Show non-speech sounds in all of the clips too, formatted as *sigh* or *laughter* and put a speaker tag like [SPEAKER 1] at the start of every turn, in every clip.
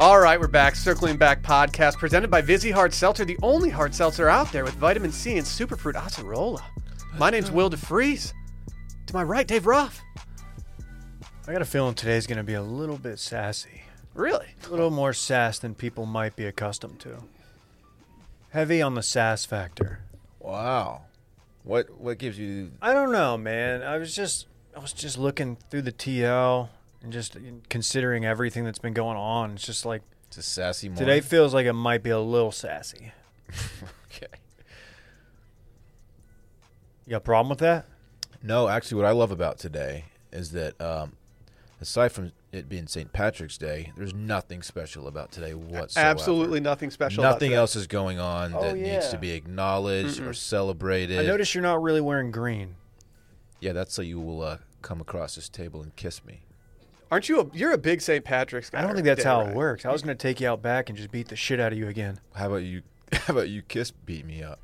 [SPEAKER 1] All right, we're back. Circling Back podcast presented by Vizzy Hard Seltzer, the only hard seltzer out there with vitamin C and superfruit acerola. My name's Will DeFries. To my right, Dave Ruff.
[SPEAKER 2] I got a feeling today's going to be a little bit sassy.
[SPEAKER 1] Really?
[SPEAKER 2] A little more sass than people might be accustomed to. Heavy on the sass factor.
[SPEAKER 3] Wow. What what gives you
[SPEAKER 2] I don't know, man. I was just I was just looking through the TL and just considering everything that's been going on. It's just like
[SPEAKER 3] to sassy morning? *laughs*
[SPEAKER 2] today feels like it might be a little sassy.
[SPEAKER 3] okay.
[SPEAKER 2] You got a problem with that?
[SPEAKER 3] No, actually, what I love about today is that um, aside from it being St. Patrick's Day, there's nothing special about today whatsoever.
[SPEAKER 1] Absolutely nothing special. about
[SPEAKER 3] Nothing
[SPEAKER 1] today.
[SPEAKER 3] else is going on
[SPEAKER 2] Oh,
[SPEAKER 3] that needs
[SPEAKER 2] yeah.
[SPEAKER 3] to be acknowledged or celebrated.
[SPEAKER 2] I notice you're not really wearing green.
[SPEAKER 3] Yeah, that's how you will uh, come across this table and kiss me.
[SPEAKER 1] Aren't you? A, you're a big St. Patrick's guy.
[SPEAKER 2] I don't think that's
[SPEAKER 1] Dave,
[SPEAKER 2] how
[SPEAKER 1] right?
[SPEAKER 2] it works. I was going to take you out back and just beat the shit out of you again.
[SPEAKER 3] How about you? *laughs* How about you kiss beat me up?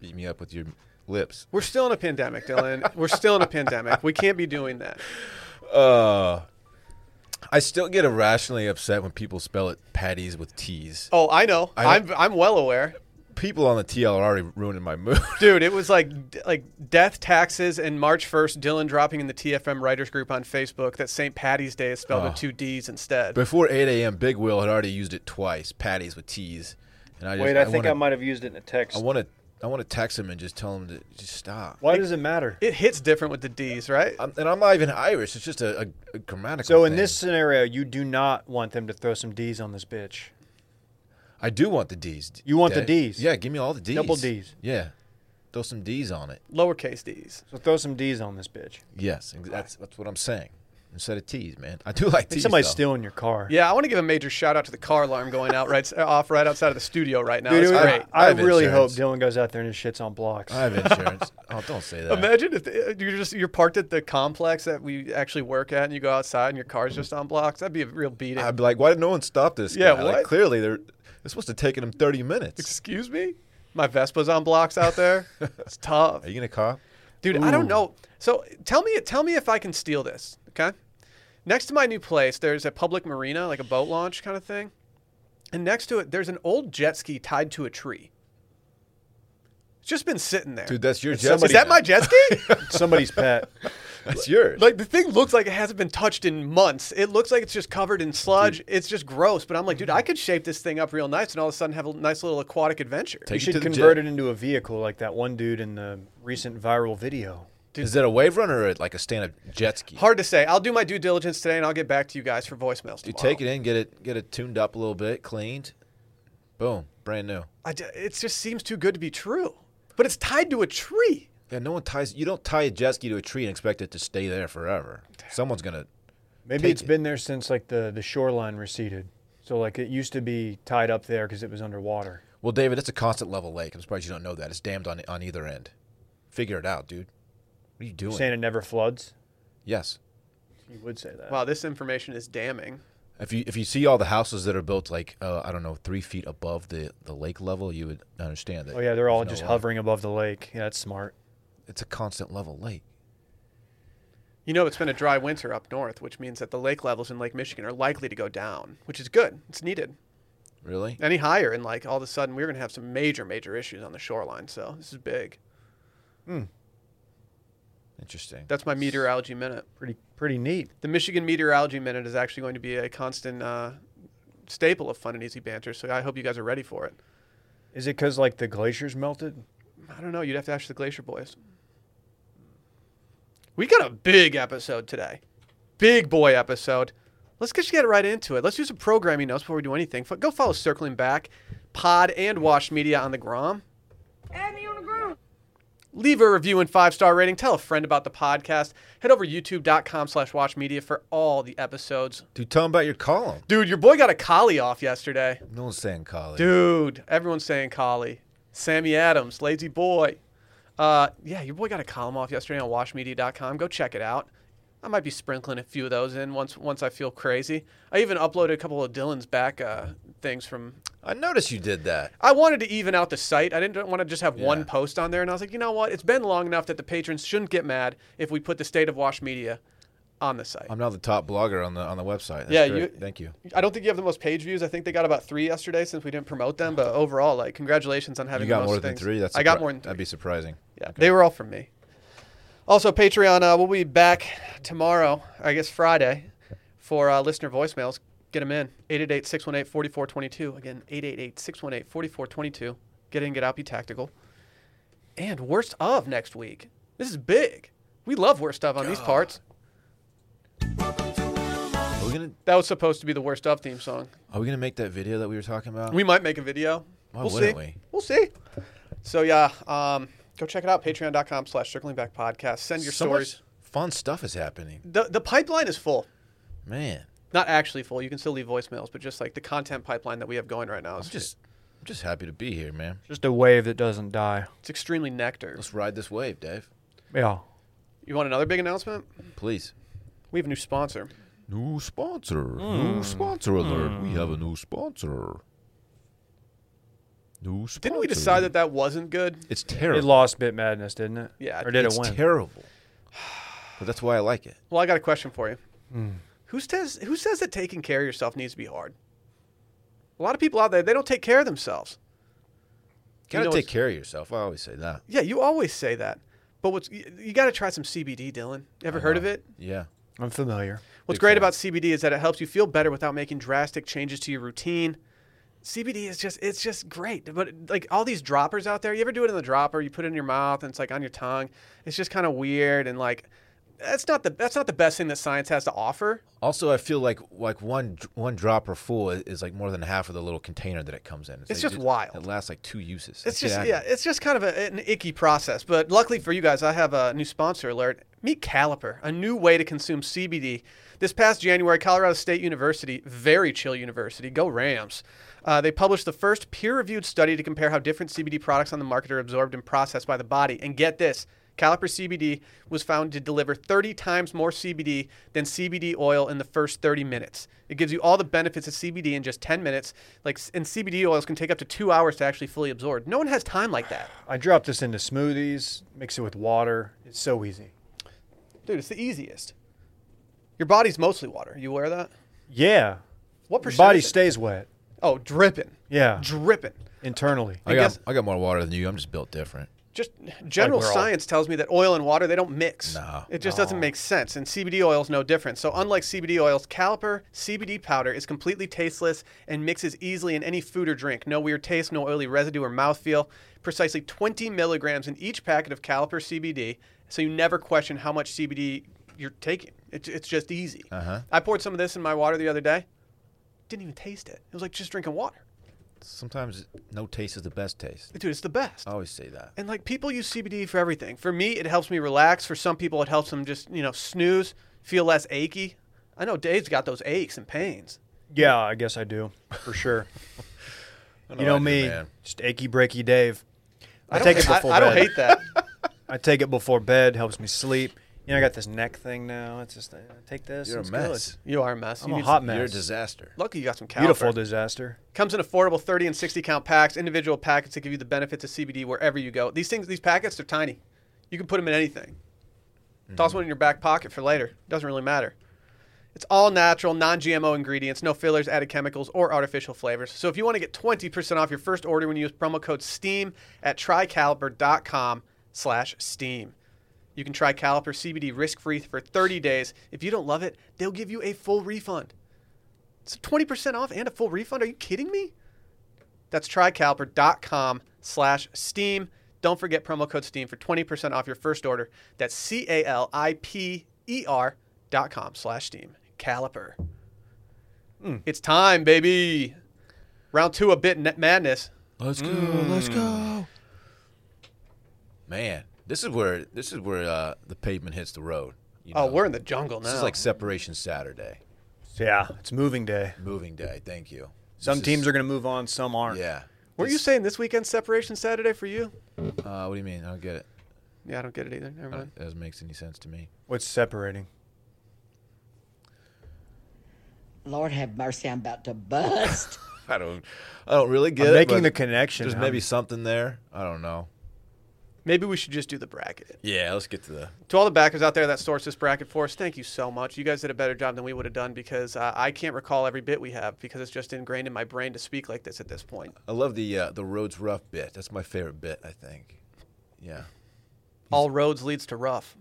[SPEAKER 3] Beat me up with your lips.
[SPEAKER 1] We're still in a pandemic, Dylan. We're still in a pandemic. We can't be doing that.
[SPEAKER 3] Uh, I still get irrationally upset when people spell it patties with T's.
[SPEAKER 1] Oh, I know.
[SPEAKER 3] I-
[SPEAKER 1] I'm I'm well aware,
[SPEAKER 3] People on the TL are already ruining my mood. *laughs*
[SPEAKER 1] dude. It was like like death taxes and March first. Dylan dropping in the TFM writers group on Facebook that St. Patty's Day is spelled with two D's instead.
[SPEAKER 3] Before 8 a.m., Big Will had already used it twice, patties with T's. And I just, wanna,
[SPEAKER 2] have used it in a
[SPEAKER 3] I
[SPEAKER 2] text.
[SPEAKER 3] want to, I want to text him and just tell him to just stop.
[SPEAKER 2] Why does it matter?
[SPEAKER 1] It hits different with the D's, right?
[SPEAKER 2] Uh,
[SPEAKER 3] I'm, and I'm not even Irish. It's just a, a, a grammatical.
[SPEAKER 2] So in
[SPEAKER 3] thing.
[SPEAKER 2] this scenario, you do not want them to throw some D's on this bitch.
[SPEAKER 3] I do want the D's. D-
[SPEAKER 2] You want the
[SPEAKER 3] Dad.
[SPEAKER 2] D's?
[SPEAKER 3] Yeah, give me all the D's.
[SPEAKER 2] Double D's.
[SPEAKER 3] Yeah, throw some D's on it.
[SPEAKER 1] Lowercase D's.
[SPEAKER 2] So throw some D's on this bitch.
[SPEAKER 3] Yes, ex- that's that's what I'm saying. Instead of T's, man, I do like
[SPEAKER 2] Think
[SPEAKER 3] T's.
[SPEAKER 2] somebody's
[SPEAKER 3] though.
[SPEAKER 2] stealing your car.
[SPEAKER 1] Yeah, I want to give a major shout out to the car alarm going out right uh, off right outside of the studio right now.
[SPEAKER 2] Dude,
[SPEAKER 1] It's
[SPEAKER 2] it would-
[SPEAKER 1] great.
[SPEAKER 2] I,
[SPEAKER 3] I have
[SPEAKER 2] really
[SPEAKER 3] insurance.
[SPEAKER 2] hope Dylan goes out there and his shits on blocks.
[SPEAKER 3] I
[SPEAKER 2] *laughs*
[SPEAKER 3] have insurance. oh, don't say that.
[SPEAKER 1] Imagine if uh, you're just you're parked at the complex that we actually work at, and you go outside and your car's just on blocks. That'd be a real beating.
[SPEAKER 3] I'd be like, why did no one stop this?
[SPEAKER 1] Yeah,
[SPEAKER 3] guy? Like,
[SPEAKER 1] what?
[SPEAKER 3] clearly, they're it's supposed to take them 30 minutes.
[SPEAKER 1] Excuse me, my Vespa's on blocks out
[SPEAKER 2] *laughs*
[SPEAKER 1] there. it's tough,
[SPEAKER 3] Are you gonna cop?
[SPEAKER 1] dude. I don't know. So tell me, tell me if I can steal this. Okay. Next to my new place, there's a public marina, like a boat launch kind of thing, and next to it, there's an old jet ski tied to a tree. It's just been sitting there.
[SPEAKER 3] Dude, that's your
[SPEAKER 2] It's
[SPEAKER 3] jet.
[SPEAKER 2] somebody-
[SPEAKER 1] Is that my jet ski?
[SPEAKER 3] *laughs*
[SPEAKER 2] Somebody's pet.
[SPEAKER 3] That's yours.
[SPEAKER 1] Like the thing looks like it hasn't been touched in months. It looks like it's just covered in sludge. It's just gross. But I'm like, dude, I could shape this thing up real nice and all of a sudden have a nice little aquatic adventure.
[SPEAKER 2] You
[SPEAKER 3] Take it
[SPEAKER 2] should
[SPEAKER 3] to the
[SPEAKER 2] convert
[SPEAKER 3] jet.
[SPEAKER 2] it into a vehicle like that one dude in the recent viral video.
[SPEAKER 3] Is that a wave runner or like a stand up jet ski?
[SPEAKER 1] Hard to say. I'll do my due diligence today and I'll get back to you guys for voicemails.
[SPEAKER 3] You
[SPEAKER 1] Tomorrow.
[SPEAKER 3] take it in, get it get it tuned up a little bit, cleaned. Boom, brand new.
[SPEAKER 1] I d- it just seems too good to be true. But it's tied to a tree.
[SPEAKER 3] Yeah, no one ties. You don't tie a jet ski to a tree and expect it to stay there forever. Someone's gonna.
[SPEAKER 2] Maybe
[SPEAKER 3] Take
[SPEAKER 2] it's
[SPEAKER 3] it.
[SPEAKER 2] been there since like the, the shoreline receded. So like it used to be tied up there because it was underwater.
[SPEAKER 3] Well, David, it's a constant level lake. I'm surprised you don't know that. It's dammed on on either end. Figure it out, dude. What are you doing?
[SPEAKER 2] Saying it never floods.
[SPEAKER 3] Yes.
[SPEAKER 2] You would say that.
[SPEAKER 1] Wow, this information is damning.
[SPEAKER 3] If you if you see all the houses that are built like uh, I don't know three feet above the, the lake level, you would understand that.
[SPEAKER 2] oh yeah, they're all
[SPEAKER 3] there's no
[SPEAKER 2] just
[SPEAKER 3] way.
[SPEAKER 2] hovering above the lake. Yeah, that's smart.
[SPEAKER 3] It's a constant level lake.
[SPEAKER 1] You know, it's been a dry winter up north, which means that the lake levels in Lake Michigan are likely to go down, which is good. It's needed.
[SPEAKER 3] Really?
[SPEAKER 1] Any higher, and like all of a sudden, we're going to have some major, major issues on the shoreline. So this is big.
[SPEAKER 3] Interesting.
[SPEAKER 1] That's my meteorology minute.
[SPEAKER 2] Pretty pretty neat.
[SPEAKER 1] The Michigan meteorology minute is actually going to be a constant uh, staple of fun and easy banter. So I hope you guys are ready for it.
[SPEAKER 2] Is it because like the glaciers melted?
[SPEAKER 1] I don't know. You'd have to ask the Glacier Boys. We got a big episode today, big boy episode. Let's just get right into it. Let's do some programming notes before we do anything. F- Go follow Circling Back, Pod, and Wash Media on the Grom.
[SPEAKER 4] Add me on the ground.
[SPEAKER 1] leave a review and five star rating tell a friend about the podcast head over youtube.com slash watch media for all the episodes
[SPEAKER 3] Dude, tell them about your column.
[SPEAKER 1] dude your boy got a collie off yesterday
[SPEAKER 3] No one's saying collie.
[SPEAKER 1] dude everyone's saying collie sammy adams lazy boy uh, yeah your boy got a column off yesterday on washmedia.com go check it out i might be sprinkling a few of those in once once i feel crazy i even uploaded a couple of dylan's back uh, things from
[SPEAKER 3] I noticed you did that.
[SPEAKER 1] I wanted to even out the site. I didn't want to just have one
[SPEAKER 3] Yeah.
[SPEAKER 1] post on there. And I was like, you know what? It's been long enough that the patrons shouldn't get mad if we put the state of Wash Media on the site.
[SPEAKER 3] I'm now the top blogger on the on the website. That's
[SPEAKER 1] Yeah,
[SPEAKER 3] great.
[SPEAKER 1] you-
[SPEAKER 3] Thank you.
[SPEAKER 1] I don't think you have the most page views. I think they got about three yesterday since we didn't promote them. But overall, like, congratulations on having
[SPEAKER 3] You
[SPEAKER 1] the
[SPEAKER 3] got
[SPEAKER 1] most
[SPEAKER 3] more than
[SPEAKER 1] things.
[SPEAKER 3] three. That's
[SPEAKER 1] I got
[SPEAKER 3] surpri-
[SPEAKER 1] more than three.
[SPEAKER 3] That'd be surprising.
[SPEAKER 1] Yeah, they were all from me. Also, Patreon, uh, we'll be back tomorrow, I guess Friday, for uh, listener voicemails. Get them in. 888 618 4422. Again, 888 618 4422. Get in, get out, be tactical. And worst of next week. This is big. We love worst of on these parts.
[SPEAKER 3] Are we gonna
[SPEAKER 1] That was supposed to be the worst of theme song.
[SPEAKER 3] Are we gonna make that video that we were talking about?
[SPEAKER 1] We might make a video.
[SPEAKER 3] Why
[SPEAKER 1] we'll see.
[SPEAKER 3] wouldn't we?
[SPEAKER 1] We'll see. So, yeah, um, go check it out. Patreon.com slash circling back podcast. Send your
[SPEAKER 3] so
[SPEAKER 1] stories.
[SPEAKER 3] much fun stuff is happening,
[SPEAKER 1] The, the pipeline is full.
[SPEAKER 3] man.
[SPEAKER 1] not actually full. You can still leave voicemails, but just like the content pipeline that we have going right now is
[SPEAKER 3] I'm just I'm just happy to be here, man.
[SPEAKER 2] Just a wave that doesn't die.
[SPEAKER 1] it's extremely nectar.
[SPEAKER 3] Let's ride this wave, Dave.
[SPEAKER 2] Yeah.
[SPEAKER 1] You want another big announcement?
[SPEAKER 3] Please.
[SPEAKER 1] We have a new sponsor.
[SPEAKER 3] New sponsor. New sponsor alert. We have a new sponsor. New sponsor.
[SPEAKER 1] Didn't we decide that that wasn't good?
[SPEAKER 3] it's
[SPEAKER 2] It
[SPEAKER 3] terrible?
[SPEAKER 2] lost Bit Madness, didn't it?
[SPEAKER 1] Yeah,
[SPEAKER 2] Or did
[SPEAKER 3] it's
[SPEAKER 2] it win?
[SPEAKER 3] terrible. *sighs* But that's why I like it.
[SPEAKER 1] Well, I got a question for you.
[SPEAKER 3] Hmm.
[SPEAKER 1] Who says who says that taking care of yourself needs to be hard? A lot of people out there they don't take care of themselves. You
[SPEAKER 3] Gotta
[SPEAKER 1] know
[SPEAKER 3] take
[SPEAKER 1] it's-
[SPEAKER 3] care of yourself. I always say that.
[SPEAKER 1] Yeah, you always say that. But what's you, you got to try some CBD, Dylan? Ever heard of it?
[SPEAKER 3] Yeah.
[SPEAKER 2] I'm familiar.
[SPEAKER 1] What's
[SPEAKER 3] Big
[SPEAKER 1] great
[SPEAKER 3] fan.
[SPEAKER 1] about CBD is that it helps you feel better without making drastic changes to your routine. CBD is just it's just great. But like all these droppers out there, you ever do it in the dropper, you put it in your mouth and it's like on your tongue. It's just kind of weird and like that's not the that's not the best thing that science has to offer.
[SPEAKER 3] Also, I feel like like one one dropper full is, is like more than half of the little container that it comes in.
[SPEAKER 1] It's
[SPEAKER 3] like
[SPEAKER 1] just wild.
[SPEAKER 3] It lasts like two uses. That
[SPEAKER 1] It's
[SPEAKER 3] shit
[SPEAKER 1] just
[SPEAKER 3] happens.
[SPEAKER 1] yeah, it's just kind of a, an icky process. But luckily for you guys, I have a new sponsor alert. Meet Caliper, a new way to consume CBD. This past January, Colorado State University, very chill university, go Rams. Uh, they published the first peer-reviewed study to compare how different CBD products on the market are absorbed and processed by the body. And get this, Caliper CBD was found to deliver 30 times more CBD than CBD oil in the first 30 minutes. It gives you all the benefits of CBD in just 10 minutes. Like, and CBD oils can take up to two hours to actually fully absorb. No one has time like that,
[SPEAKER 2] I drop this into smoothies, mix it with water. It's so easy.
[SPEAKER 1] dude. It's the easiest. Your body's mostly water. You wear that?
[SPEAKER 2] Yeah.
[SPEAKER 1] What
[SPEAKER 2] Your
[SPEAKER 1] percent?
[SPEAKER 2] body
[SPEAKER 1] is it?
[SPEAKER 2] stays wet.
[SPEAKER 1] Oh, dripping,
[SPEAKER 2] Yeah.
[SPEAKER 1] dripping.
[SPEAKER 2] Internally.
[SPEAKER 3] I
[SPEAKER 1] I
[SPEAKER 3] got
[SPEAKER 1] guess-
[SPEAKER 3] I got more water than you. I'm just built different.
[SPEAKER 1] Just general
[SPEAKER 2] we're all-
[SPEAKER 1] science tells me that oil and water they don't mix.
[SPEAKER 3] No.
[SPEAKER 1] it just doesn't make sense. And CBD oil is no different. So unlike CBD oils, Caliper CBD powder is completely tasteless and mixes easily in any food or drink. No weird taste, no oily residue or mouthfeel. Precisely 20 milligrams in each packet of Caliper CBD, so you never question how much CBD you're taking. It, it's just easy.
[SPEAKER 3] Uh-huh.
[SPEAKER 1] I poured some of this in my water the other day. Didn't even taste it. It was like just drinking water.
[SPEAKER 3] Sometimes no taste is the best taste.
[SPEAKER 1] Dude, it's the best.
[SPEAKER 3] I always say that.
[SPEAKER 1] And like people use CBD for everything. For me, it helps me relax. For some people, it helps them just you know snooze, feel less achy. I know Dave's got those aches and pains.
[SPEAKER 2] Yeah, I guess I do. For sure. you
[SPEAKER 3] I
[SPEAKER 2] know
[SPEAKER 3] do,
[SPEAKER 2] me,
[SPEAKER 3] man.
[SPEAKER 2] just achy breaky Dave. I,
[SPEAKER 1] don't
[SPEAKER 2] take it
[SPEAKER 1] hate-
[SPEAKER 2] before
[SPEAKER 1] I, I
[SPEAKER 2] bed.
[SPEAKER 1] don't hate
[SPEAKER 2] *laughs*
[SPEAKER 1] that.
[SPEAKER 2] I take it before bed, helps me sleep. You know, I got this neck thing now. It's just I take this.
[SPEAKER 3] You're a
[SPEAKER 2] it's
[SPEAKER 3] mess.
[SPEAKER 1] You are a mess.
[SPEAKER 2] Good.
[SPEAKER 1] you
[SPEAKER 2] I'm a
[SPEAKER 1] need
[SPEAKER 2] hot
[SPEAKER 1] some-
[SPEAKER 2] mess.
[SPEAKER 3] You're a disaster.
[SPEAKER 1] Lucky you got some Caliper.
[SPEAKER 2] Beautiful disaster.
[SPEAKER 1] Comes in affordable 30 and 60 count packs, individual packets that give you the benefits of CBD wherever you go. These things, these packets, they're tiny. You can put them in anything. Toss one in your back pocket for later. Doesn't really matter. It's all natural, non GMO ingredients, no fillers, added chemicals, or artificial flavors. So if you want to get 20% off your first order when you use promo code STEAM at tricaliper.com slash STEAM. You can try Caliper CBD risk free for 30 days. If you don't love it, they'll give you a full refund. It's 20% off and a full refund. Are you kidding me? That's tricaliper.com slash steam. Don't forget promo code steam for 20% off your first order. That's C A L I P E R dot com slash steam. Caliper.
[SPEAKER 3] Hmm.
[SPEAKER 1] It's time, baby. Round two of Bit Net Madness.
[SPEAKER 3] Let's go.
[SPEAKER 2] Mm.
[SPEAKER 3] Let's go. Man, this is where this is where uh, the pavement hits the road. You
[SPEAKER 1] Oh,
[SPEAKER 3] know?
[SPEAKER 1] we're in the jungle now.
[SPEAKER 3] this is like separation Saturday,
[SPEAKER 2] Yeah, it's moving day.
[SPEAKER 3] moving day. Thank you.
[SPEAKER 2] Some teams are going to move on, some aren't.
[SPEAKER 3] Yeah.
[SPEAKER 1] Were you saying this weekend separation Saturday for you?
[SPEAKER 3] Uh, what do you mean? I don't get it.
[SPEAKER 1] Yeah, I don't get it either. Never
[SPEAKER 3] I
[SPEAKER 1] mind.
[SPEAKER 3] don't- That doesn't make any sense to me.
[SPEAKER 2] What's separating?
[SPEAKER 5] Lord have mercy, I'm about to bust.
[SPEAKER 3] I don't. I don't really get
[SPEAKER 2] I'm
[SPEAKER 3] it.
[SPEAKER 2] making
[SPEAKER 3] but
[SPEAKER 2] the connection.
[SPEAKER 3] There's
[SPEAKER 2] I'm-
[SPEAKER 3] maybe something there. I don't know.
[SPEAKER 1] Maybe we should just do the bracket.
[SPEAKER 3] Yeah, let's get to the.
[SPEAKER 1] To all the backers out there that sourced this bracket for us, thank you so much. You guys did a better job than we would have done because uh, I can't recall every bit we have because it's just ingrained in my brain to speak like this at this point.
[SPEAKER 3] I love the uh, the roads rough bit. That's my favorite bit. I think. Yeah,
[SPEAKER 1] All roads leads to rough.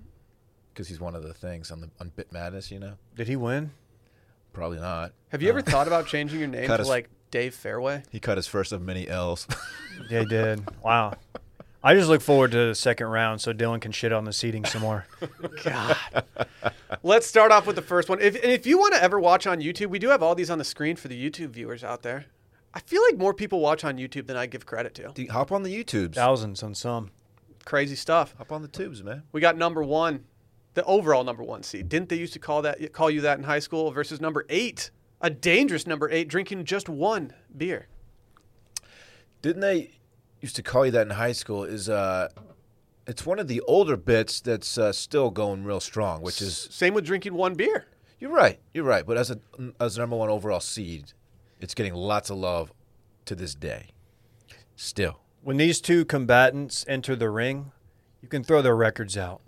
[SPEAKER 3] because he's one of the things on the on Bit Madness. You know,
[SPEAKER 2] Did he win?
[SPEAKER 3] probably not.
[SPEAKER 1] Have you ever thought about changing your name
[SPEAKER 3] Uh, Cut
[SPEAKER 1] to
[SPEAKER 3] us-
[SPEAKER 1] like Dave
[SPEAKER 3] *laughs*
[SPEAKER 1] Fairway?
[SPEAKER 3] He cut his first of many L's. *laughs*
[SPEAKER 2] Yeah, he did. wow. I just look forward to the second round so Dylan can shit on the seating
[SPEAKER 1] *laughs*
[SPEAKER 2] some more.
[SPEAKER 1] Let's start off with the first one. If, and if you want to ever watch on YouTube, we do have all these on the screen for the YouTube viewers out there. I feel like more people watch on YouTube than I give credit to.
[SPEAKER 3] Dude, hop on the YouTubes.
[SPEAKER 2] Thousands on some.
[SPEAKER 1] Crazy stuff.
[SPEAKER 3] Hop on the tubes, man.
[SPEAKER 1] We got number one, the overall number one seed. Didn't they used to call that call you that in high school? Versus number eight, a dangerous number eight, drinking just one beer.
[SPEAKER 3] Didn't they used to call you that in high school? Is uh, it's one of the older bits that's uh, still going real strong. Which is
[SPEAKER 1] Same with drinking one beer.
[SPEAKER 3] you're right, you're right. But as a as number one overall seed, it's getting lots of love to this day. Still,
[SPEAKER 2] When these two combatants enter the ring, you can throw their
[SPEAKER 1] *laughs*
[SPEAKER 2] records out.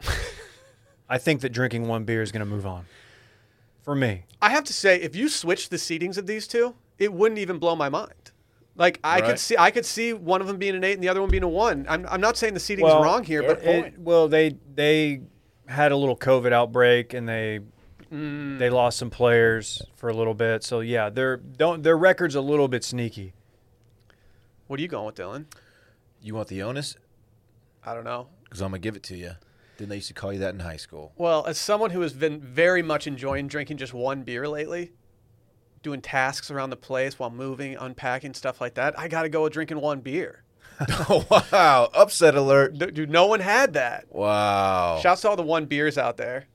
[SPEAKER 2] I think that drinking one beer is going to move on. For me.
[SPEAKER 1] I have to say, if you switched the seedings of these two, it wouldn't even blow my mind. Like I could
[SPEAKER 3] Right.
[SPEAKER 1] see, I could see one of them being an eight and the other one being a one. I'm, I'm not saying the seeding's
[SPEAKER 2] Well,
[SPEAKER 1] wrong here, but
[SPEAKER 2] it- well, they they had a little COVID outbreak and they they lost some players for a little bit. So yeah, their don't their records a little bit sneaky.
[SPEAKER 1] what are you going with, Dylan?
[SPEAKER 3] you want the onus
[SPEAKER 1] I don't know.
[SPEAKER 3] because I'm gonna give it to you. Didn't they used to call you that in high *laughs* school?
[SPEAKER 1] Well, as someone who has been very much enjoying drinking just one beer lately, doing tasks around the place while moving, unpacking, stuff like that, I got to go with drinking one beer.
[SPEAKER 3] oh wow! Upset alert!
[SPEAKER 1] Th- Dude, no one had that.
[SPEAKER 3] Wow!
[SPEAKER 1] Shouts to all the one beers out there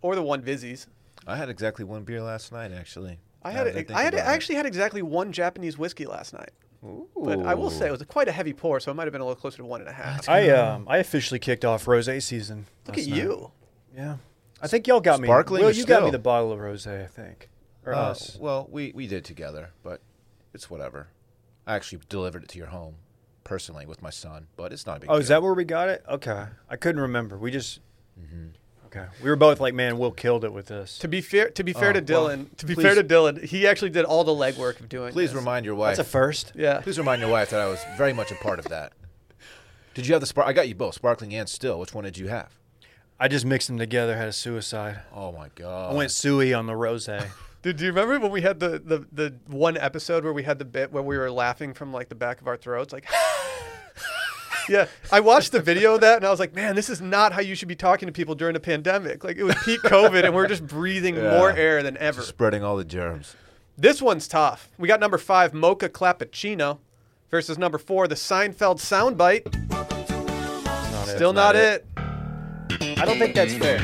[SPEAKER 1] or the one Vizzies.
[SPEAKER 3] I had exactly one beer last night, actually.
[SPEAKER 1] I
[SPEAKER 3] Now
[SPEAKER 1] had,
[SPEAKER 3] that
[SPEAKER 1] I,
[SPEAKER 3] think
[SPEAKER 1] had
[SPEAKER 3] about it.
[SPEAKER 1] actually had exactly one Japanese whiskey last night. But I will say it was quite a heavy pour, so it might have been a little closer to one and a half.
[SPEAKER 2] I um I officially kicked off rosé season.
[SPEAKER 1] Look at
[SPEAKER 2] last night.
[SPEAKER 1] you.
[SPEAKER 2] Yeah, I think y'all got me.
[SPEAKER 3] Sparkling
[SPEAKER 2] Will,
[SPEAKER 3] or
[SPEAKER 2] you got me
[SPEAKER 3] still?
[SPEAKER 2] the bottle of rosé. I think. Or
[SPEAKER 3] Uh,
[SPEAKER 2] us.
[SPEAKER 3] well, we we did together, but it's whatever. I actually delivered it to your home personally with my son, but it's not a big.
[SPEAKER 2] Oh, is that where we got it? Okay, I couldn't remember. We just. Okay, we were both like, man, Will killed it with this.
[SPEAKER 1] To be fair, to be fair
[SPEAKER 2] Oh,
[SPEAKER 1] to
[SPEAKER 2] well,
[SPEAKER 1] Dylan, to be fair
[SPEAKER 3] please-
[SPEAKER 1] to Dylan, he actually did all the legwork of doing.
[SPEAKER 3] Please
[SPEAKER 1] this.
[SPEAKER 3] remind your wife.
[SPEAKER 2] That's a first.
[SPEAKER 1] Yeah.
[SPEAKER 3] please remind your wife that I was very much a part of
[SPEAKER 2] *laughs*
[SPEAKER 3] that. Did you have the spark? I got you both, sparkling and still. Which one did you have?
[SPEAKER 2] I just mixed them together. Had a suicide.
[SPEAKER 3] Oh my god!
[SPEAKER 2] I went suey on the rosé.
[SPEAKER 1] Dude, do you remember when we had the, the, the one episode where we had the bit where we were laughing from like the back of our throats? Like, *laughs* yeah, I watched the video of that and I was like, man, this is not how you should be talking to people during a pandemic. Like, it was peak COVID and we're just breathing
[SPEAKER 3] Yeah.
[SPEAKER 1] more air than ever.
[SPEAKER 3] spreading all the germs.
[SPEAKER 1] This one's tough. We got number five, Mocha Clappuccino, versus number four, the Seinfeld Soundbite.
[SPEAKER 2] Not it.
[SPEAKER 1] Still not, it.
[SPEAKER 2] I don't think that's *laughs* fair.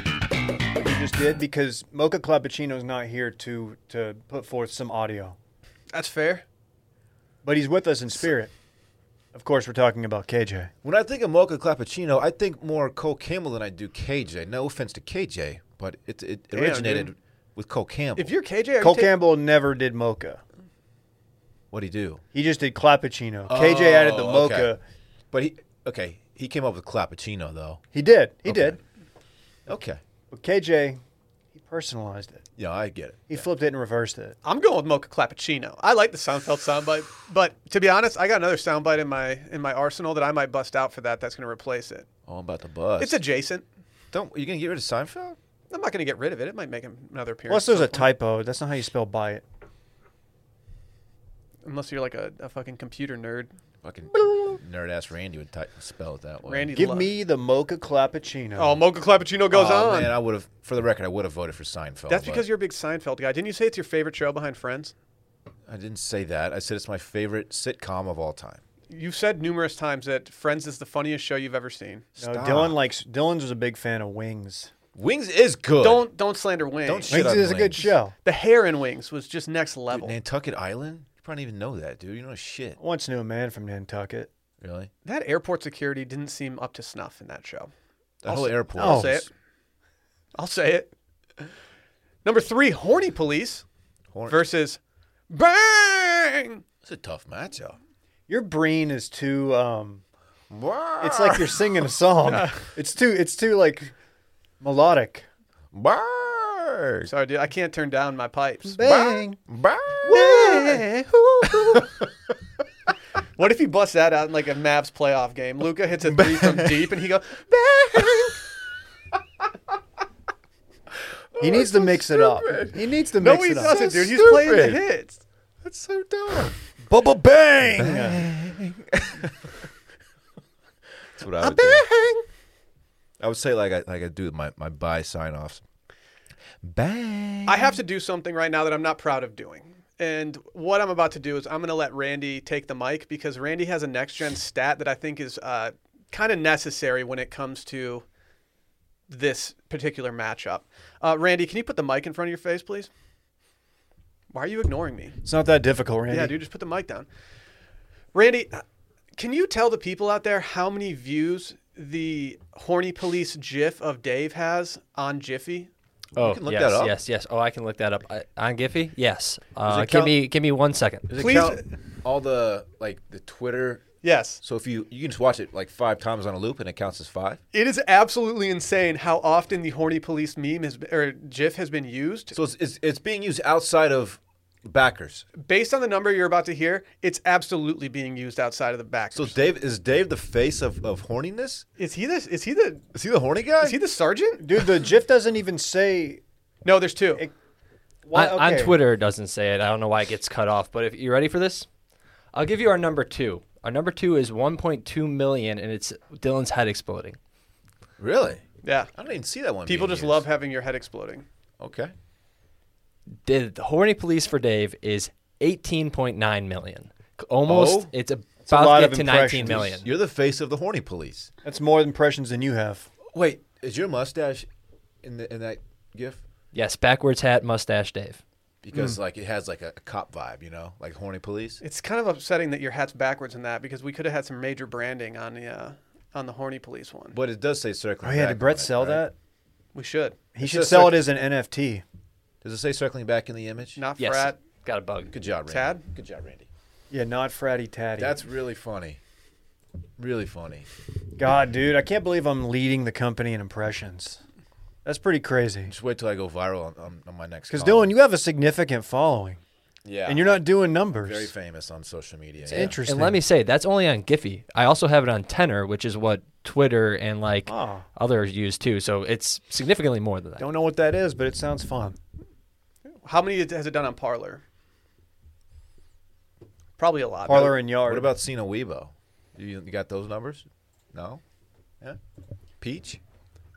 [SPEAKER 2] What you just did because Mocha Clappuccino's not here to to put forth some audio,
[SPEAKER 1] That's fair.
[SPEAKER 2] but he's with us in spirit. Of course, we're talking about KJ.
[SPEAKER 3] When I think of mocha cappuccino, I think more Cole Campbell than I do KJ. No offense to KJ, but it it
[SPEAKER 1] dude.
[SPEAKER 3] originated with Cole Campbell.
[SPEAKER 1] If you're KJ, are
[SPEAKER 2] Cole
[SPEAKER 1] you taking-
[SPEAKER 2] Campbell never did mocha.
[SPEAKER 3] what'd he do?
[SPEAKER 2] He just did clappuccino. KJ added the
[SPEAKER 3] Oh,
[SPEAKER 2] mocha.
[SPEAKER 3] okay. But he okay, he came up with clappuccino though.
[SPEAKER 2] He did. He
[SPEAKER 3] Okay.
[SPEAKER 2] did.
[SPEAKER 3] Okay.
[SPEAKER 2] But KJ, he personalized it.
[SPEAKER 3] Yeah, I get it.
[SPEAKER 2] He flipped it and reversed it.
[SPEAKER 1] I'm going with Mocha Clappuccino. I like the Seinfeld soundbite, but to be honest, I got another soundbite in my in my arsenal that I might bust out for that. That's going to replace it.
[SPEAKER 3] Oh, I'm about to buzz.
[SPEAKER 1] It's adjacent.
[SPEAKER 3] don't you gonna get rid of Seinfeld?
[SPEAKER 1] I'm not going to get rid of it. It might make another appearance.
[SPEAKER 2] Unless there's a typo. That's not how you spell buy it.
[SPEAKER 1] Unless you're like a, a fucking computer nerd.
[SPEAKER 3] *laughs* Fucking nerd ass Randy would type, spell it that way.
[SPEAKER 1] Randy,
[SPEAKER 2] Give
[SPEAKER 1] lo-
[SPEAKER 2] me the mocha clappuccino.
[SPEAKER 1] Oh, Mocha Clappuccino goes
[SPEAKER 3] oh,
[SPEAKER 1] on.
[SPEAKER 3] Man, I would have for the record I would have voted for Seinfeld.
[SPEAKER 1] That's
[SPEAKER 3] but
[SPEAKER 1] because you're a big Seinfeld guy. Didn't you say it's your favorite show behind Friends?
[SPEAKER 3] I didn't say that. I said it's my favorite sitcom of all time.
[SPEAKER 1] You've said numerous times that Friends is the funniest show you've ever seen.
[SPEAKER 2] No,
[SPEAKER 3] Stop.
[SPEAKER 2] Dylan likes. Dylan's was a big fan of Wings.
[SPEAKER 3] Wings is good.
[SPEAKER 1] Don't don't slander Wings.
[SPEAKER 3] Don't sh- Shit
[SPEAKER 2] Wings
[SPEAKER 3] on
[SPEAKER 2] is a good
[SPEAKER 3] Wings.
[SPEAKER 2] show.
[SPEAKER 1] the hair in Wings was just next level.
[SPEAKER 3] Dude, Nantucket Island? You probably don't even know that, dude. You know shit.
[SPEAKER 2] I once knew a man from Nantucket.
[SPEAKER 3] Really?
[SPEAKER 1] that airport security didn't seem up to snuff in that show.
[SPEAKER 3] The whole airport.
[SPEAKER 1] I'll
[SPEAKER 2] Oh.
[SPEAKER 1] say it. I'll say it. Number three, horny police
[SPEAKER 3] Horn-
[SPEAKER 1] versus bang.
[SPEAKER 3] It's a tough matchup.
[SPEAKER 2] Your brain is too um, It's like you're singing a song.
[SPEAKER 1] *laughs*
[SPEAKER 2] It's too it's too like melodic.
[SPEAKER 3] Bark.
[SPEAKER 1] Sorry, dude. I can't turn down my pipes.
[SPEAKER 2] Bang.
[SPEAKER 3] Bark.
[SPEAKER 1] *laughs* What if he busts that out in like a Mavs playoff game? Luca hits a three from deep, and he goes,
[SPEAKER 2] He needs to mix it up. He needs to mix
[SPEAKER 1] Oh, "No, he
[SPEAKER 2] it up.
[SPEAKER 1] doesn't,
[SPEAKER 3] so
[SPEAKER 1] dude. He's playing the
[SPEAKER 3] stupid.
[SPEAKER 1] hits."
[SPEAKER 3] *laughs* That's so dumb. Bubble bang. That's what I would do. I would say like I like I do with my my buy sign offs. Bang.
[SPEAKER 1] I have to do something right now that I'm not proud of doing. And what I'm about to do is I'm going to let Randy take the mic because Randy has a next gen stat that I think is uh, kind of necessary when it comes to this particular matchup. Uh, Randy, can you put the mic in front of your face, please? Why are you ignoring me?
[SPEAKER 2] It's not that difficult, Randy.
[SPEAKER 1] Yeah, dude, just put the mic down. Randy, uh, can you tell the people out there how many views the horny police GIF of Dave has on Jiffy?
[SPEAKER 3] Oh,
[SPEAKER 6] Oh,
[SPEAKER 3] can look
[SPEAKER 6] yes,
[SPEAKER 3] that up.
[SPEAKER 6] yes, yes. Oh, I can look that up. I, on Giphy? Yes. Uh,
[SPEAKER 3] it
[SPEAKER 6] give
[SPEAKER 3] count-
[SPEAKER 6] me give me one second.
[SPEAKER 3] Does it
[SPEAKER 1] Please-
[SPEAKER 3] count all the like the Twitter.
[SPEAKER 1] Yes.
[SPEAKER 3] So if you you can just watch it like five times on a loop and it counts as five.
[SPEAKER 1] It is absolutely insane how often the horny police meme has or GIF has been used.
[SPEAKER 3] So it's it's, it's being used outside of backers.
[SPEAKER 1] Based on the number you're about to hear, it's absolutely being used outside of the back.
[SPEAKER 3] So Dave is Dave the face of, of horniness?
[SPEAKER 1] is he the is he the
[SPEAKER 3] Is he the horny guy?
[SPEAKER 1] is he the sergeant?
[SPEAKER 2] Dude, the GIF doesn't even say
[SPEAKER 1] No, there's two.
[SPEAKER 6] On,
[SPEAKER 2] why,
[SPEAKER 6] on
[SPEAKER 2] okay.
[SPEAKER 6] Twitter, it doesn't say it. I don't know why it gets cut off. But if you ready for this, I'll give you our number two. Our number two is 1.2 million, and it's Dylan's head exploding.
[SPEAKER 3] really?
[SPEAKER 1] Yeah.
[SPEAKER 3] I don't even see that one.
[SPEAKER 1] People
[SPEAKER 3] being
[SPEAKER 1] just
[SPEAKER 3] used.
[SPEAKER 1] love having your head exploding.
[SPEAKER 3] Okay.
[SPEAKER 6] The, the horny police for Dave is 18.9 million. Almost,
[SPEAKER 3] Oh.
[SPEAKER 6] it's about
[SPEAKER 2] a lot
[SPEAKER 6] to
[SPEAKER 2] of
[SPEAKER 6] get to 19
[SPEAKER 2] impressions.
[SPEAKER 6] million.
[SPEAKER 3] You're the face of the horny police.
[SPEAKER 2] That's more impressions than you have.
[SPEAKER 3] Wait, is your mustache in the in that gif?
[SPEAKER 6] Yes, backwards hat, mustache, Dave.
[SPEAKER 2] Hmm.
[SPEAKER 3] Because like it has like a, cop vibe, you know, like horny police.
[SPEAKER 1] It's kind of upsetting that your hat's backwards in that because we could have had some major branding on the uh, on the horny police one.
[SPEAKER 3] But it does say circling.
[SPEAKER 2] Oh yeah,
[SPEAKER 3] back
[SPEAKER 2] did Brett
[SPEAKER 3] on it,
[SPEAKER 2] sell
[SPEAKER 3] right?
[SPEAKER 2] that?
[SPEAKER 1] We should.
[SPEAKER 2] He
[SPEAKER 3] It's
[SPEAKER 2] should
[SPEAKER 3] just
[SPEAKER 2] sell
[SPEAKER 3] like-
[SPEAKER 2] it as an NFT.
[SPEAKER 3] Does it say circling back in the image?
[SPEAKER 1] Not
[SPEAKER 6] Yes,
[SPEAKER 1] frat.
[SPEAKER 6] got a bug.
[SPEAKER 3] Good job, Randy.
[SPEAKER 1] Tad?
[SPEAKER 3] Good job, Randy.
[SPEAKER 2] Yeah, not fratty tatty.
[SPEAKER 3] That's really funny. Really funny.
[SPEAKER 2] God, dude, I can't believe I'm leading the company in impressions. That's pretty crazy.
[SPEAKER 3] Just wait till I go viral on, on, on my next.
[SPEAKER 2] Because
[SPEAKER 3] column.
[SPEAKER 2] Dylan, you have a significant following,
[SPEAKER 3] yeah,
[SPEAKER 2] and you're not doing numbers.
[SPEAKER 3] very famous on social media.
[SPEAKER 2] It's
[SPEAKER 3] yeah.
[SPEAKER 2] interesting.
[SPEAKER 6] And let me say, that's only on Giphy. I also have it on Tenor, which is what Twitter and like
[SPEAKER 2] Oh.
[SPEAKER 6] others use too. So it's significantly more than that.
[SPEAKER 2] Don't know what that is, but it sounds fun.
[SPEAKER 1] How many has it done on Parlor? Probably a lot.
[SPEAKER 2] Parlor and yard.
[SPEAKER 3] What about Cena Weibo? You, you got those numbers? No. Yeah. Peach.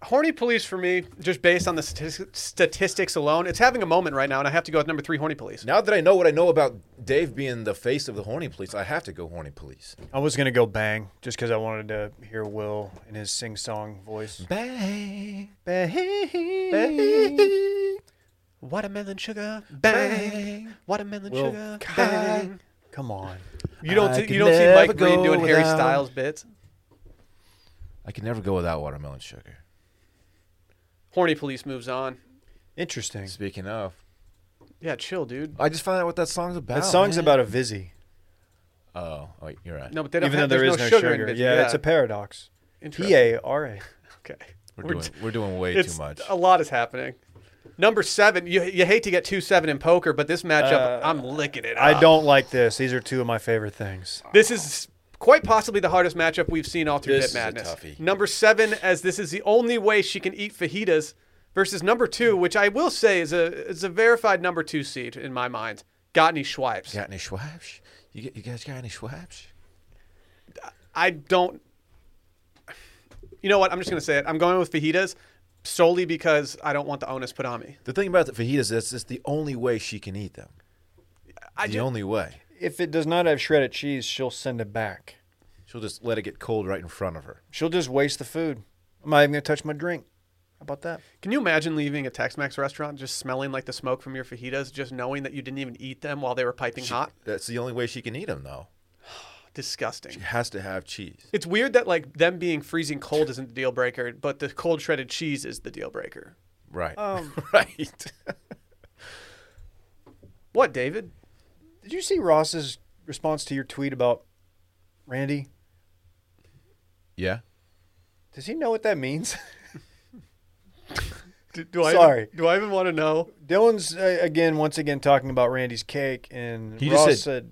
[SPEAKER 1] Horny police for me, just based on the statis- statistics alone, it's having a moment right now, and I have to go with number three, horny police.
[SPEAKER 3] Now that I know what I know about Dave being the face of the horny police, I have to go horny police.
[SPEAKER 2] I was gonna go bang just because I wanted to hear Will in his sing-song voice.
[SPEAKER 3] Bang.
[SPEAKER 2] Bang.
[SPEAKER 1] Watermelon sugar, bang. Watermelon
[SPEAKER 2] Well,
[SPEAKER 1] sugar,
[SPEAKER 2] God.
[SPEAKER 1] bang.
[SPEAKER 2] Come on.
[SPEAKER 1] You don't,
[SPEAKER 3] I
[SPEAKER 1] see- you
[SPEAKER 3] could
[SPEAKER 1] don't see
[SPEAKER 3] never
[SPEAKER 1] Mike Green
[SPEAKER 3] go
[SPEAKER 1] doing Harry
[SPEAKER 3] without-
[SPEAKER 1] Styles bits.
[SPEAKER 3] I can never go without watermelon sugar.
[SPEAKER 1] Horny police moves on.
[SPEAKER 2] Interesting.
[SPEAKER 3] Speaking of,
[SPEAKER 1] Yeah, chill, dude.
[SPEAKER 3] I just found out what that song's about.
[SPEAKER 1] Oh,
[SPEAKER 2] That song's
[SPEAKER 3] man.
[SPEAKER 2] about a Vizzy,
[SPEAKER 3] Oh, oh, you're right.
[SPEAKER 1] No, but they don't
[SPEAKER 2] even though
[SPEAKER 1] have,
[SPEAKER 2] there
[SPEAKER 1] there's
[SPEAKER 2] is
[SPEAKER 1] no,
[SPEAKER 2] no
[SPEAKER 1] sugar, in bitch.
[SPEAKER 2] Yeah, it's a paradox. P
[SPEAKER 1] Interesting.
[SPEAKER 2] A R A.
[SPEAKER 1] Okay.
[SPEAKER 3] we're,
[SPEAKER 1] We're
[SPEAKER 3] doing
[SPEAKER 1] t-
[SPEAKER 3] we're doing way
[SPEAKER 1] It's-
[SPEAKER 3] too much.
[SPEAKER 1] A lot is happening. Number seven, you, you hate to get two seven in poker, but this matchup,
[SPEAKER 2] Uh,
[SPEAKER 1] I'm licking it.
[SPEAKER 2] I
[SPEAKER 1] up.
[SPEAKER 2] don't like this. These are two of my favorite things.
[SPEAKER 1] This is quite possibly the hardest matchup we've seen all through
[SPEAKER 3] This
[SPEAKER 1] Hit
[SPEAKER 3] is a
[SPEAKER 1] Madness.
[SPEAKER 3] toughie.
[SPEAKER 1] Number seven, as this is the only way she can eat fajitas, versus number two, which I will say is a is a verified number two seed in my mind. Got any Schweipes?
[SPEAKER 3] got any Schwabs? You, get, you guys got any Schwabs?
[SPEAKER 1] I don't. You know what? I'm just gonna say it. I'm going with fajitas solely because I don't want the onus put on me.
[SPEAKER 3] The thing about the fajitas is it's the only way she can eat them.
[SPEAKER 1] I
[SPEAKER 3] the
[SPEAKER 1] ju-
[SPEAKER 3] only way.
[SPEAKER 2] If it does not have shredded cheese, she'll send it back.
[SPEAKER 3] She'll just let it get cold right in front of her.
[SPEAKER 2] She'll just waste the food. I'm not even gonna touch my drink. How about that?
[SPEAKER 1] Can you imagine leaving a Tex-Mex restaurant just smelling like the smoke from your fajitas, just knowing that you didn't even eat them while they were piping hot?
[SPEAKER 3] That's the only way she can eat them, though.
[SPEAKER 1] Disgusting.
[SPEAKER 3] She has to have cheese.
[SPEAKER 1] It's weird that like them being freezing cold isn't the deal breaker, but the cold shredded cheese is the deal breaker.
[SPEAKER 3] Right.
[SPEAKER 2] Um,
[SPEAKER 3] *laughs*
[SPEAKER 2] *laughs*
[SPEAKER 3] right.
[SPEAKER 1] What, David?
[SPEAKER 2] Did you see Ross's response to your tweet about Randy?
[SPEAKER 3] Yeah.
[SPEAKER 2] Does he know what that means? *laughs*
[SPEAKER 1] Do, do I
[SPEAKER 2] Sorry.
[SPEAKER 1] do I even want to know?
[SPEAKER 2] Dylan's uh, again, once again, talking about Randy's cake, and
[SPEAKER 3] He just
[SPEAKER 2] Ross
[SPEAKER 3] said-
[SPEAKER 2] said,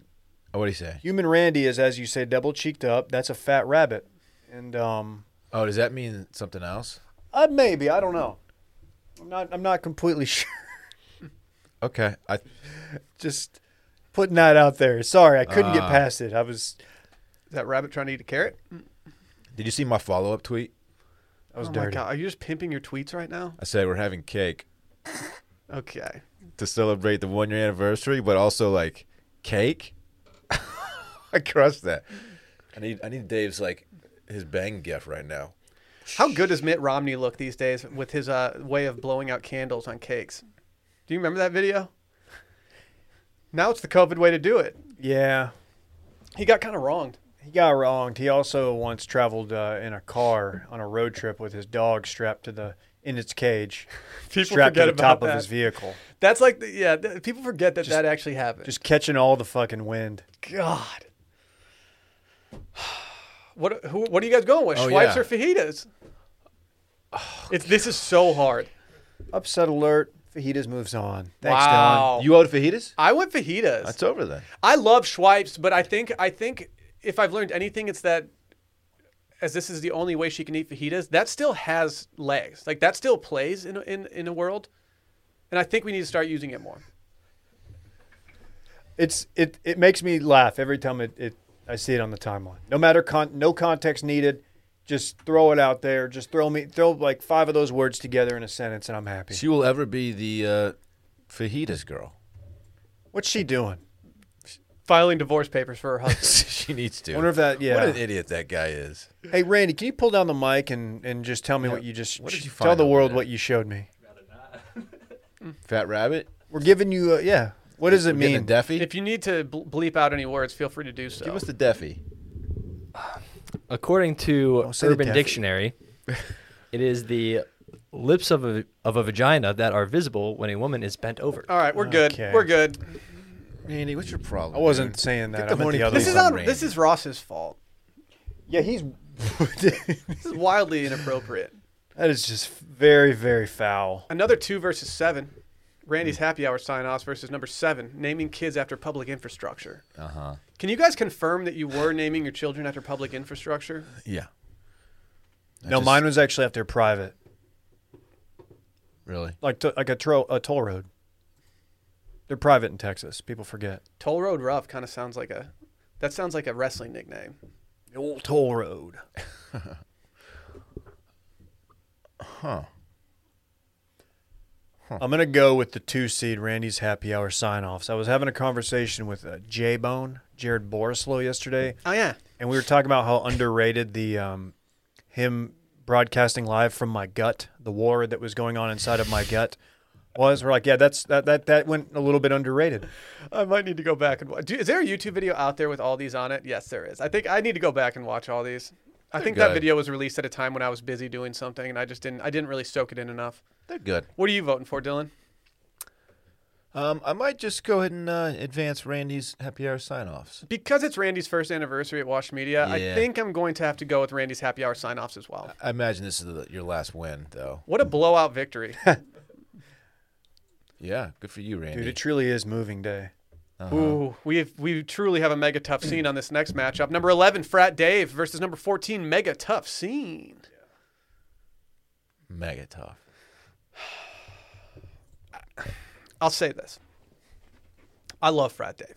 [SPEAKER 3] Oh, what do you say?
[SPEAKER 2] "Human Randy is, as you say, double cheeked up. That's a fat rabbit." And um,
[SPEAKER 3] Oh, does that mean something else?
[SPEAKER 2] uh, maybe I don't know. I'm not. I'm not completely *laughs* sure.
[SPEAKER 3] Okay. I
[SPEAKER 2] Just putting that out there. Sorry, I couldn't get
[SPEAKER 3] Ah.
[SPEAKER 2] past it. I was.
[SPEAKER 1] Is that rabbit trying to eat a carrot?
[SPEAKER 3] did you see my follow up tweet?
[SPEAKER 2] I was
[SPEAKER 1] oh my
[SPEAKER 2] dirty.
[SPEAKER 1] god, are you just pimping your tweets right now?
[SPEAKER 3] I said we're having cake
[SPEAKER 1] Okay.
[SPEAKER 3] to celebrate the one year anniversary, but also like cake. *laughs* I crushed that. I need I need Dave's like his bang gift right now.
[SPEAKER 1] How good does Mitt Romney look these days with his uh, way of blowing out candles on cakes? Do you remember that video? Now it's the COVID way to do it.
[SPEAKER 2] Yeah,
[SPEAKER 1] He got kind of wronged.
[SPEAKER 2] he got wronged. He also once traveled uh, in a car on a road trip with his dog strapped to the in its cage,
[SPEAKER 1] *laughs* People
[SPEAKER 2] strapped to
[SPEAKER 1] forget
[SPEAKER 2] the top
[SPEAKER 1] about
[SPEAKER 2] of his
[SPEAKER 1] that.
[SPEAKER 2] vehicle,
[SPEAKER 1] That's like, the, yeah, th- people forget that that actually happened.
[SPEAKER 2] just catching all the fucking wind.
[SPEAKER 1] God. *sighs* What who, what are you guys going with?
[SPEAKER 3] Oh,
[SPEAKER 1] Swipes
[SPEAKER 3] yeah. Oh,
[SPEAKER 1] or fajitas? it's this is so hard.
[SPEAKER 2] Upset alert. Fajitas moves on. Thanks,
[SPEAKER 1] wow.
[SPEAKER 3] You owed fajitas?
[SPEAKER 1] I went fajitas.
[SPEAKER 3] That's over then.
[SPEAKER 1] I love Schweipes, but I think I think if I've learned anything, it's that as this is the only way she can eat fajitas, that still has legs. Like that still plays in in in the world, and I think we need to start using it more.
[SPEAKER 2] Dylan. It's it it makes me laugh every time it, it I see it on the timeline. No matter con no context needed, just throw it out there. Just throw me throw like five of those words together in a sentence, and I'm happy.
[SPEAKER 3] She will ever be the uh, fajitas girl.
[SPEAKER 2] What's she doing?
[SPEAKER 1] Filing divorce papers for her
[SPEAKER 3] *laughs*
[SPEAKER 1] husband.
[SPEAKER 3] *laughs* she needs to.
[SPEAKER 2] Wonder if that yeah.
[SPEAKER 3] What an idiot that guy is.
[SPEAKER 2] Hey Randy, can you pull down the mic and, and just tell me what you just
[SPEAKER 3] What did you
[SPEAKER 2] tell
[SPEAKER 3] find
[SPEAKER 2] the
[SPEAKER 3] over
[SPEAKER 2] world
[SPEAKER 3] there?
[SPEAKER 2] what you showed me?
[SPEAKER 3] Fat rabbit.
[SPEAKER 2] We're giving you uh, yeah. What does it
[SPEAKER 3] We're getting
[SPEAKER 2] mean?
[SPEAKER 3] a Deffy.
[SPEAKER 1] if you need to bl- bleep out any words, feel free to do so.
[SPEAKER 3] Give us the Deffy.
[SPEAKER 6] According to
[SPEAKER 2] say the
[SPEAKER 6] Urban
[SPEAKER 2] taffy. *laughs*
[SPEAKER 6] Dictionary, it is the lips of a of a vagina that are visible when a woman is bent over.
[SPEAKER 2] Uh,
[SPEAKER 1] All right, we're good.
[SPEAKER 2] Okay.
[SPEAKER 1] We're good.
[SPEAKER 3] Randy, what's your problem?
[SPEAKER 2] I wasn't
[SPEAKER 3] dude?
[SPEAKER 2] saying that.
[SPEAKER 3] the
[SPEAKER 2] I meant
[SPEAKER 3] horny
[SPEAKER 2] the other
[SPEAKER 1] This
[SPEAKER 3] Please
[SPEAKER 1] is
[SPEAKER 2] one.
[SPEAKER 3] don't
[SPEAKER 1] on.
[SPEAKER 3] rain.
[SPEAKER 1] This is Ross's fault.
[SPEAKER 2] yeah, he's
[SPEAKER 1] This is wildly inappropriate.
[SPEAKER 2] *laughs* that is just very very foul.
[SPEAKER 1] Another two versus seven. Randy's happy hour sign offs versus number seven, naming kids after public infrastructure. Uh huh.
[SPEAKER 3] Uh-huh.
[SPEAKER 1] Can you guys confirm that you were naming your children after public infrastructure?
[SPEAKER 3] Yeah. I
[SPEAKER 2] no,
[SPEAKER 3] just-
[SPEAKER 2] mine was actually after private.
[SPEAKER 3] Really?
[SPEAKER 2] like to, like a, tro- a toll road. They're private in Texas. People forget.
[SPEAKER 1] Toll Road Rough kind of sounds like a. That sounds like a wrestling nickname.
[SPEAKER 2] The old toll *laughs* road. huh. I'm gonna go with the two seed Randy's happy hour sign offs. I was having a conversation with uh, J Bone Jared Borislow yesterday,
[SPEAKER 1] Oh yeah.
[SPEAKER 2] and we were talking about how underrated the um, him broadcasting live from my gut, the war that was going on inside of my gut was. We're like, yeah, that's that that that went a little bit underrated.
[SPEAKER 1] I might need to go back and watch. Do, is there a YouTube video out there with all these on it? Yes, there is. I think I need to go back and watch all these. I think that
[SPEAKER 3] good.
[SPEAKER 1] video was released at a time when I was busy doing something, and I just didn't. I didn't really soak it in enough.
[SPEAKER 3] They're good.
[SPEAKER 1] What are you voting for, Dylan?
[SPEAKER 3] Um, I might just go ahead and uh, advance Randy's happy hour sign offs.
[SPEAKER 1] Because it's Randy's first anniversary at Wash Media, I
[SPEAKER 3] Yeah.
[SPEAKER 1] think I'm going to have to go with Randy's happy hour sign offs as well.
[SPEAKER 3] I imagine this is the, your last win, though.
[SPEAKER 1] What a blowout victory.
[SPEAKER 3] Yeah, good for you, Randy.
[SPEAKER 2] Dude, it truly is moving day.
[SPEAKER 1] Ooh, we have, we truly have a mega tough scene on this next matchup. Number 11, Frat Dave versus number 14, Mega Tough Scene.
[SPEAKER 3] Mega tough.
[SPEAKER 1] I'll say this I love Frat Dave.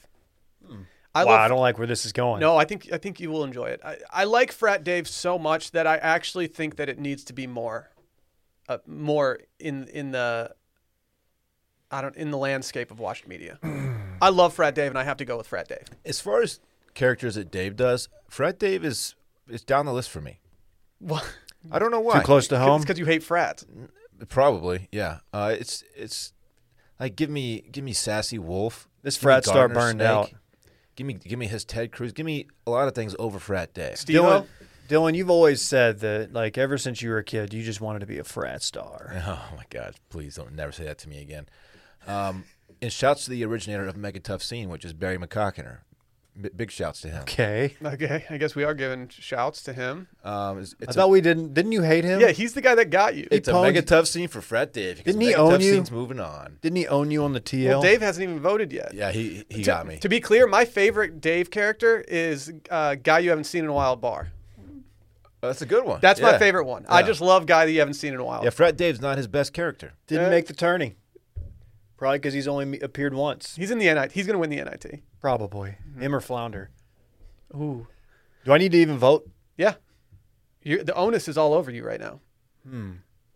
[SPEAKER 1] I
[SPEAKER 2] wow,
[SPEAKER 1] love
[SPEAKER 2] I don't like where this is going.
[SPEAKER 1] No, I think I think you will enjoy it. I, I like Frat Dave so much that I actually think that it needs to be more, uh, more in in the. I don't in the landscape of watched *clears throat* media. I love Frat Dave, and I have to go with Frat Dave.
[SPEAKER 3] As far as characters that Dave does, Fred Dave is is down the list for me.
[SPEAKER 1] What?
[SPEAKER 3] I don't know why.
[SPEAKER 2] too close
[SPEAKER 1] *laughs*
[SPEAKER 2] to home.
[SPEAKER 1] because you hate frats.
[SPEAKER 3] Probably, yeah. Uh, it's it's like give me give me sassy Wolf.
[SPEAKER 2] This
[SPEAKER 3] Give me
[SPEAKER 2] frat star
[SPEAKER 3] Gardner
[SPEAKER 2] burned
[SPEAKER 3] Snake.
[SPEAKER 2] out.
[SPEAKER 3] Give me give me his Ted Cruz. Give me a lot of things over Frat Dave.
[SPEAKER 1] Steve,
[SPEAKER 2] Dylan, Dylan, you've always said that, like, ever since you were a kid, you just wanted to be a frat star.
[SPEAKER 3] *laughs* Oh my God! Please don't never say that to me again. Um, and shouts to the originator of Mega Tough Scene, which is Barry McCockiner. B- big shouts to him.
[SPEAKER 2] Okay.
[SPEAKER 1] Okay, I guess we are giving shouts to him.
[SPEAKER 3] Um, it's,
[SPEAKER 2] I
[SPEAKER 3] it's a-
[SPEAKER 2] thought we didn't. Didn't you hate him?
[SPEAKER 1] Yeah, he's the guy that got you.
[SPEAKER 3] it's a
[SPEAKER 2] pwned-
[SPEAKER 3] mega tough scene for Frat Dave. because
[SPEAKER 2] Didn't he
[SPEAKER 3] mega
[SPEAKER 2] own
[SPEAKER 3] tough
[SPEAKER 2] you?
[SPEAKER 3] Scene's moving on.
[SPEAKER 2] Didn't he own you on the TL?
[SPEAKER 1] well, Dave hasn't even voted yet.
[SPEAKER 3] Yeah, he he
[SPEAKER 1] to,
[SPEAKER 3] got me.
[SPEAKER 1] To be clear, my favorite Dave character is uh, guy you haven't seen in a while. Bar.
[SPEAKER 3] Oh, that's a good one.
[SPEAKER 1] That's my
[SPEAKER 3] Yeah.
[SPEAKER 1] favorite one. I
[SPEAKER 3] Yeah.
[SPEAKER 1] just love guy that you haven't seen in a while.
[SPEAKER 3] Yeah, Frat Dave's not his best character.
[SPEAKER 2] didn't
[SPEAKER 1] Eh.
[SPEAKER 2] make the tourney. Probably because he's only me- appeared once.
[SPEAKER 1] He's in the NIT. He's gonna win the NIT.
[SPEAKER 2] Probably
[SPEAKER 1] Mm-hmm.
[SPEAKER 2] him or Flounder.
[SPEAKER 1] Ooh.
[SPEAKER 2] Do I need to even vote?
[SPEAKER 1] Yeah. you the onus is all over you right now.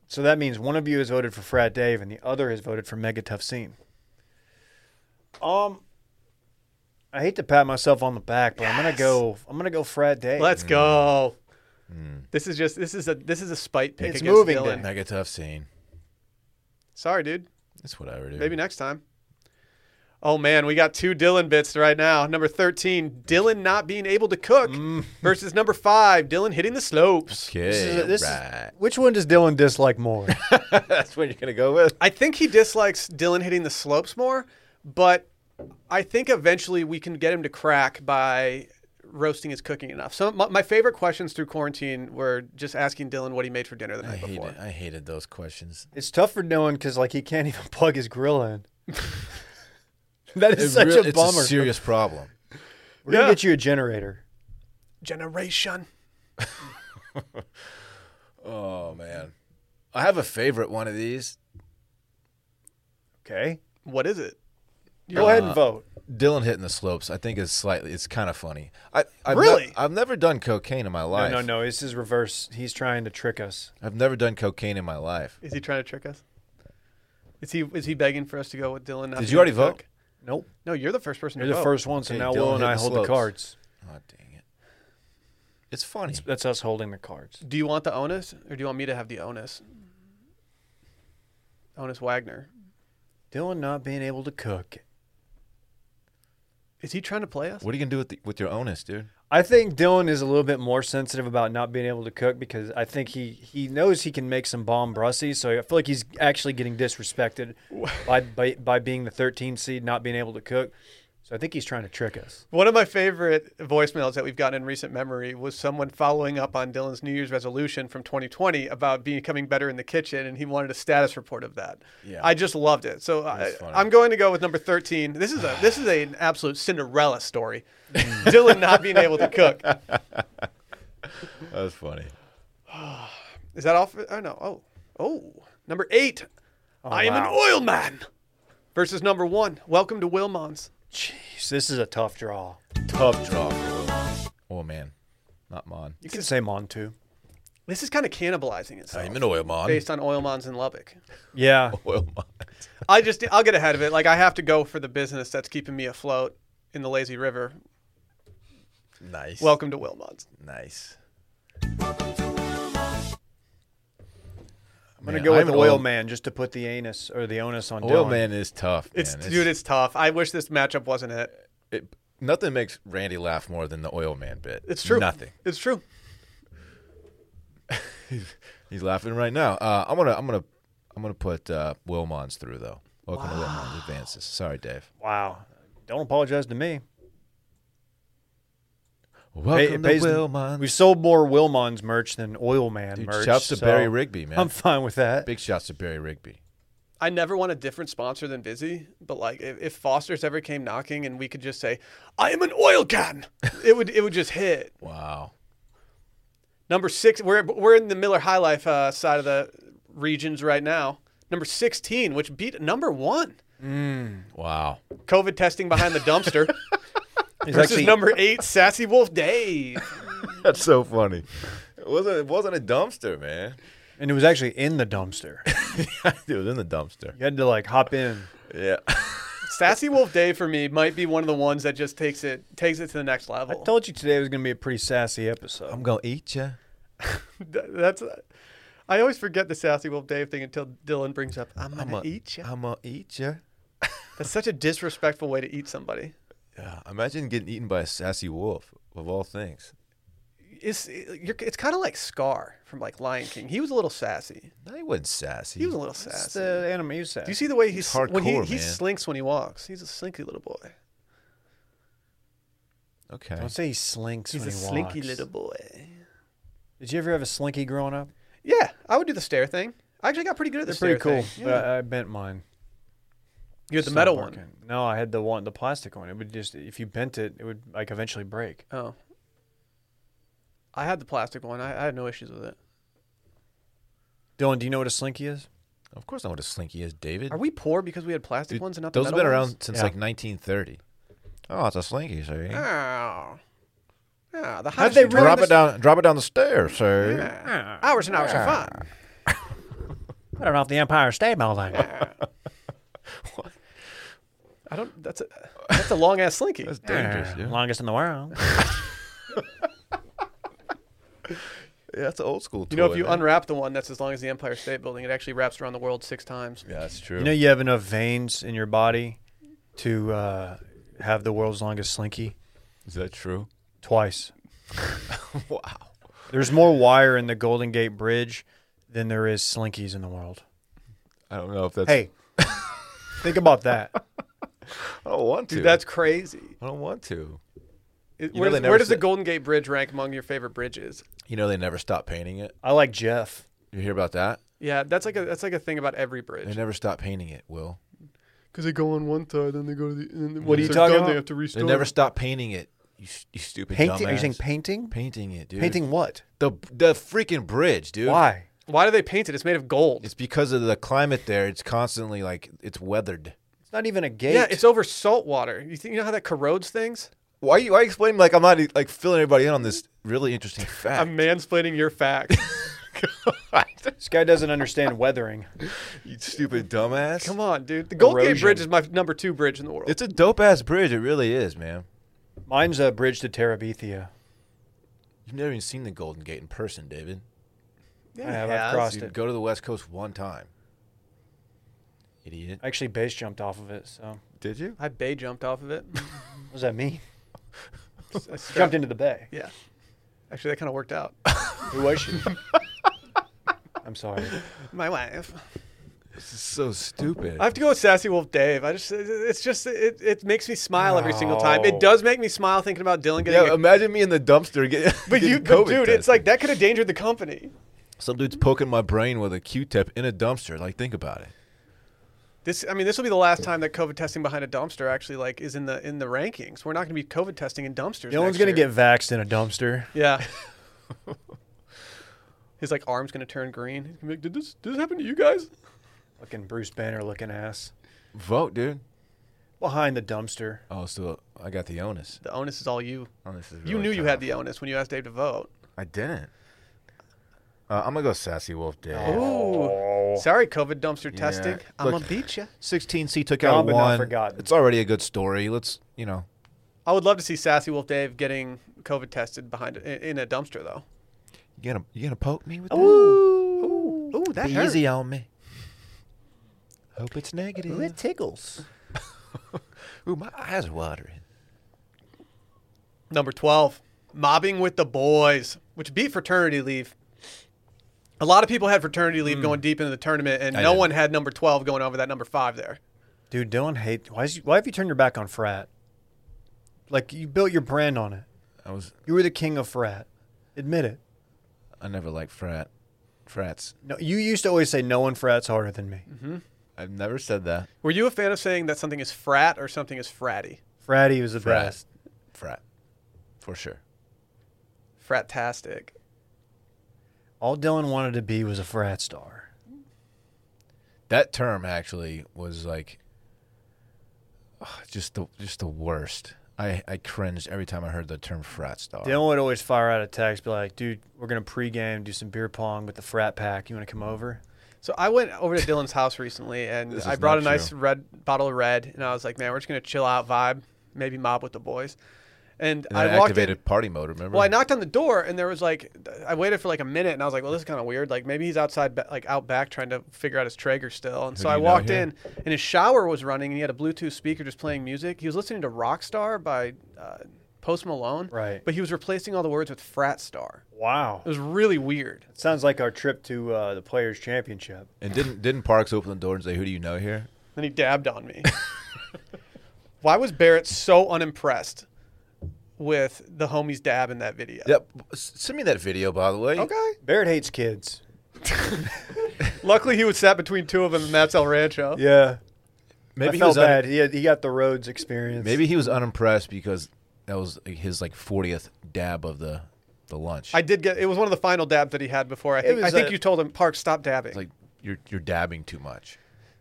[SPEAKER 2] So that means one of you has voted for Frat Dave and the other has voted for Mega Tough Scene. Um, I hate to pat myself on the back, but I'm gonna go. I'm gonna go Frat Dave.
[SPEAKER 1] Let's go. This is just this is a this is a spite pick
[SPEAKER 2] It's
[SPEAKER 1] against
[SPEAKER 2] moving
[SPEAKER 1] Dylan.
[SPEAKER 2] day.
[SPEAKER 3] Mega tough scene.
[SPEAKER 1] Sorry, dude.
[SPEAKER 3] It's whatever, dude.
[SPEAKER 1] Maybe next time. Oh man, we got two Dylan bits right now. Number thirteen, Dylan not being able to cook
[SPEAKER 2] Mm.
[SPEAKER 1] versus number five, Dylan hitting the slopes.
[SPEAKER 3] Okay,
[SPEAKER 2] This is- this is- *laughs*
[SPEAKER 3] right.
[SPEAKER 2] which one does Dylan dislike *laughs* more?
[SPEAKER 3] That's what you're gonna go with.
[SPEAKER 1] I think he dislikes Dylan hitting the slopes more, but I think eventually we can get him to crack by roasting his cooking enough. So my, my favorite questions through quarantine were just asking Dylan what he made for dinner the
[SPEAKER 3] I
[SPEAKER 1] night
[SPEAKER 3] hated,
[SPEAKER 1] before.
[SPEAKER 3] I hated those questions.
[SPEAKER 2] it's tough for Dylan because like he can't even *laughs* plug his grill *laughs* in. that is
[SPEAKER 3] It
[SPEAKER 2] such
[SPEAKER 3] real-
[SPEAKER 2] a
[SPEAKER 3] it's
[SPEAKER 2] bummer.
[SPEAKER 3] a serious problem.
[SPEAKER 2] We're gonna
[SPEAKER 1] Yeah.
[SPEAKER 2] get you a generator.
[SPEAKER 1] Generation.
[SPEAKER 3] Oh man, I have a favorite one of these.
[SPEAKER 2] Okay. Uh,
[SPEAKER 1] What is it?
[SPEAKER 2] Go ahead and vote.
[SPEAKER 3] Dylan hitting the slopes. I think is slightly. It's kind of funny. I I've
[SPEAKER 1] Really?
[SPEAKER 3] nev- I've never done cocaine in my
[SPEAKER 2] No,
[SPEAKER 3] life.
[SPEAKER 2] no, no. This is reverse. He's trying to trick us.
[SPEAKER 3] I've never done cocaine in my life.
[SPEAKER 1] Is he trying to trick us? Is he is he begging for us to go with Dylan? Not
[SPEAKER 3] Did
[SPEAKER 1] being
[SPEAKER 3] you already
[SPEAKER 1] able to
[SPEAKER 3] vote?
[SPEAKER 1] cook?
[SPEAKER 2] Nope.
[SPEAKER 1] No, you're the first person
[SPEAKER 2] You're
[SPEAKER 1] to
[SPEAKER 2] the
[SPEAKER 1] vote.
[SPEAKER 2] first one, so
[SPEAKER 3] Okay,
[SPEAKER 2] now
[SPEAKER 3] Dylan
[SPEAKER 2] Will and
[SPEAKER 3] hit
[SPEAKER 2] I
[SPEAKER 3] the
[SPEAKER 2] hold the
[SPEAKER 3] slopes.
[SPEAKER 2] cards.
[SPEAKER 3] Oh dang it! It's funny.
[SPEAKER 2] That's us holding the cards.
[SPEAKER 1] Do you want the onus, or do you want me to have the onus? Onus Wagner.
[SPEAKER 2] Dylan not being able to cook.
[SPEAKER 1] Is he trying to play us?
[SPEAKER 3] What are you gonna do with the, with your onus, dude?
[SPEAKER 2] I think Dylan is a little bit more sensitive about not being able to cook because I think he, he knows he can make some bomb brussies. So I feel like he's actually getting
[SPEAKER 3] *laughs*
[SPEAKER 2] disrespected by, by by being the 13 seed, not being able to cook. So I think he's trying to trick us.
[SPEAKER 1] One of my favorite voicemails that we've gotten in recent memory was someone following up on Dylan's New Year's resolution from 2020 about becoming better in the kitchen, and he wanted a status report of that.
[SPEAKER 3] Yeah.
[SPEAKER 1] I just loved it. So I,
[SPEAKER 3] That's funny.
[SPEAKER 1] I'm going to go with number 13. This is a this is a- an absolute Cinderella story. Dylan not being able to cook.
[SPEAKER 3] That was funny.
[SPEAKER 1] Is that all? For, oh no. Oh, oh. Number eight. I am an
[SPEAKER 2] wow.
[SPEAKER 1] oil man. Versus number one. Welcome to Wilmons.
[SPEAKER 2] Jeez, this is a tough draw.
[SPEAKER 3] Tough draw. Oh man, not mon.
[SPEAKER 2] You can say Mon too.
[SPEAKER 1] This is kind of cannibalizing itself
[SPEAKER 3] I'm an oil mon.
[SPEAKER 1] based on oil mons in Lubbock.
[SPEAKER 2] Yeah.
[SPEAKER 3] *laughs* Oil mon.
[SPEAKER 1] I just I'll get ahead of it. Like I have to go for the business that's keeping me afloat in the lazy river.
[SPEAKER 3] Nice.
[SPEAKER 1] Welcome to Wilmons.
[SPEAKER 3] Nice.
[SPEAKER 2] I'm gonna
[SPEAKER 3] Man,
[SPEAKER 2] go
[SPEAKER 3] I'm
[SPEAKER 2] with
[SPEAKER 3] an
[SPEAKER 2] oil
[SPEAKER 3] oil-
[SPEAKER 2] man just to put the anus or the onus on
[SPEAKER 3] Oil
[SPEAKER 2] Dylan.
[SPEAKER 3] man is tough. Man.
[SPEAKER 1] It's dude, it's tough. I wish this matchup wasn't it.
[SPEAKER 3] it, nothing makes Randy laugh more than the oil man bit.
[SPEAKER 1] It's true.
[SPEAKER 3] Nothing.
[SPEAKER 1] It's true.
[SPEAKER 3] He's laughing right now. Uh, I'm gonna I'm gonna I'm gonna put uh, Wilmons through though. Welcome to Wilmons Advances. Sorry, Dave.
[SPEAKER 2] Wow. Don't apologize to me. Ba-
[SPEAKER 3] Welcome
[SPEAKER 2] based-
[SPEAKER 3] to Wilmons.
[SPEAKER 2] We sold more Wilmons merch than Oil Man
[SPEAKER 3] Dude,
[SPEAKER 2] merch.
[SPEAKER 3] shouts to
[SPEAKER 2] so
[SPEAKER 3] Barry Rigby, man.
[SPEAKER 2] I'm fine with that.
[SPEAKER 3] Big shouts to Barry Rigby.
[SPEAKER 1] I never want a different sponsor than Busy, but like if, if Foster's ever came knocking and we could just say, "I am an oil
[SPEAKER 3] *laughs*
[SPEAKER 1] can," it would it would just hit.
[SPEAKER 3] Wow.
[SPEAKER 1] Number six, we're we're in the Miller High Life uh, side of the regions right now. Number sixteen, which beat number one,
[SPEAKER 3] Wow.
[SPEAKER 1] COVID testing behind the dumpster.
[SPEAKER 2] He's
[SPEAKER 1] versus
[SPEAKER 2] actually-
[SPEAKER 1] number eight, Sassy Wolf Dave.
[SPEAKER 3] *laughs* That's so funny. It wasn't it wasn't a dumpster, *laughs* man.
[SPEAKER 2] and it was actually in the dumpster.
[SPEAKER 3] it was in the dumpster.
[SPEAKER 2] You had to like hop in.
[SPEAKER 3] Yeah.
[SPEAKER 1] Sassy Wolf Dave for me might be one of the ones that just takes it takes it to the next
[SPEAKER 2] I
[SPEAKER 1] level.
[SPEAKER 2] told you today was gonna be a pretty sassy episode.
[SPEAKER 3] *laughs* I'm gonna eat you.
[SPEAKER 1] Th- That's. I always forget the Sassy Wolf Dave thing until Dylan brings up, "I'm gonna eat you."
[SPEAKER 3] I'm gonna eat you.
[SPEAKER 1] That's such a disrespectful way to eat somebody.
[SPEAKER 3] Yeah. Imagine getting eaten by a sassy wolf of all things.
[SPEAKER 1] It's you're, it's kind of like Scar from like Lion King. He was a little sassy.
[SPEAKER 3] No, he wasn't sassy.
[SPEAKER 1] He was a little
[SPEAKER 2] That's
[SPEAKER 1] sassy.
[SPEAKER 2] the anime you said.
[SPEAKER 1] Do you see the way he's when he
[SPEAKER 3] hardcore,
[SPEAKER 1] he
[SPEAKER 3] man.
[SPEAKER 1] slinks when he walks? He's a slinky little boy.
[SPEAKER 3] Okay.
[SPEAKER 2] Don't say he slinks
[SPEAKER 1] He's
[SPEAKER 2] when
[SPEAKER 1] a
[SPEAKER 2] he
[SPEAKER 1] slinky
[SPEAKER 2] walks.
[SPEAKER 1] little boy.
[SPEAKER 2] Did you ever have a slinky growing up?
[SPEAKER 1] Yeah, I would do the stair thing. I actually got pretty good at the
[SPEAKER 2] They're
[SPEAKER 1] stair
[SPEAKER 2] pretty cool.
[SPEAKER 1] thing.
[SPEAKER 2] But uh, I, I bent mine.
[SPEAKER 1] You had the
[SPEAKER 2] Stop
[SPEAKER 1] metal one.
[SPEAKER 2] barking. No, I had the one, the plastic one. It would just if you bent it, it would like eventually break.
[SPEAKER 1] Oh. I had the plastic one. I, I had no issues with it.
[SPEAKER 2] Dylan, do you know what a slinky is?
[SPEAKER 3] Of course, I know what a slinky is, David.
[SPEAKER 1] Are we poor because we had plastic
[SPEAKER 3] Dude,
[SPEAKER 1] ones and not
[SPEAKER 3] those
[SPEAKER 1] the
[SPEAKER 3] have
[SPEAKER 1] metal
[SPEAKER 3] been
[SPEAKER 1] ones?
[SPEAKER 3] around since
[SPEAKER 2] Yeah.
[SPEAKER 3] like 1930. Oh, it's a slinky, sir.
[SPEAKER 1] around. Oh. Yeah, Ah. the
[SPEAKER 2] How'd
[SPEAKER 1] hottest
[SPEAKER 2] they
[SPEAKER 1] you
[SPEAKER 2] really
[SPEAKER 1] drive
[SPEAKER 3] drop
[SPEAKER 1] this-
[SPEAKER 3] it down. Drop it down the stairs, sir.
[SPEAKER 1] Yeah. Hours and hours of fun.
[SPEAKER 2] I don't know if the Empire State
[SPEAKER 1] *laughs*
[SPEAKER 2] Building.
[SPEAKER 1] I don't. That's a that's a long ass slinky.
[SPEAKER 3] *laughs* That's dangerous, dude.
[SPEAKER 2] Longest in the world.
[SPEAKER 3] Yeah, that's an old school.
[SPEAKER 1] You know,
[SPEAKER 3] toy,
[SPEAKER 1] if you
[SPEAKER 3] man.
[SPEAKER 1] unwrap the one that's as long as the Empire State Building, it actually wraps around the world six times.
[SPEAKER 3] yeah, that's true.
[SPEAKER 2] You know you have enough veins in your body to uh, have the world's longest slinky
[SPEAKER 3] is that true?
[SPEAKER 2] twice.
[SPEAKER 3] *laughs* Wow.
[SPEAKER 2] There's more wire in the Golden Gate Bridge than there is slinkies in the world.
[SPEAKER 3] I don't know if that's.
[SPEAKER 2] Hey, *laughs* think about that.
[SPEAKER 3] I don't want to.
[SPEAKER 1] Dude, that's crazy.
[SPEAKER 3] I don't want to.
[SPEAKER 1] It-
[SPEAKER 3] You
[SPEAKER 1] where
[SPEAKER 3] know they
[SPEAKER 1] does, where
[SPEAKER 3] never
[SPEAKER 1] does the
[SPEAKER 3] said-
[SPEAKER 1] Golden Gate Bridge rank among your favorite bridges?
[SPEAKER 3] You know they never stop painting it.
[SPEAKER 2] I like Jeff.
[SPEAKER 3] You hear about that?
[SPEAKER 1] Yeah, that's like a that's like a thing about every
[SPEAKER 3] They
[SPEAKER 1] bridge.
[SPEAKER 3] never stop painting it. Will
[SPEAKER 1] Because they go on one side, then they go to the. And then
[SPEAKER 2] What are you talking about?
[SPEAKER 1] to
[SPEAKER 3] they
[SPEAKER 1] restore.
[SPEAKER 3] never stop painting it? You, s- you stupid
[SPEAKER 2] Painting? Are you
[SPEAKER 3] dumbass.
[SPEAKER 2] saying painting?
[SPEAKER 3] painting it, dude?
[SPEAKER 2] Painting what?
[SPEAKER 3] the the freaking bridge, dude.
[SPEAKER 2] Why?
[SPEAKER 1] Why do they paint it? It's made of gold.
[SPEAKER 3] It's because of the climate there. It's constantly like it's weathered.
[SPEAKER 2] It's not even a gate.
[SPEAKER 1] yeah, it's over salt water. You think you know how that corrodes things?
[SPEAKER 3] Why you? Why explain like I'm not e, like filling everybody in on this really
[SPEAKER 1] *laughs*
[SPEAKER 3] interesting fact?
[SPEAKER 1] I'm mansplaining your fact.
[SPEAKER 2] this guy doesn't understand weathering.
[SPEAKER 3] you stupid dumbass.
[SPEAKER 1] Come on, dude. The Golden Gate
[SPEAKER 2] Erosion.
[SPEAKER 1] Bridge is my number two bridge in the world.
[SPEAKER 3] It's a dope ass bridge. It really is, man.
[SPEAKER 2] Mine's a bridge to Terabithia.
[SPEAKER 3] You've never even seen the Golden Gate in person, David.
[SPEAKER 1] yeah,
[SPEAKER 2] I have,
[SPEAKER 1] it
[SPEAKER 2] I've
[SPEAKER 1] has.
[SPEAKER 2] crossed- Lost
[SPEAKER 3] Dude,
[SPEAKER 2] it.
[SPEAKER 3] go to the West Coast one time. Idiot.
[SPEAKER 2] I actually base jumped off of it. So
[SPEAKER 3] Did you?
[SPEAKER 1] I bay jumped off of *laughs* it.
[SPEAKER 2] what does that mean?
[SPEAKER 1] I *laughs* strapped-
[SPEAKER 2] Jumped into the bay.
[SPEAKER 1] Yeah. Actually, that kind of worked *laughs* out.
[SPEAKER 2] Who was *laughs* she? I'm sorry.
[SPEAKER 1] My wife.
[SPEAKER 3] This is so stupid.
[SPEAKER 1] I have to go with Sassy Wolf Dave. I just, it's just, it, it makes me smile every single time. It does make me smile thinking about Dylan getting.
[SPEAKER 3] yeah,
[SPEAKER 1] a,
[SPEAKER 3] imagine me in the dumpster getting.
[SPEAKER 1] *laughs* but you,
[SPEAKER 3] getting
[SPEAKER 1] but
[SPEAKER 3] COVID
[SPEAKER 1] dude, it's
[SPEAKER 3] tested.
[SPEAKER 1] like that could have endangered the company.
[SPEAKER 3] some dude's poking my brain with a Q-tip in a dumpster. Like, think about it.
[SPEAKER 1] This, I mean, this will be the last time that COVID testing behind a dumpster actually like is in the in the rankings. We're not going to be COVID testing in dumpsters.
[SPEAKER 2] No one's
[SPEAKER 1] going
[SPEAKER 2] gonna
[SPEAKER 1] to
[SPEAKER 2] get vaxxed in a dumpster.
[SPEAKER 1] *laughs* Yeah. His like arm's gonna turn green. He's gonna be like, "Did this did this happen to you guys?"
[SPEAKER 2] Fucking Bruce Banner looking ass
[SPEAKER 3] Vote, dude.
[SPEAKER 2] behind the dumpster.
[SPEAKER 3] Oh, so I got the onus.
[SPEAKER 1] The onus is all you.
[SPEAKER 3] Oh, this is
[SPEAKER 1] you
[SPEAKER 3] really
[SPEAKER 1] knew you
[SPEAKER 3] tough.
[SPEAKER 1] had the onus when you asked Dave to vote.
[SPEAKER 3] I didn't. Uh, I'm gonna go sassy wolf Dave.
[SPEAKER 1] Ooh. Sorry, COVID dumpster
[SPEAKER 3] Oh. Yeah.
[SPEAKER 1] testing. I'm
[SPEAKER 3] Look-
[SPEAKER 1] gonna beat you.
[SPEAKER 3] 16C took
[SPEAKER 2] Gone
[SPEAKER 3] out
[SPEAKER 2] but not
[SPEAKER 3] one.
[SPEAKER 2] forgotten.
[SPEAKER 3] It's already a good story. Let's, you know,
[SPEAKER 1] I would love to see Sassy Wolf Dave getting COVID tested behind in, in a dumpster though.
[SPEAKER 3] you gonna you gonna poke me with
[SPEAKER 1] Ooh, ooh, that
[SPEAKER 3] Be
[SPEAKER 1] hurt.
[SPEAKER 3] easy on me. Hope it's negative.
[SPEAKER 2] tickles.
[SPEAKER 3] Ooh, my eyes are watering.
[SPEAKER 1] Number 12, mobbing with the boys, which beat fraternity leave. A lot of people had fraternity leave going deep into the tournament, and
[SPEAKER 3] Hmm. I
[SPEAKER 1] no
[SPEAKER 3] did.
[SPEAKER 1] one had number 12 going over that number 5 there.
[SPEAKER 2] Dude, Dylan hate. Why? Is you, why have you turned your back on frat? Like you built your brand on it.
[SPEAKER 3] I was
[SPEAKER 2] You were the king of frat. Admit it.
[SPEAKER 3] I never liked frat frats.
[SPEAKER 2] No, you used to always say no one frats harder than me.
[SPEAKER 3] Mm-hmm. I've never said that.
[SPEAKER 1] Were you a fan of saying that something is frat or something is fratty?
[SPEAKER 2] Fratty was the
[SPEAKER 3] Frat.
[SPEAKER 2] best.
[SPEAKER 3] Frat. For sure.
[SPEAKER 1] Fratastic.
[SPEAKER 2] All Dylan wanted to be was a frat star.
[SPEAKER 3] That term actually was like ugh, just the just the worst. I, I cringed every time I heard the term frat star.
[SPEAKER 2] Dylan would always fire out a text, be like, "Dude, we're gonna pregame, do some beer pong with the frat pack. You want to come over?"
[SPEAKER 1] So I went over to Dylan's house recently, and
[SPEAKER 3] This
[SPEAKER 1] I
[SPEAKER 3] is
[SPEAKER 1] brought
[SPEAKER 3] not
[SPEAKER 1] a nice
[SPEAKER 3] true.
[SPEAKER 1] red bottle of red, and I was like, "Man, we're just gonna chill out, vibe, maybe mob with the boys." And,
[SPEAKER 3] and then I,
[SPEAKER 1] walked in-
[SPEAKER 3] activated party mode, remember?
[SPEAKER 1] Well, I knocked on the door and there was like, I waited for like a minute and I was like, well, this is kind of weird. Like maybe he's outside, ba- like out back trying to figure out his Traeger still. And so
[SPEAKER 3] do
[SPEAKER 1] I
[SPEAKER 3] you know
[SPEAKER 1] walked
[SPEAKER 3] here?
[SPEAKER 1] in and his shower was running and he had a Bluetooth speaker just playing music. He was listening to Rockstar by uh, Post Malone.
[SPEAKER 2] Right.
[SPEAKER 1] But he was replacing all the words with Frat Star.
[SPEAKER 2] Wow,
[SPEAKER 1] It was really weird.
[SPEAKER 2] sounds like our trip to uh, the Players Championship.
[SPEAKER 3] and didn't didn't Parks open the door and say, Who do you know here?
[SPEAKER 1] *laughs* Then he dabbed on me. Why was Barrett so unimpressed? with the homies dab in that video.
[SPEAKER 3] Yep. S- Send me that video, by the way.
[SPEAKER 1] Uh, Okay.
[SPEAKER 2] Barrett hates kids.
[SPEAKER 1] Luckily, he was sat between two of them, and that's El Rancho.
[SPEAKER 2] Yeah.
[SPEAKER 3] Maybe
[SPEAKER 2] I
[SPEAKER 3] he
[SPEAKER 2] felt
[SPEAKER 3] was un-
[SPEAKER 2] bad. He, had, he got the Rhodes experience.
[SPEAKER 3] Maybe he was unimpressed because that was like, his like 40th dab of the the lunch.
[SPEAKER 1] I did get. It was one of the final dabs that he had before. I think. I
[SPEAKER 2] was
[SPEAKER 1] think
[SPEAKER 2] a-
[SPEAKER 1] you told him, Park, stop dabbing.
[SPEAKER 3] It's like you're you're dabbing too much.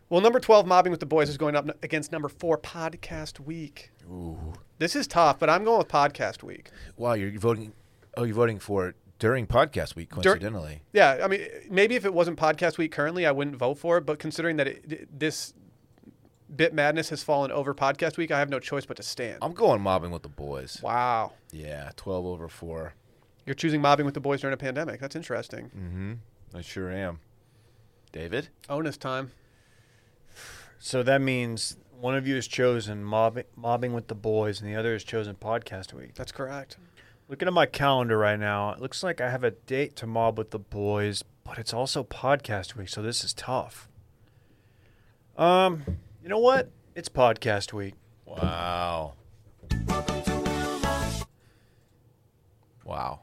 [SPEAKER 1] well, number twelve, mobbing with the boys, is going up n- against number four, podcast week. Ooh. This is tough, but I'm going with podcast week.
[SPEAKER 3] Wow, you're voting. Oh, you're voting for it during podcast week coincidentally.
[SPEAKER 1] Yeah, I mean, maybe if it wasn't podcast week currently, I wouldn't vote for it. But considering that it, this bit madness has fallen over podcast week, I have no choice but to stand.
[SPEAKER 3] I'm going mobbing with the boys.
[SPEAKER 1] wow,
[SPEAKER 3] Yeah, 12 over four.
[SPEAKER 1] you're choosing mobbing with the boys during a pandemic. That's interesting.
[SPEAKER 3] I sure am. David,
[SPEAKER 1] Onus time.
[SPEAKER 2] so that means one of you has chosen mobbing, mobbing with the boys, and the other has chosen podcast week.
[SPEAKER 1] That's correct.
[SPEAKER 2] Looking at my calendar right now, it looks like I have a date to mob with the boys, but it's also podcast week, so this is tough. Um, you know what? It's podcast week.
[SPEAKER 3] wow, wow.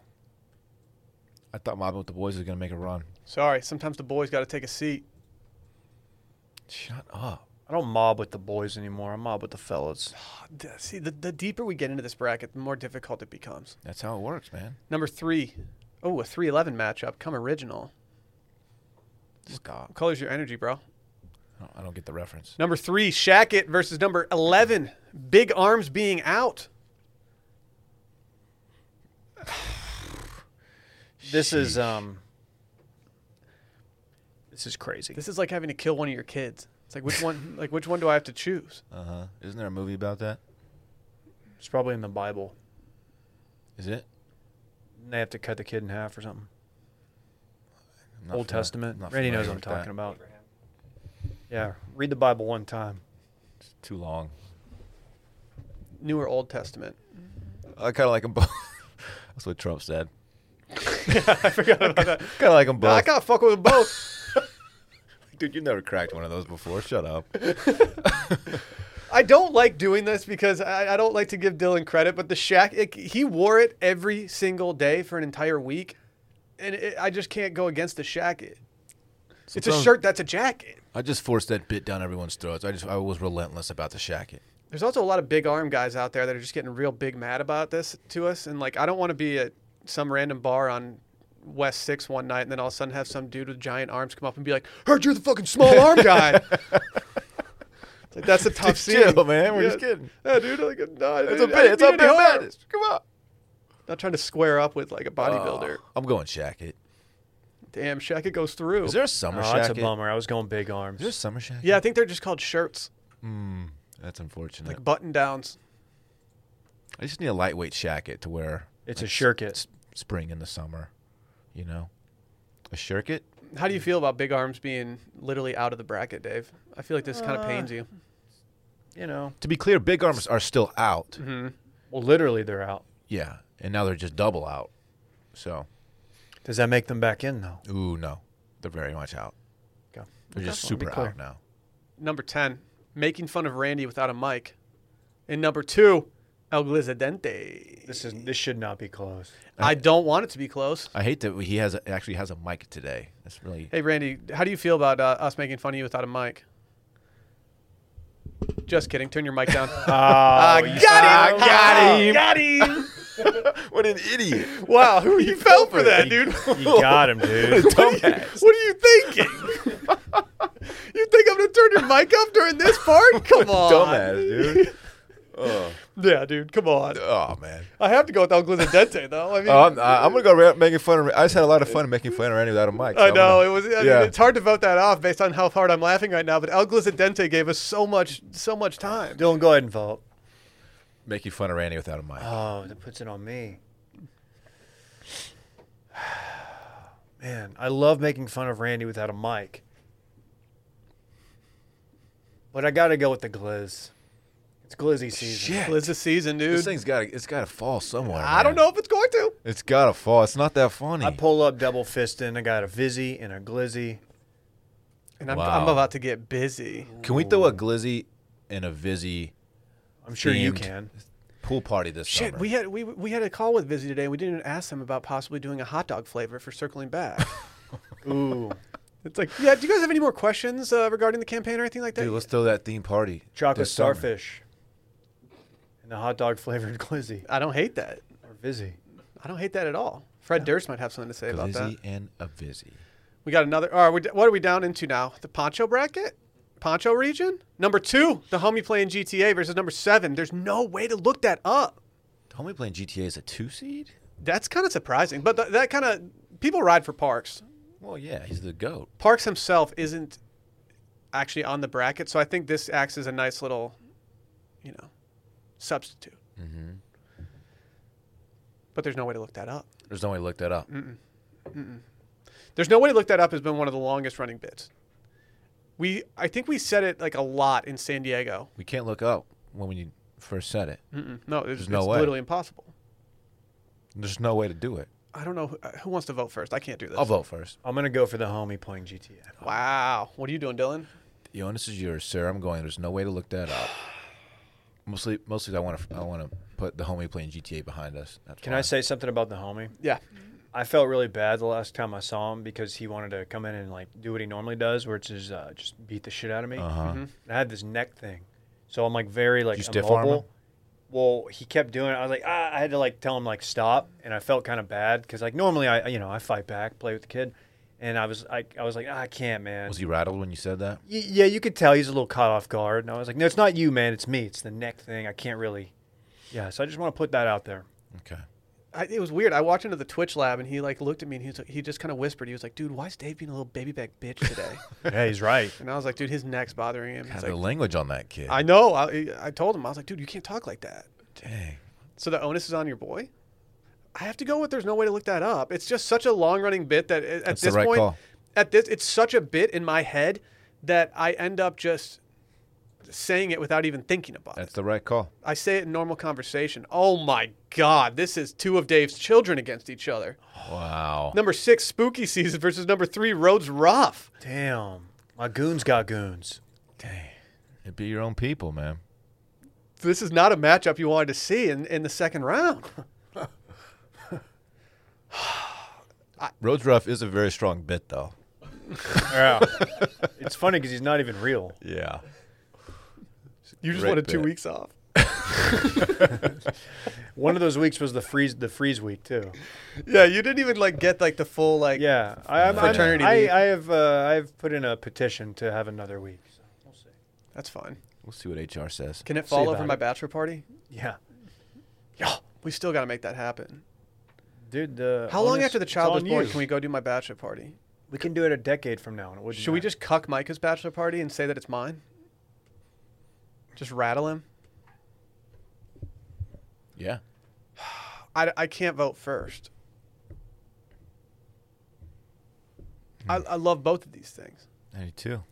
[SPEAKER 3] I thought mobbing with the boys was gonna make a run.
[SPEAKER 1] Sorry, sometimes the boys got to take a seat.
[SPEAKER 3] Shut up.
[SPEAKER 2] I don't mob with the boys anymore. I mob with the fellas.
[SPEAKER 1] D- See, Ah, the, the deeper we get into this bracket, the more difficult it becomes.
[SPEAKER 3] That's how it works, man.
[SPEAKER 1] Number three. Oh, a 311 matchup. Come original.
[SPEAKER 3] Stop.
[SPEAKER 1] What color's your energy, bro?
[SPEAKER 3] I don't, I don't get the reference.
[SPEAKER 1] Number three, Shackett versus number 11, Big Arms being out.
[SPEAKER 2] This is um. This is crazy.
[SPEAKER 1] This is like having to kill one of your kids. It's like which one like which one do I have to choose?
[SPEAKER 3] Uh huh. Isn't there a movie about that?
[SPEAKER 2] It's probably in the Bible.
[SPEAKER 3] Is it?
[SPEAKER 2] And They have to cut the kid in half or something.
[SPEAKER 3] I'm not
[SPEAKER 2] Old
[SPEAKER 3] fami-
[SPEAKER 2] Testament.
[SPEAKER 3] not
[SPEAKER 2] Randy knows
[SPEAKER 3] familiar
[SPEAKER 2] what I'm
[SPEAKER 3] with
[SPEAKER 2] talking
[SPEAKER 3] that.
[SPEAKER 2] about. Yeah, read the Bible one time.
[SPEAKER 3] It's too long.
[SPEAKER 1] New or Old Testament?
[SPEAKER 3] I kind of like them both. *laughs* That's what
[SPEAKER 2] *laughs*
[SPEAKER 3] Trump said.
[SPEAKER 1] I forgot about
[SPEAKER 3] *laughs*
[SPEAKER 1] that.
[SPEAKER 3] Kind of like them both.
[SPEAKER 1] I gotta fuck with both.
[SPEAKER 3] Dude, you never cracked one of those before. Shut up.
[SPEAKER 1] I don't like doing this because I, I don't like to give Dylan credit, but the Shack it, he wore it every single day for an entire week, and it, I just can't go against the Shack. It's a
[SPEAKER 3] Sometimes-
[SPEAKER 1] shirt that's a jacket.
[SPEAKER 3] I just forced that bit down everyone's throats. I just I was relentless about the shacket.
[SPEAKER 1] There's also a lot of big arm guys out there that are just getting real big mad about this to us. And like, I don't want to be at some random bar on West 6 one night and then all of a sudden have some dude with giant arms come up and be like, heard you're the fucking small arm
[SPEAKER 3] *laughs*
[SPEAKER 1] guy. It's like, that's a tough
[SPEAKER 3] Just
[SPEAKER 1] scene.
[SPEAKER 3] chill, man. We're just kidding.
[SPEAKER 1] Yeah, dude. Like, no,
[SPEAKER 3] It's a bit. It's a bit madness. Come on.
[SPEAKER 1] Not trying to square up with like a bodybuilder.
[SPEAKER 2] Oh.
[SPEAKER 3] I'm going shacket.
[SPEAKER 1] Damn, Shaq, it goes through.
[SPEAKER 3] Is there a summer
[SPEAKER 2] Oh,
[SPEAKER 3] shacket?
[SPEAKER 2] that's a bummer. I was going big
[SPEAKER 3] Is there a
[SPEAKER 2] arms.
[SPEAKER 3] summer shacket?
[SPEAKER 1] yeah, I think they're just called shirts,
[SPEAKER 3] That's unfortunate.
[SPEAKER 1] like button downs.
[SPEAKER 3] I just need a lightweight shacket to wear.
[SPEAKER 2] It's a shirket.
[SPEAKER 3] s- Spring and the summer, you know. A shirket?
[SPEAKER 1] How do you feel about big arms being literally out of the bracket, Dave? I feel like this kind of pains you.
[SPEAKER 2] You know,
[SPEAKER 3] To be clear, big arms are still out.
[SPEAKER 2] Mm-hmm. well, literally they're out.
[SPEAKER 3] Yeah, and now they're just double out. So,
[SPEAKER 2] Does that make them back in though?
[SPEAKER 3] ooh no, they're very much out.
[SPEAKER 2] Okay.
[SPEAKER 3] They're just
[SPEAKER 2] Wanna be
[SPEAKER 3] super
[SPEAKER 2] clear.
[SPEAKER 3] out now.
[SPEAKER 1] Number 10, making fun of Randy without a mic. And number two, El Glizadente.
[SPEAKER 2] This is this should not be close.
[SPEAKER 1] I don't want it to be close.
[SPEAKER 3] I hate that he has a, actually has a mic today. That's really
[SPEAKER 1] Hey, Randy, how do you feel about uh, us making fun of you without a mic? Just kidding. Turn your mic
[SPEAKER 3] *laughs*
[SPEAKER 1] down.
[SPEAKER 3] Uh,
[SPEAKER 2] Ah,
[SPEAKER 1] got him!
[SPEAKER 2] got him!
[SPEAKER 1] Got him!
[SPEAKER 3] *laughs* what an idiot.
[SPEAKER 1] Wow, who you fell for that,
[SPEAKER 2] You,
[SPEAKER 1] dude?
[SPEAKER 2] you got him,
[SPEAKER 3] *laughs*
[SPEAKER 2] dude.
[SPEAKER 1] What are you thinking? *laughs* you think I'm gonna turn your mic up during this
[SPEAKER 3] *laughs*
[SPEAKER 1] part? Come on,
[SPEAKER 3] Dumbass, dude.
[SPEAKER 1] Yeah, dude, come on.
[SPEAKER 3] Oh man.
[SPEAKER 1] I have to go with El Glizadente, though. I mean,
[SPEAKER 3] Oh, I'm, I- I'm gonna go ra- making fun of. I just had a lot of fun making fun of Randy without a mic. so
[SPEAKER 1] I
[SPEAKER 3] I'm
[SPEAKER 1] know
[SPEAKER 3] gonna-
[SPEAKER 1] it was. I
[SPEAKER 3] yeah.
[SPEAKER 1] mean, it's hard to vote that off based on how hard I'm laughing right now. But El Glizadente gave us so much, so much time.
[SPEAKER 2] Dylan, go ahead and vote.
[SPEAKER 3] making fun of Randy without a mic.
[SPEAKER 2] Oh, that puts it on me. *sighs* Man, I love making fun of Randy without a mic. But I gotta go with the glizz. It's glizzy season.
[SPEAKER 3] Shit,
[SPEAKER 1] Glizz this season,
[SPEAKER 3] this
[SPEAKER 1] dude.
[SPEAKER 3] thing's got to it's got to fall somewhere.
[SPEAKER 1] I don't
[SPEAKER 3] man.
[SPEAKER 1] know if it's going to.
[SPEAKER 3] It's got to fall. It's not that funny.
[SPEAKER 2] I pull up double fist in. I got a vizzy and a glizzy.
[SPEAKER 1] And I'm,
[SPEAKER 3] Wow.
[SPEAKER 1] I'm about to get busy.
[SPEAKER 3] Can we throw a glizzy and a vizzy?
[SPEAKER 2] I'm sure you
[SPEAKER 3] Themed.
[SPEAKER 2] can.
[SPEAKER 3] pool party this
[SPEAKER 1] Shit,
[SPEAKER 3] summer.
[SPEAKER 1] we had we, we had a call with Vizzy today, and we didn't even ask them about possibly doing a hot dog flavor for circling *laughs* back.
[SPEAKER 2] Ooh,
[SPEAKER 1] it's like, yeah, do you guys have any more questions uh, regarding the campaign or anything like that?
[SPEAKER 3] Dude, let's throw that theme party.
[SPEAKER 2] chocolate
[SPEAKER 3] this summer.
[SPEAKER 2] starfish, and the hot dog flavored *laughs* glizzy
[SPEAKER 1] I don't hate that.
[SPEAKER 2] or fizzy.
[SPEAKER 1] I don't hate that at all. Fred Durst might have something to say about that.
[SPEAKER 3] Glizzy and a Vizzy.
[SPEAKER 1] We got another. All right, we, what are we down into now? The Poncho bracket, Poncho region. Number two, the homie playing GTA versus number seven. There's no way to look that up.
[SPEAKER 3] Homie playing GTA is a two seed?
[SPEAKER 1] That's kind of surprising, but th- that kind of people ride for Parks.
[SPEAKER 3] Well, yeah, he's the GOAT.
[SPEAKER 1] Parks himself isn't actually on the bracket, so I think this acts as a nice little, you know, substitute.
[SPEAKER 3] Mm-hmm.
[SPEAKER 1] But there's no way to look that up.
[SPEAKER 3] There's no way to look that up.
[SPEAKER 1] There's no way to look that up has been one of the longest running bits. We I think we said it like a lot in San Diego.
[SPEAKER 3] We can't look up when you first said it.
[SPEAKER 1] Mm-mm. No, it's,
[SPEAKER 3] Mm-hmm. There's no
[SPEAKER 1] it's
[SPEAKER 3] way.
[SPEAKER 1] literally impossible.
[SPEAKER 3] There's no way to do it.
[SPEAKER 1] I don't know who, uh, who wants to vote first. I can't do this.
[SPEAKER 3] I'll vote first.
[SPEAKER 2] I'm gonna go for the homie playing GTA.
[SPEAKER 1] Wow, what are you doing, Dylan?
[SPEAKER 3] The onus is yours, sir. I'm going. There's no way to look that up. *sighs* Mostly, mostly, I want to. I want to put the homie playing GTA behind us. That's
[SPEAKER 2] Can
[SPEAKER 3] why.
[SPEAKER 2] I say something about the homie?
[SPEAKER 1] Yeah,
[SPEAKER 2] I felt really bad the last time I saw him because he wanted to come in and like do what he normally does, which is uh, just beat the shit out of me. And I had this neck thing, so I'm like very like
[SPEAKER 3] Uh-huh. you stiff arm him?
[SPEAKER 2] immobile. Well, he kept doing it. I was like, ah, I had to like tell him like stop, and I felt kind of bad because like normally I you know I fight back, play with the kid, and I was I, I was like "Ah, I can't man.
[SPEAKER 3] Was he rattled when you said that?
[SPEAKER 2] Y- yeah, you could tell he's a little caught off guard, and I was like, no, it's not you, man, it's me, it's the neck thing. I can't really. Yeah, so I just want to put that out there.
[SPEAKER 3] Okay.
[SPEAKER 1] I, it was weird. I walked into the Twitch lab and he like looked at me and he was, he just kind of whispered. He was like, "Dude, why is Dave being a little baby back bitch
[SPEAKER 3] *laughs*
[SPEAKER 1] today?"
[SPEAKER 2] yeah, he's right.
[SPEAKER 1] and I was like, "Dude, his neck's bothering him." It's
[SPEAKER 3] God,
[SPEAKER 1] like,
[SPEAKER 3] the language on that kid.
[SPEAKER 1] I know. I, I told him I was like, "Dude, you can't talk like that."
[SPEAKER 3] Dang.
[SPEAKER 1] So the onus is on your boy. I have to go with there's no way to look that up. It's just such a long running bit that at at
[SPEAKER 3] That's the
[SPEAKER 1] this
[SPEAKER 3] right
[SPEAKER 1] point,
[SPEAKER 3] call.
[SPEAKER 1] at this, it's such a bit in my head that I end up just saying it without even thinking about
[SPEAKER 3] That's
[SPEAKER 1] it.
[SPEAKER 3] the right call.
[SPEAKER 1] I say it in normal conversation. Oh my God, this is two of Dave's children against each other.
[SPEAKER 3] Wow.
[SPEAKER 1] Number six, Spooky Season versus number three, Roads Rough.
[SPEAKER 2] Damn, my goons got goons.
[SPEAKER 3] Dang. It'd be your own people, man.
[SPEAKER 1] This is not a matchup you wanted to see in, in the second round.
[SPEAKER 3] Roads Rough is a very strong bit, though.
[SPEAKER 1] *laughs*
[SPEAKER 2] Yeah. it's funny because he's not even real.
[SPEAKER 3] Yeah.
[SPEAKER 1] You just
[SPEAKER 3] Great
[SPEAKER 1] wanted two
[SPEAKER 3] bit.
[SPEAKER 1] weeks off.
[SPEAKER 2] One of those weeks was the freeze, the freeze week too.
[SPEAKER 1] Yeah, you didn't even like get like the full like
[SPEAKER 2] Yeah, I, I'm, I'm-
[SPEAKER 1] Fraternity
[SPEAKER 2] I,
[SPEAKER 1] leave.
[SPEAKER 2] I have, uh, I have put in a petition to have another week. so we'll see.
[SPEAKER 1] That's fine.
[SPEAKER 3] We'll see what HR says.
[SPEAKER 1] Can it fall
[SPEAKER 2] about
[SPEAKER 1] over my
[SPEAKER 2] it.
[SPEAKER 1] bachelor party?
[SPEAKER 2] Yeah,
[SPEAKER 1] Yeah. We still got to make that happen.
[SPEAKER 2] dude. The
[SPEAKER 1] How long after the child was born
[SPEAKER 2] Can
[SPEAKER 1] can we go do my bachelor party?
[SPEAKER 2] we can do it a decade from now. And it wouldn't
[SPEAKER 1] Should we
[SPEAKER 2] matter.
[SPEAKER 1] just cuck Micah's bachelor party and say that it's mine? Just rattle him?
[SPEAKER 3] Yeah.
[SPEAKER 1] I, I can't vote first. I,
[SPEAKER 2] Hmm.
[SPEAKER 1] I love both of these things.
[SPEAKER 3] I do too.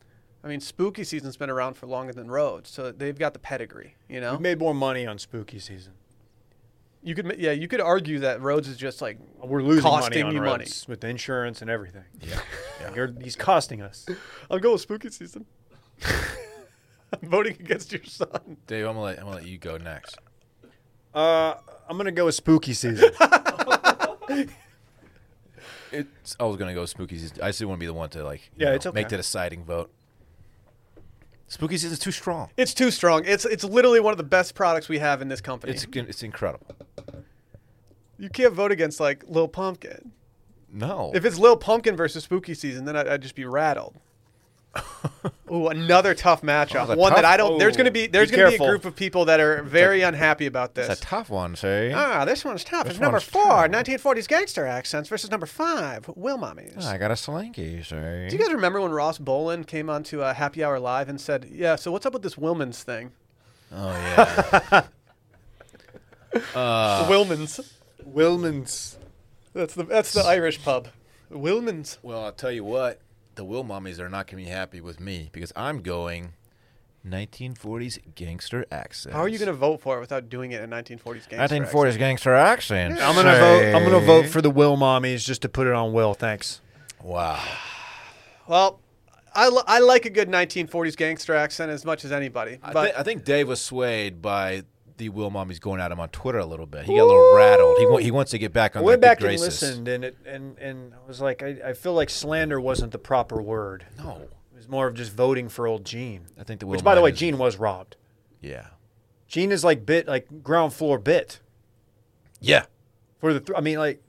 [SPEAKER 1] I mean, spooky season's been around for longer than Rhodes, so they've got the pedigree. You know,
[SPEAKER 2] We made more money on spooky season.
[SPEAKER 1] you could ma- yeah, you could argue that Rhodes is just like
[SPEAKER 2] We're losing
[SPEAKER 1] costing
[SPEAKER 2] money
[SPEAKER 1] you
[SPEAKER 2] on
[SPEAKER 1] money.
[SPEAKER 2] roads with insurance and everything. *laughs*
[SPEAKER 3] Yeah.
[SPEAKER 2] You're, he's costing us.
[SPEAKER 1] I'll go with spooky season. *laughs* I'm voting against your son.
[SPEAKER 3] Dave, I'm gonna let, I'm gonna let you go next.
[SPEAKER 2] Uh, I'm gonna go with
[SPEAKER 1] *laughs*
[SPEAKER 2] spooky season.
[SPEAKER 3] It's, I was gonna go spooky season. I still want to be the one to like, you
[SPEAKER 2] Yeah,
[SPEAKER 3] know,
[SPEAKER 2] it's
[SPEAKER 3] make
[SPEAKER 2] okay.
[SPEAKER 3] the deciding vote. Spooky season's too strong.
[SPEAKER 1] It's too strong. It's it's literally one of the best products we have in this company.
[SPEAKER 3] It's it's incredible.
[SPEAKER 1] you can't vote against like Lil Pumpkin.
[SPEAKER 3] No,
[SPEAKER 1] If it's Lil Pumpkin versus Spooky Season, then I'd, I'd just be rattled. *laughs* Ooh, another tough matchup.
[SPEAKER 3] Oh, the
[SPEAKER 1] One that
[SPEAKER 3] tough-
[SPEAKER 1] I don't. There's going to
[SPEAKER 2] oh,
[SPEAKER 1] be there's
[SPEAKER 2] be
[SPEAKER 1] going to be a
[SPEAKER 2] careful.
[SPEAKER 1] group of people that are very unhappy about this.
[SPEAKER 3] it's a tough one, see.
[SPEAKER 1] Ah, this one's tough.
[SPEAKER 3] This
[SPEAKER 1] it's number
[SPEAKER 3] one's
[SPEAKER 1] four,
[SPEAKER 3] tough.
[SPEAKER 1] 1940s gangster accents versus number five, Will Mommies.
[SPEAKER 3] I got a slinky, see.
[SPEAKER 1] Do you guys remember when Ross Bolin came onto uh, Happy Hour Live and said, "Yeah, so what's up with this Wilmans thing?"
[SPEAKER 3] *laughs* oh yeah. Uh,
[SPEAKER 1] Wilmans.
[SPEAKER 2] Wilman's.
[SPEAKER 1] That's the that's the Irish pub. Wilmans.
[SPEAKER 3] well, I'll tell you what. The Will Mummies are not gonna be happy with me because I'm going 1940s gangster accent.
[SPEAKER 1] How are you going to vote for it without doing it in 1940s gangster? accent?
[SPEAKER 3] 1940s gangster accent?
[SPEAKER 2] I'm gonna vote. I'm gonna vote for the Will mommies just to put it on Will. Thanks.
[SPEAKER 3] Wow.
[SPEAKER 1] Well, I, li- I like a good 1940s gangster accent as much as anybody.
[SPEAKER 3] I,
[SPEAKER 1] But
[SPEAKER 3] thi- I think Dave was swayed by the Will Mommy's going at him on Twitter a little bit. He got a little rattled. He, wa- he wants to get back on
[SPEAKER 2] I went
[SPEAKER 3] their
[SPEAKER 2] back
[SPEAKER 3] good
[SPEAKER 2] and
[SPEAKER 3] graces.
[SPEAKER 2] listened, and it and and I was like, I, I feel like slander wasn't the proper word.
[SPEAKER 3] No,
[SPEAKER 2] It was more of just voting for old Gene.
[SPEAKER 3] I think the Will
[SPEAKER 2] Which, by the way,
[SPEAKER 3] Mommies-
[SPEAKER 2] Gene was robbed.
[SPEAKER 3] Yeah,
[SPEAKER 2] Gene is like bit like ground floor bit
[SPEAKER 3] yeah.
[SPEAKER 2] for the. Th- I mean,
[SPEAKER 3] *laughs*
[SPEAKER 2] like.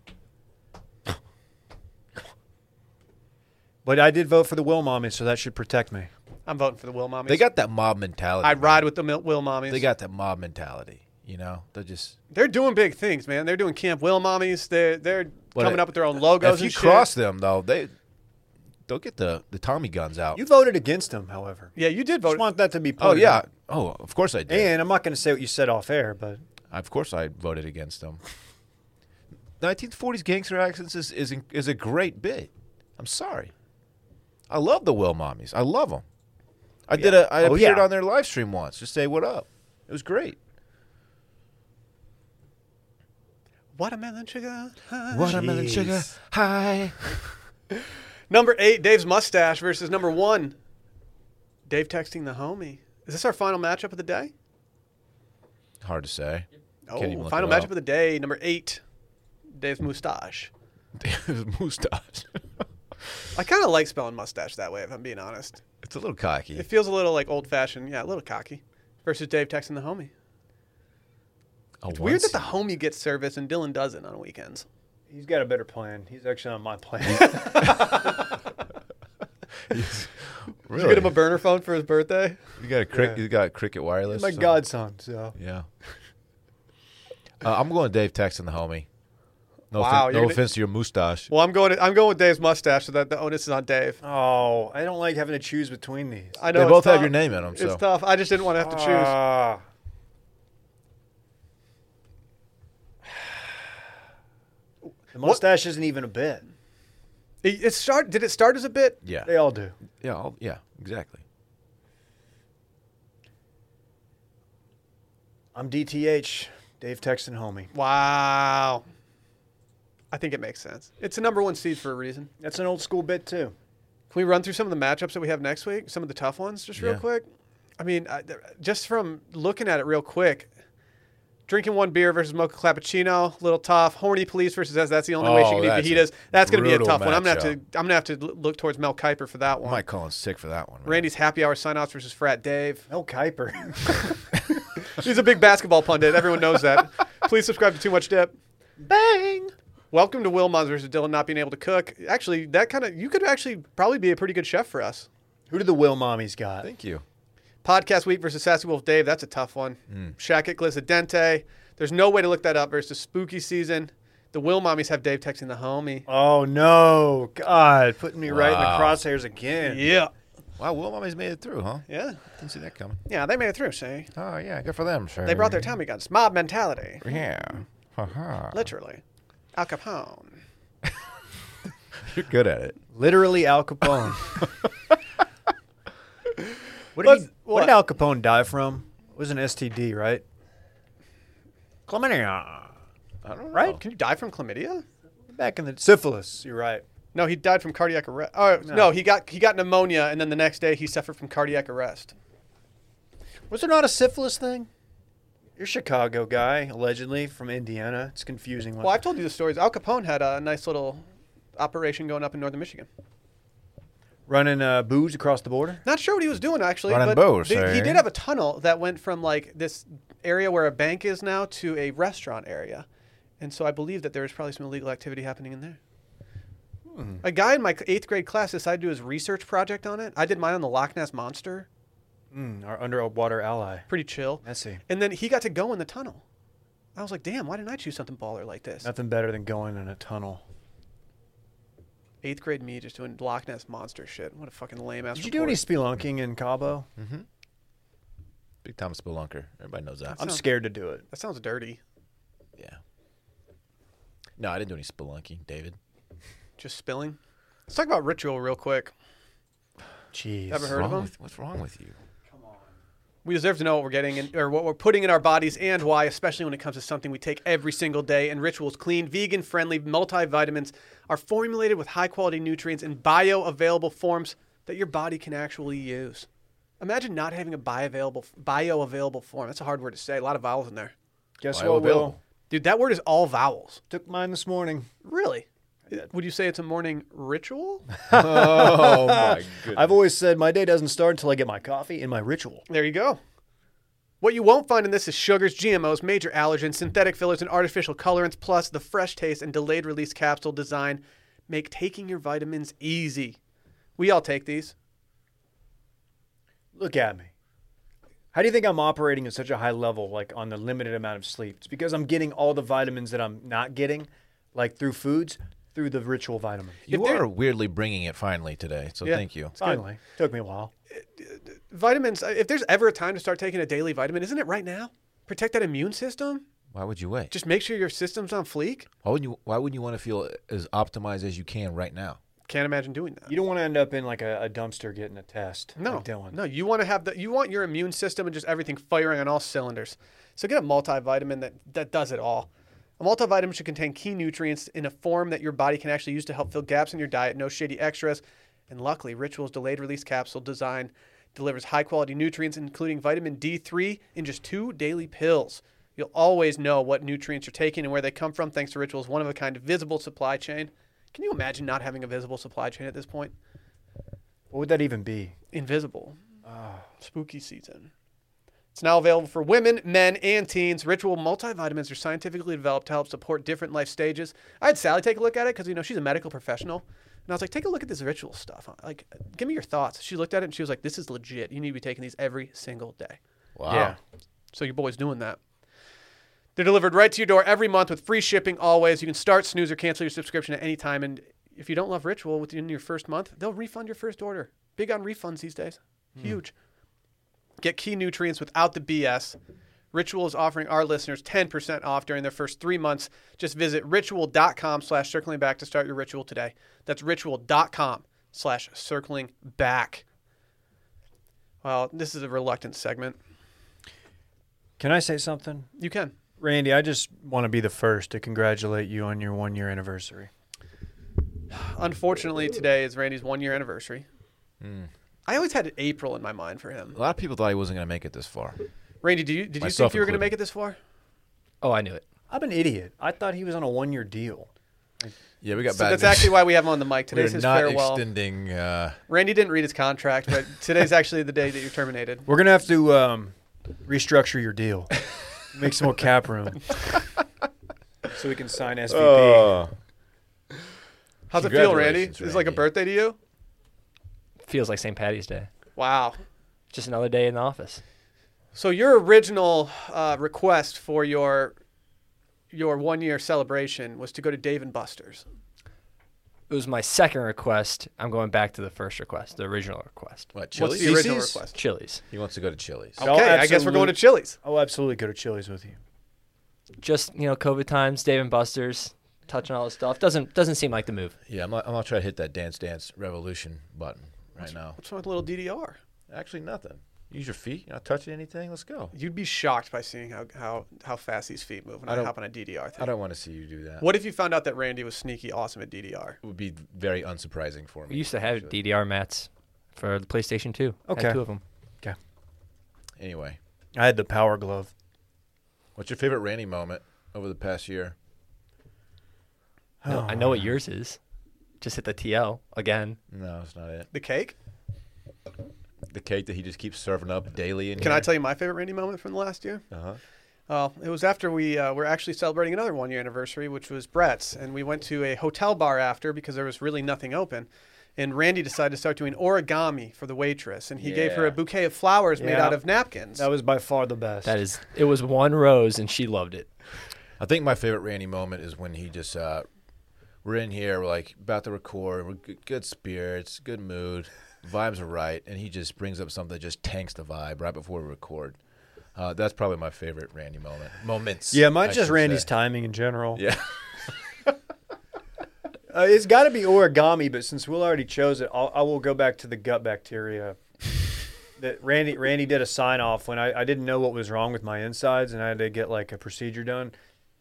[SPEAKER 2] But I did vote for the Will Mommy, so that should protect me.
[SPEAKER 1] I'm voting for the Will Mommies.
[SPEAKER 3] They got that mob mentality.
[SPEAKER 1] I
[SPEAKER 3] man.
[SPEAKER 1] ride with the Mil- Will Mommies.
[SPEAKER 3] They got that mob mentality. You know, they're just
[SPEAKER 1] They're doing big things, man. They're doing Camp Will Mommies. They're they're
[SPEAKER 3] But
[SPEAKER 1] coming
[SPEAKER 3] it-
[SPEAKER 1] up with their own logos.
[SPEAKER 3] if you
[SPEAKER 1] and shit.
[SPEAKER 3] cross them though, they they'll get the the Tommy guns out.
[SPEAKER 2] You voted against him, however.
[SPEAKER 1] yeah, you did
[SPEAKER 2] I just
[SPEAKER 1] vote.
[SPEAKER 2] want that to be.
[SPEAKER 3] oh
[SPEAKER 2] pointed
[SPEAKER 3] yeah.
[SPEAKER 2] out.
[SPEAKER 3] Oh, of course I did.
[SPEAKER 2] And I'm not going to say what you said off air, but
[SPEAKER 3] of course I voted against them. 1940s gangster accents is is, is a great bit. I'm sorry. I love the Will Mommies. I love them. I did a I
[SPEAKER 2] Oh,
[SPEAKER 3] appeared
[SPEAKER 2] yeah.
[SPEAKER 3] on their live stream once. Just say what up. It was great.
[SPEAKER 1] Watermelon sugar. huh?
[SPEAKER 3] Watermelon sugar high.
[SPEAKER 1] Number eight, Dave's mustache versus number one, Dave texting the homie. Is this our final matchup of the day?
[SPEAKER 3] Hard to say. *laughs*
[SPEAKER 1] Oh,
[SPEAKER 3] Can't even look
[SPEAKER 1] final
[SPEAKER 3] it up.
[SPEAKER 1] matchup of the day, number eight, Dave's mustache.
[SPEAKER 3] His mustache. *laughs*
[SPEAKER 1] I kind of like spelling mustache that way, if I'm being honest.
[SPEAKER 3] it's a little cocky.
[SPEAKER 1] It feels a little like old fashioned, yeah, a little cocky. Versus Dave texting the homie.
[SPEAKER 3] A
[SPEAKER 1] It's weird
[SPEAKER 3] once-
[SPEAKER 1] that the homie gets service and Dylan doesn't on weekends.
[SPEAKER 2] he's got a better plan. He's actually on my plan. *laughs*
[SPEAKER 1] Did you get him a burner phone for his birthday?
[SPEAKER 3] You got a crick,
[SPEAKER 2] Yeah.
[SPEAKER 3] you got cricket wireless.
[SPEAKER 2] my
[SPEAKER 3] so-
[SPEAKER 2] godson. So
[SPEAKER 3] Yeah. Uh, I'm going Dave Texan the homie. No,
[SPEAKER 1] Wow,
[SPEAKER 3] offen-
[SPEAKER 1] you're
[SPEAKER 3] no
[SPEAKER 1] gonna-
[SPEAKER 3] offense to your mustache.
[SPEAKER 1] Well, I'm going. I'm going with Dave's mustache, so that the onus is on Dave.
[SPEAKER 2] Oh, I don't like having to choose between these.
[SPEAKER 1] I know
[SPEAKER 3] They
[SPEAKER 1] it's
[SPEAKER 3] both have
[SPEAKER 1] tough.
[SPEAKER 3] your name in them. So
[SPEAKER 1] It's tough. I just didn't want to have to choose.
[SPEAKER 3] *sighs*
[SPEAKER 2] Ah. the mustache isn't even a bit.
[SPEAKER 1] it, it start. Did it start as a bit?
[SPEAKER 3] yeah,
[SPEAKER 2] They all do.
[SPEAKER 3] yeah, I'll- yeah, exactly.
[SPEAKER 2] I'm DTH, Dave Texan homie.
[SPEAKER 1] Wow. I think it makes sense. It's a number one seed for a reason.
[SPEAKER 2] That's an old school bit too.
[SPEAKER 1] Can we run through some of the matchups that we have next week? Some of the tough ones, just real
[SPEAKER 3] Yeah.
[SPEAKER 1] quick. I mean, I, th- just from looking at it real quick, drinking one beer versus mocha cappuccino, little tough. Horny police versus us. That's the only way she
[SPEAKER 3] Oh,
[SPEAKER 1] can eat
[SPEAKER 3] that's
[SPEAKER 1] fajitas.
[SPEAKER 3] a
[SPEAKER 1] That's going to be a
[SPEAKER 3] brutal
[SPEAKER 1] tough one. I'm gonna have to.
[SPEAKER 3] matchup.
[SPEAKER 1] I'm gonna have to l- look towards Mel Kiper for that
[SPEAKER 3] I
[SPEAKER 1] one.
[SPEAKER 3] might call in sick for that one. Oh, man.
[SPEAKER 1] Randy's happy hour sign-offs versus Frat Dave.
[SPEAKER 2] Mel Kiper. *laughs*
[SPEAKER 1] He's a big basketball pundit. Everyone knows
[SPEAKER 3] *laughs*
[SPEAKER 1] that. Please subscribe to Too Much Dip.
[SPEAKER 2] Bang.
[SPEAKER 1] Welcome to Will Mons versus Dylan not being able to cook. Actually, that kind of you could actually probably be a pretty good chef for us.
[SPEAKER 2] Who do the Will Mommies got?
[SPEAKER 3] Thank you.
[SPEAKER 1] Podcast Week versus Sassy Wolf Dave. That's a tough one. Shack at Glissadente. There's no way to look that up versus Spooky Season. The Will Mommies have Dave texting the homie.
[SPEAKER 2] Oh no, God, putting me right in the
[SPEAKER 3] Wow.
[SPEAKER 2] crosshairs again.
[SPEAKER 1] Yeah.
[SPEAKER 3] Wow, Will Mommy's made it through, huh?
[SPEAKER 1] Yeah.
[SPEAKER 3] Didn't see that coming.
[SPEAKER 1] Yeah, they made it through, see?
[SPEAKER 3] Oh yeah, good for them. Sure.
[SPEAKER 1] They brought their Tommy guns. Mob mentality.
[SPEAKER 3] Yeah. Uh-huh. Haha.
[SPEAKER 1] Literally. Al Capone.
[SPEAKER 3] You're good at it.
[SPEAKER 2] Literally Al *laughs* Capone. what, did
[SPEAKER 1] Let's-
[SPEAKER 2] he, what
[SPEAKER 1] what?
[SPEAKER 2] did Al Capone die from? It was an STD, right? Chlamydia.
[SPEAKER 3] I don't know.
[SPEAKER 1] Right? Can you die from chlamydia?
[SPEAKER 2] Back in the syphilis. You're right.
[SPEAKER 1] No, he died from cardiac arrest. Oh, no. he got he got pneumonia, and then the next day he suffered from cardiac arrest.
[SPEAKER 2] Was there not a syphilis thing? You're a Chicago guy, allegedly from Indiana. It's confusing.
[SPEAKER 1] Well, I've told you the stories. Al Capone had a nice little operation going up in northern Michigan.
[SPEAKER 2] Running uh, booze across the border.
[SPEAKER 1] Not sure what he was doing actually,
[SPEAKER 3] Running
[SPEAKER 1] but
[SPEAKER 3] bows,
[SPEAKER 1] the- he
[SPEAKER 3] eh?
[SPEAKER 1] did have a tunnel that went from like this area where a bank is now to a restaurant area, and so I believe that there was probably some illegal activity happening in there.
[SPEAKER 2] Hmm.
[SPEAKER 1] A guy in my eighth grade class decided to do his research project on it. I did mine on the Loch Ness monster.
[SPEAKER 2] Mm, our underwater ally.
[SPEAKER 1] Pretty chill.
[SPEAKER 2] Messy.
[SPEAKER 1] And then he got to go in the tunnel. I was like, damn, why didn't I choose something baller like this?
[SPEAKER 2] Nothing better than going in a tunnel.
[SPEAKER 1] Eighth grade me just doing Loch Ness monster shit. What a fucking lame ass.
[SPEAKER 2] Did you do any spelunking in Cabo?
[SPEAKER 3] Big Tom Spelunker. Everybody knows that.
[SPEAKER 2] I'm
[SPEAKER 1] sounds-
[SPEAKER 2] scared to do it.
[SPEAKER 1] That sounds dirty.
[SPEAKER 3] Yeah. No, I didn't do any spelunking, David.
[SPEAKER 1] Just spilling. Let's talk about ritual real quick.
[SPEAKER 2] Jeez.
[SPEAKER 1] Ever heard
[SPEAKER 3] wrong
[SPEAKER 1] of them?
[SPEAKER 3] With, what's wrong with you?
[SPEAKER 1] We deserve to know what we're getting in, or what we're putting in our bodies and why, especially when it comes to something we take every single day. And Ritual's clean, vegan friendly multivitamins are formulated with high quality nutrients in bioavailable forms that your body can actually use. Imagine not having a bioavailable bioavailable form. That's a hard word to say. A lot of vowels in there.
[SPEAKER 2] Guess
[SPEAKER 3] Bioavailable.
[SPEAKER 2] what, Will?
[SPEAKER 1] Dude, that word is all vowels.
[SPEAKER 2] Took mine this morning.
[SPEAKER 1] Really? Would you say it's a morning ritual?
[SPEAKER 3] *laughs* Oh
[SPEAKER 1] *laughs*
[SPEAKER 3] my goodness.
[SPEAKER 2] I've always said my day doesn't start until I get my coffee and my ritual.
[SPEAKER 1] There you go. What you won't find in this is sugars, GMOs, major allergens, synthetic fillers, and artificial colorants, plus the fresh taste and delayed release capsule design make taking your vitamins easy. We all take these.
[SPEAKER 2] Look at me. How do you think I'm operating at such a high level, like on the limited amount of sleep? It's because I'm getting all the vitamins that I'm not getting, like through foods, through the ritual vitamins.
[SPEAKER 3] you
[SPEAKER 1] they're-
[SPEAKER 3] are weirdly bringing it finally today, so
[SPEAKER 1] Yeah.
[SPEAKER 3] thank you.
[SPEAKER 2] Finally, took me a while.
[SPEAKER 1] Vitamins, uh, if there's ever a time to start taking a daily vitamin, isn't it right now? Protect that immune system.
[SPEAKER 3] Why would you wait?
[SPEAKER 1] Just make sure your system's on fleek.
[SPEAKER 3] Why wouldn't you? Why wouldn't you want to feel as optimized as you can right now?
[SPEAKER 1] Can't imagine doing that.
[SPEAKER 2] You don't want to end up in like a, a dumpster getting a test.
[SPEAKER 1] No,
[SPEAKER 2] like Dylan.
[SPEAKER 1] no. You want to have the you want your immune system and just everything firing on all cylinders. So get a multivitamin that that does it all. A multivitamin should contain key nutrients in a form that your body can actually use to help fill gaps in your diet. No shady extras. And luckily, Ritual's delayed release capsule design delivers high quality nutrients, including vitamin D3, in just two daily pills. You'll always know what nutrients you're taking and where they come from thanks to Ritual's one of a kind visible supply chain. Can you imagine not having a visible supply chain at this point?
[SPEAKER 2] What would that even be?
[SPEAKER 1] Invisible. Ah, Spooky season. It's now available for women, men, and teens. Ritual multivitamins are scientifically developed to help support different life stages. I had Sally take a look at it because you know she's a medical professional, and I was like, "Take a look at this ritual stuff. Like, give me your thoughts." She looked at it and she was like, "This is legit. You need to be taking these every single day."
[SPEAKER 3] Wow.
[SPEAKER 2] Yeah.
[SPEAKER 1] So your boy's doing that. They're delivered right to your door every month with free shipping always. You can start, snooze, or cancel your subscription at any time. And if you don't love Ritual within your first month, they'll refund your first order. Big on refunds these days. Huge. Get key nutrients without the BS. Ritual is offering our listeners 10% off during their first three months. Just visit ritual.com slash circling back to start your ritual today. That's ritual.com slash circling back. Well, this is a reluctant segment.
[SPEAKER 2] Can I say something?
[SPEAKER 1] You can.
[SPEAKER 2] Randy, I just want to be the first to congratulate you on your one year anniversary.
[SPEAKER 1] Unfortunately, today is Randy's one year anniversary.
[SPEAKER 3] Hmm.
[SPEAKER 1] I always had April in my mind for him.
[SPEAKER 3] A lot of people thought he wasn't going to make it this far.
[SPEAKER 1] Randy, do you did you
[SPEAKER 3] Myself
[SPEAKER 1] think you were going to
[SPEAKER 3] included.
[SPEAKER 1] make it this far?
[SPEAKER 6] Oh, I knew it.
[SPEAKER 2] I'm an idiot. I thought he was on a one year deal.
[SPEAKER 3] Yeah, we got
[SPEAKER 1] So
[SPEAKER 3] bad.
[SPEAKER 1] that's actually why we have him on the mic. Today's
[SPEAKER 3] we're
[SPEAKER 1] his
[SPEAKER 3] not
[SPEAKER 1] farewell.
[SPEAKER 3] extending. Uh,
[SPEAKER 1] Randy didn't read his contract,
[SPEAKER 3] *laughs*
[SPEAKER 1] but today's actually the day that you're terminated.
[SPEAKER 2] We're gonna have to um, restructure your *laughs* deal, make some more cap room, so we can sign
[SPEAKER 3] Oh.
[SPEAKER 2] SVP.
[SPEAKER 3] Uh,
[SPEAKER 1] How's it feel, Randy?
[SPEAKER 3] Congratulations,
[SPEAKER 1] Is it like a
[SPEAKER 3] Randy.
[SPEAKER 1] birthday to you?
[SPEAKER 6] Feels like St. Patty's Day.
[SPEAKER 1] Wow.
[SPEAKER 6] Just another day in the office.
[SPEAKER 1] So your original uh, request for your your one year celebration was to go to Dave and Buster's.
[SPEAKER 6] It was my second request. I'm going back to the first request, the original request.
[SPEAKER 3] what?
[SPEAKER 1] What's
[SPEAKER 3] Chili's.
[SPEAKER 1] the original
[SPEAKER 3] Reese's?
[SPEAKER 1] request?
[SPEAKER 6] Chili's.
[SPEAKER 3] He wants to go to Chili's.
[SPEAKER 2] Oh.
[SPEAKER 1] Okay, I guess we're
[SPEAKER 2] absolute-
[SPEAKER 1] going to Chili's.
[SPEAKER 2] I'll absolutely go to Chili's with you.
[SPEAKER 6] Just you know, COVID times, Dave and Buster's, touching all this stuff. Doesn't doesn't seem like the move.
[SPEAKER 3] Yeah, I'm. Not, I'm gonna try to hit that Dance Dance Revolution button right now.
[SPEAKER 1] What's wrong with a little DDR?
[SPEAKER 3] Actually, nothing. Use your feet. You're not touching anything. Let's go.
[SPEAKER 1] You'd be shocked by seeing how, how, how fast these feet move when
[SPEAKER 3] I
[SPEAKER 1] I,
[SPEAKER 3] don't-
[SPEAKER 1] hop on a DDR thing.
[SPEAKER 3] I don't want to see you do that.
[SPEAKER 1] What if you found out that Randy was sneaky awesome at DDR?
[SPEAKER 3] It would be very unsurprising for me.
[SPEAKER 6] We used to have DDR mats for the PlayStation 2. Had
[SPEAKER 2] Okay.
[SPEAKER 6] two of them.
[SPEAKER 2] Okay.
[SPEAKER 3] Anyway,
[SPEAKER 2] I had the power glove.
[SPEAKER 3] what's your favorite Randy moment over the past year?
[SPEAKER 6] No, I know what yours is. Just hit the TL again.
[SPEAKER 3] No, it's not it.
[SPEAKER 1] The cake?
[SPEAKER 3] The cake that he just keeps serving up daily. In
[SPEAKER 1] Can I tell you my favorite Randy moment from the last year?
[SPEAKER 3] you? Uh-huh.
[SPEAKER 1] Uh, it was after we uh, were actually celebrating another one year anniversary, which was Brett's. And we went to a hotel bar after because there was really nothing open. And Randy decided to start doing origami for the waitress. And he gave her
[SPEAKER 3] Yeah.
[SPEAKER 1] a bouquet of flowers made
[SPEAKER 2] Yeah.
[SPEAKER 1] out of napkins.
[SPEAKER 2] That was by far the best. *laughs*
[SPEAKER 6] That is, it was one rose and she loved it.
[SPEAKER 3] I think my favorite Randy moment is when he just uh, we're in here, we're like about to record, we're good, good spirits, good mood, vibes are right, and he just brings up something that just tanks the vibe right before we record. Uh, that's probably my favorite Randy moment. Moments.
[SPEAKER 2] yeah, mine's
[SPEAKER 3] I
[SPEAKER 2] just
[SPEAKER 3] should
[SPEAKER 2] Randy's
[SPEAKER 3] say.
[SPEAKER 2] timing in general. *laughs*
[SPEAKER 3] Yeah.
[SPEAKER 2] Uh, it's got to be origami, but since Will already chose it, I'll, I will go back to the gut *laughs* bacteria. that Randy Randy did a sign off when I, I didn't know what was wrong with my insides and I had to get like a procedure done.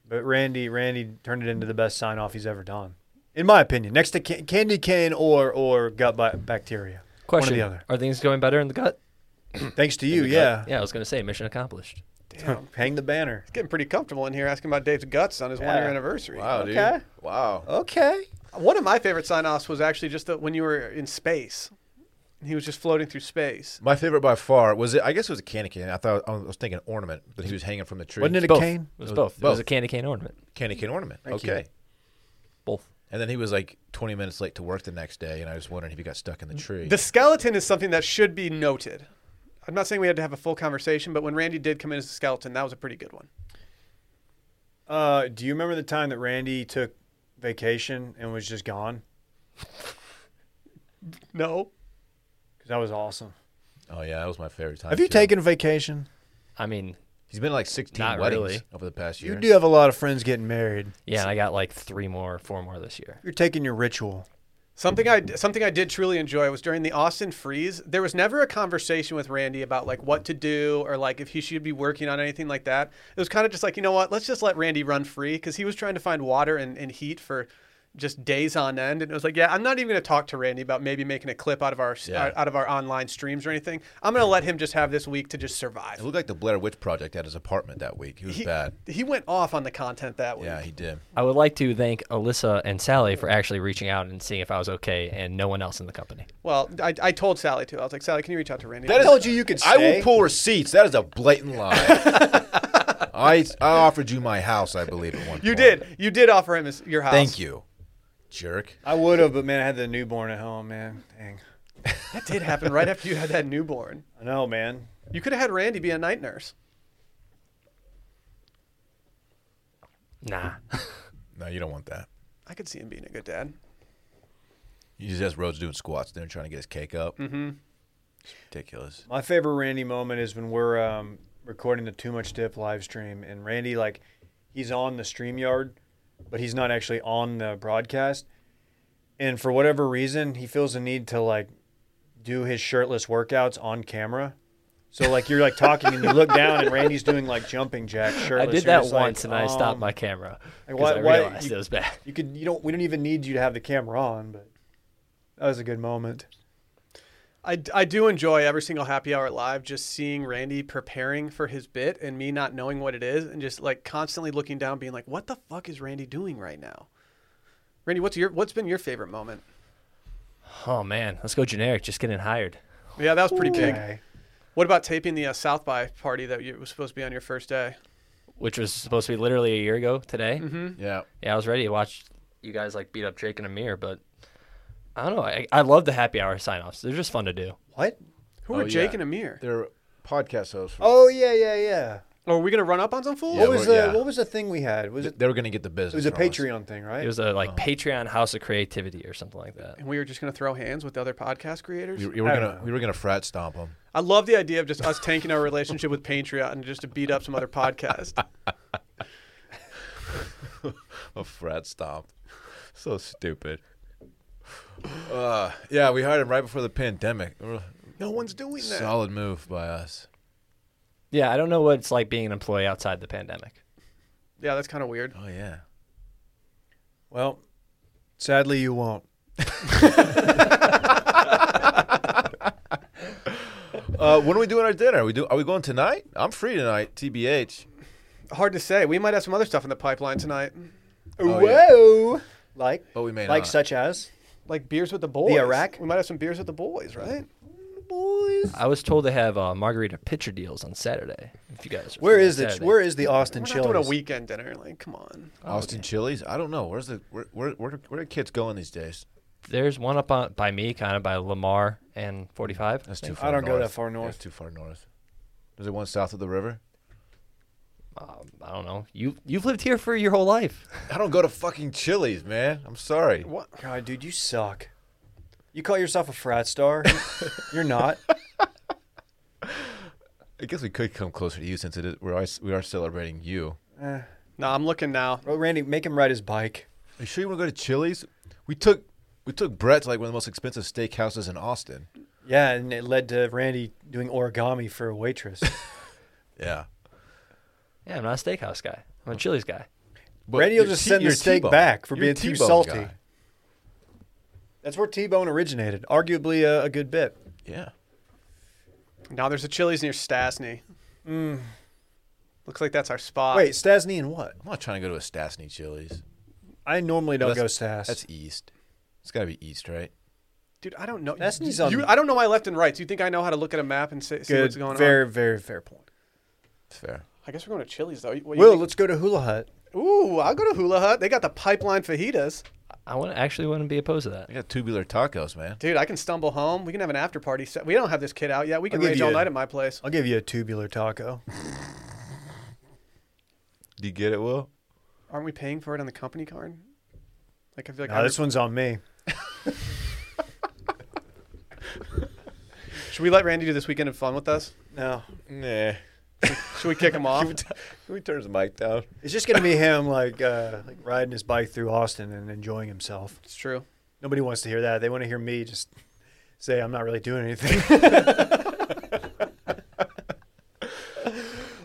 [SPEAKER 2] But Randy Randy turned it into the best sign off he's ever done, in my opinion. Next to ca- candy cane or or gut bi- bacteria.
[SPEAKER 6] Question
[SPEAKER 2] One or the other.
[SPEAKER 6] Are things going better in the gut? Uh,
[SPEAKER 2] Thanks to you, yeah.
[SPEAKER 6] Yeah, I was gonna say mission accomplished.
[SPEAKER 1] Damn.
[SPEAKER 2] Hang the banner.
[SPEAKER 1] It's getting pretty comfortable in here asking about Dave's guts on his one year
[SPEAKER 2] Yeah.
[SPEAKER 1] anniversary.
[SPEAKER 3] Wow,
[SPEAKER 2] Okay. Oh.
[SPEAKER 3] dude. Wow.
[SPEAKER 2] Okay.
[SPEAKER 1] One of my favorite sign offs was actually just the, when you were in space. He was just floating through space.
[SPEAKER 3] My favorite by far was it. I guess it was a candy cane. I thought I was thinking ornament, but he was hanging from the tree.
[SPEAKER 2] Wasn't it a
[SPEAKER 6] Both.
[SPEAKER 2] cane?
[SPEAKER 6] It was both. It was
[SPEAKER 3] both.
[SPEAKER 6] a candy cane ornament.
[SPEAKER 3] candy cane ornament?
[SPEAKER 2] you.
[SPEAKER 3] okay.
[SPEAKER 6] Both.
[SPEAKER 3] And then he was like 20 minutes late to work the next day, and I was wondering if he got stuck in the tree.
[SPEAKER 1] The skeleton is something that should be noted. I'm not saying we had to have a full conversation, but when Randy did come in as a skeleton, that was a pretty good one.
[SPEAKER 2] Uh, do you remember the time that Randy took vacation and was just gone?
[SPEAKER 1] No.
[SPEAKER 2] Because that was awesome.
[SPEAKER 3] oh yeah, that was my favorite time.
[SPEAKER 2] Have you
[SPEAKER 3] too.
[SPEAKER 2] taken a vacation?
[SPEAKER 6] I mean,
[SPEAKER 3] He's been to, like 16
[SPEAKER 6] Not
[SPEAKER 3] weddings
[SPEAKER 6] really.
[SPEAKER 3] over the past year.
[SPEAKER 2] You do have a lot of friends getting married.
[SPEAKER 6] yeah, and I got like three more, four more this year.
[SPEAKER 2] You're taking your ritual.
[SPEAKER 1] Something I something I did truly enjoy was during the Austin freeze. There was never a conversation with Randy about like what to do or like if he should be working on anything like that. It was kind of just like you know what, let's just let Randy run free because he was trying to find water and, and heat for just days on end. And it was like, yeah, I'm not even going to talk to Randy about maybe making a clip out of our
[SPEAKER 3] Yeah.
[SPEAKER 1] out of our online streams or anything. I'm going to let him just have this week to just survive.
[SPEAKER 3] It looked like the Blair Witch Project at his apartment that week. He was
[SPEAKER 1] He,
[SPEAKER 3] bad.
[SPEAKER 1] he went off on the content that week.
[SPEAKER 3] Yeah, he did.
[SPEAKER 6] I would like to thank Alyssa and Sally for actually reaching out and seeing if I was okay, and no one else in the company.
[SPEAKER 1] Well, I, I told Sally too. I was like, Sally, can you reach out to Randy?
[SPEAKER 2] I told you you could
[SPEAKER 3] I will
[SPEAKER 2] stay.
[SPEAKER 3] pull receipts. That is a
[SPEAKER 2] *laughs*
[SPEAKER 3] blatant lie. I I offered you my house, I believe, at one
[SPEAKER 1] You
[SPEAKER 3] point.
[SPEAKER 1] did. You did offer him his, your house.
[SPEAKER 3] Thank you, jerk.
[SPEAKER 2] I would have, but man, I had the newborn at home, man. Dang.
[SPEAKER 1] That did happen right after you had that newborn.
[SPEAKER 2] I know, man.
[SPEAKER 1] You could have had Randy be a night nurse.
[SPEAKER 6] Nah,
[SPEAKER 3] No, you don't want that.
[SPEAKER 1] I could see him being a good dad.
[SPEAKER 3] He just has Rhodes doing squats there, trying to get his cake up. Mm-hmm. Ridiculous.
[SPEAKER 2] My favorite Randy moment is when we're um, recording the Too Much Dip live stream, and Randy, like, he's on the stream yard, but he's not actually on the broadcast. And for whatever reason, he feels the need to, like, do his shirtless workouts on camera. So, like, you're, like, talking, and you look down, and Randy's doing, like, jumping jack
[SPEAKER 6] I
[SPEAKER 2] shirtless.
[SPEAKER 6] did
[SPEAKER 2] You're
[SPEAKER 6] that
[SPEAKER 2] just like,
[SPEAKER 6] once, and I stopped
[SPEAKER 2] um,
[SPEAKER 6] my camera because
[SPEAKER 2] why-
[SPEAKER 6] I
[SPEAKER 2] why-
[SPEAKER 6] realized
[SPEAKER 2] you-
[SPEAKER 6] it was bad.
[SPEAKER 2] You could, you don't, we don't even need you to have the camera on, but that was a good moment.
[SPEAKER 1] I, I do enjoy every single happy hour live just seeing Randy preparing for his bit and me not knowing what it is and just like constantly looking down being like what the fuck is Randy doing right now? Randy, what's your what's been your favorite moment?
[SPEAKER 6] Oh man, let's go generic. Just getting hired.
[SPEAKER 1] Yeah, that was pretty big.
[SPEAKER 2] Okay.
[SPEAKER 1] What about taping the uh, South by party that you, was supposed to be on your first day?
[SPEAKER 6] which was supposed to be literally a year ago today.
[SPEAKER 2] Mm-hmm.
[SPEAKER 3] Yeah.
[SPEAKER 6] Yeah, I was ready to watch you guys like beat up Jake and Amir, but I don't know. I, I love the happy hour sign offs. They're just fun to do.
[SPEAKER 2] What?
[SPEAKER 1] Who
[SPEAKER 3] Oh,
[SPEAKER 1] are Jake
[SPEAKER 3] yeah.
[SPEAKER 1] and Amir?
[SPEAKER 3] They're podcast hosts. for-
[SPEAKER 2] Oh, yeah, yeah, yeah.
[SPEAKER 1] Oh, are we gonna run up on some fool?
[SPEAKER 3] Yeah,
[SPEAKER 2] What was the
[SPEAKER 3] well, yeah.
[SPEAKER 2] What was the thing we had? Was it
[SPEAKER 3] They were going to get the business.
[SPEAKER 2] It was a
[SPEAKER 3] from us.
[SPEAKER 2] Patreon thing, right?
[SPEAKER 6] It was a
[SPEAKER 2] Oh.
[SPEAKER 6] like Patreon House of Creativity or something like that.
[SPEAKER 1] And we were just gonna throw hands with the other podcast creators.
[SPEAKER 3] We, we were
[SPEAKER 2] I don't
[SPEAKER 3] gonna
[SPEAKER 2] know.
[SPEAKER 3] we were gonna frat stomp them.
[SPEAKER 1] I love the idea of just us tanking our relationship with Patreon just to beat up some other
[SPEAKER 2] *laughs*
[SPEAKER 1] podcast.
[SPEAKER 3] A frat stomp. *laughs* So stupid. Uh, yeah, we hired him right before the pandemic. Uh,
[SPEAKER 1] No one's doing that.
[SPEAKER 3] Solid move by us.
[SPEAKER 6] Yeah, I don't know what it's like being an employee outside the pandemic.
[SPEAKER 1] Yeah, that's kind of weird.
[SPEAKER 3] Oh yeah.
[SPEAKER 2] well, sadly, you won't.
[SPEAKER 3] Uh, when are we doing our dinner? Are we do are we going tonight? I'm free tonight. TBH.
[SPEAKER 1] Hard to say. We might have some other stuff in the pipeline tonight,
[SPEAKER 2] Whoa! Like,
[SPEAKER 3] Oh, But we may
[SPEAKER 2] like
[SPEAKER 3] not.
[SPEAKER 2] such as
[SPEAKER 1] like beers with the boys.
[SPEAKER 2] Iraq?
[SPEAKER 1] We might have some beers with the boys, right?
[SPEAKER 2] boys.
[SPEAKER 6] I was told they have uh, margarita pitcher deals on Saturday. If you guys, are
[SPEAKER 2] Where
[SPEAKER 6] free on
[SPEAKER 2] is the
[SPEAKER 6] Saturday.
[SPEAKER 2] Where is the Austin
[SPEAKER 1] We're
[SPEAKER 2] Chili's?
[SPEAKER 1] not doing a weekend dinner. Like, come on.
[SPEAKER 3] Austin Chili's. I don't know. Where's the where where where, do- where are kids going these days?
[SPEAKER 6] There's one up on, by me, kind of by Lamar and 45.
[SPEAKER 3] That's
[SPEAKER 6] I
[SPEAKER 3] too
[SPEAKER 6] think.
[SPEAKER 3] far.
[SPEAKER 2] don't go
[SPEAKER 3] north.
[SPEAKER 2] that far north.
[SPEAKER 3] That's too far north. Is there one south of the river?
[SPEAKER 6] Um, I don't know. You you've lived here for your whole life. *laughs*
[SPEAKER 3] I don't go to fucking Chili's, man. I'm sorry.
[SPEAKER 1] What?
[SPEAKER 2] God, dude, you suck. You call yourself a frat
[SPEAKER 3] *laughs*
[SPEAKER 2] star? You're not.
[SPEAKER 3] I guess we could come closer to you since it is we're always, we are celebrating you.
[SPEAKER 1] No, I'm looking now.
[SPEAKER 2] Well, Randy, make him ride his bike.
[SPEAKER 3] Are you sure you want to go to Chili's? We took we took Brett to like one of the most expensive steakhouses in Austin.
[SPEAKER 2] Yeah, and it led to Randy doing origami for a
[SPEAKER 3] *laughs*
[SPEAKER 2] waitress.
[SPEAKER 3] Yeah.
[SPEAKER 6] Yeah, I'm not a steakhouse guy. I'm a Chili's guy.
[SPEAKER 3] But
[SPEAKER 2] Randy will
[SPEAKER 3] you're
[SPEAKER 2] just
[SPEAKER 3] T-
[SPEAKER 2] send the
[SPEAKER 3] you're
[SPEAKER 2] steak
[SPEAKER 3] T-bone.
[SPEAKER 2] back for
[SPEAKER 3] You're
[SPEAKER 2] being too
[SPEAKER 3] T-bone
[SPEAKER 2] salty.
[SPEAKER 3] guy.
[SPEAKER 2] That's where T-bone originated. Arguably a, a good bit.
[SPEAKER 3] Yeah.
[SPEAKER 1] Now there's a Chili's near Stasny. Looks like that's our spot.
[SPEAKER 2] Mm. Wait, Stasny and what?
[SPEAKER 3] I'm not trying to go to a Stastny Chili's.
[SPEAKER 2] I normally don't
[SPEAKER 3] That's-
[SPEAKER 2] go Stas.
[SPEAKER 3] That's east. It's got to be east, right?
[SPEAKER 1] dude, I don't know.
[SPEAKER 2] Stasny's
[SPEAKER 1] you,
[SPEAKER 2] on-
[SPEAKER 1] I don't know my left and rights. You think I know how to look at a map and say, see
[SPEAKER 2] good.
[SPEAKER 1] what's going
[SPEAKER 2] very,
[SPEAKER 1] on?
[SPEAKER 2] very fair point.
[SPEAKER 3] It's fair.
[SPEAKER 1] I guess we're going to Chili's though. What do you
[SPEAKER 2] Will,
[SPEAKER 1] think?
[SPEAKER 2] let's go to Hula Hut.
[SPEAKER 1] Ooh, I'll go to Hula Hut. They got the pipeline fajitas.
[SPEAKER 6] I want actually wouldn't be opposed to that.
[SPEAKER 3] I got tubular tacos, man.
[SPEAKER 1] Dude, I can stumble home. We can have an after party set. We don't have this kid out yet. We can
[SPEAKER 2] I'll give
[SPEAKER 1] rage
[SPEAKER 2] you
[SPEAKER 1] all
[SPEAKER 2] a-
[SPEAKER 1] night at my place.
[SPEAKER 2] I'll give you a tubular taco.
[SPEAKER 3] Do you get it, Will?
[SPEAKER 1] Aren't we paying for it on the company card? Like I feel like
[SPEAKER 2] Nah,
[SPEAKER 1] I-
[SPEAKER 2] this one's on me.
[SPEAKER 1] should we let Randy do this weekend of fun with us?
[SPEAKER 2] No,
[SPEAKER 3] Nah.
[SPEAKER 1] Should we kick
[SPEAKER 2] *laughs*
[SPEAKER 1] him off?
[SPEAKER 3] Who turns the mic down?
[SPEAKER 2] it's just gonna be him like uh, like riding his bike through Austin and enjoying himself.
[SPEAKER 1] it's true.
[SPEAKER 2] Nobody wants to hear that. They want to hear me just say I'm not really doing anything. *laughs*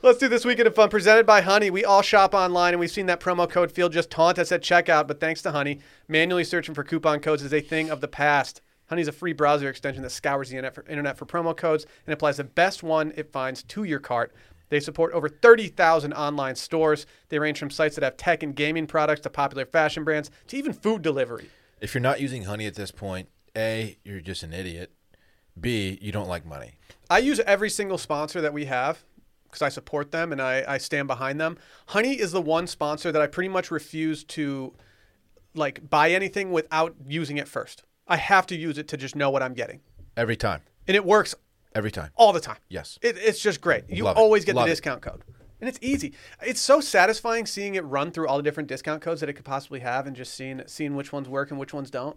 [SPEAKER 1] Let's do this weekend of fun presented by Honey. We all shop online, and we've seen that promo code field just taunt us at checkout. But thanks to Honey, manually searching for coupon codes is a thing of the past. Honey is a free browser extension that scours the internet for, internet for promo codes and applies the best one it finds to your cart. They support over 30,000 online stores. They range from sites that have tech and gaming products to popular fashion brands to even food delivery.
[SPEAKER 3] If you're not using honey at this point, A, you're just an idiot. B, you don't like money.
[SPEAKER 1] I use every single sponsor that we have because I support them and I, I stand behind them. Honey is the one sponsor that I pretty much refuse to like buy anything without using it first. I have to use it to just know what I'm getting.
[SPEAKER 3] Every time.
[SPEAKER 1] And it works
[SPEAKER 3] Every time.
[SPEAKER 1] all the time.
[SPEAKER 3] Yes.
[SPEAKER 1] It, it's just great. You
[SPEAKER 3] Love it.
[SPEAKER 1] always get
[SPEAKER 3] Love
[SPEAKER 1] the
[SPEAKER 3] it.
[SPEAKER 1] discount code. And it's easy. It's so satisfying seeing it run through all the different discount codes that it could possibly have and just seeing seeing which ones work and which ones don't.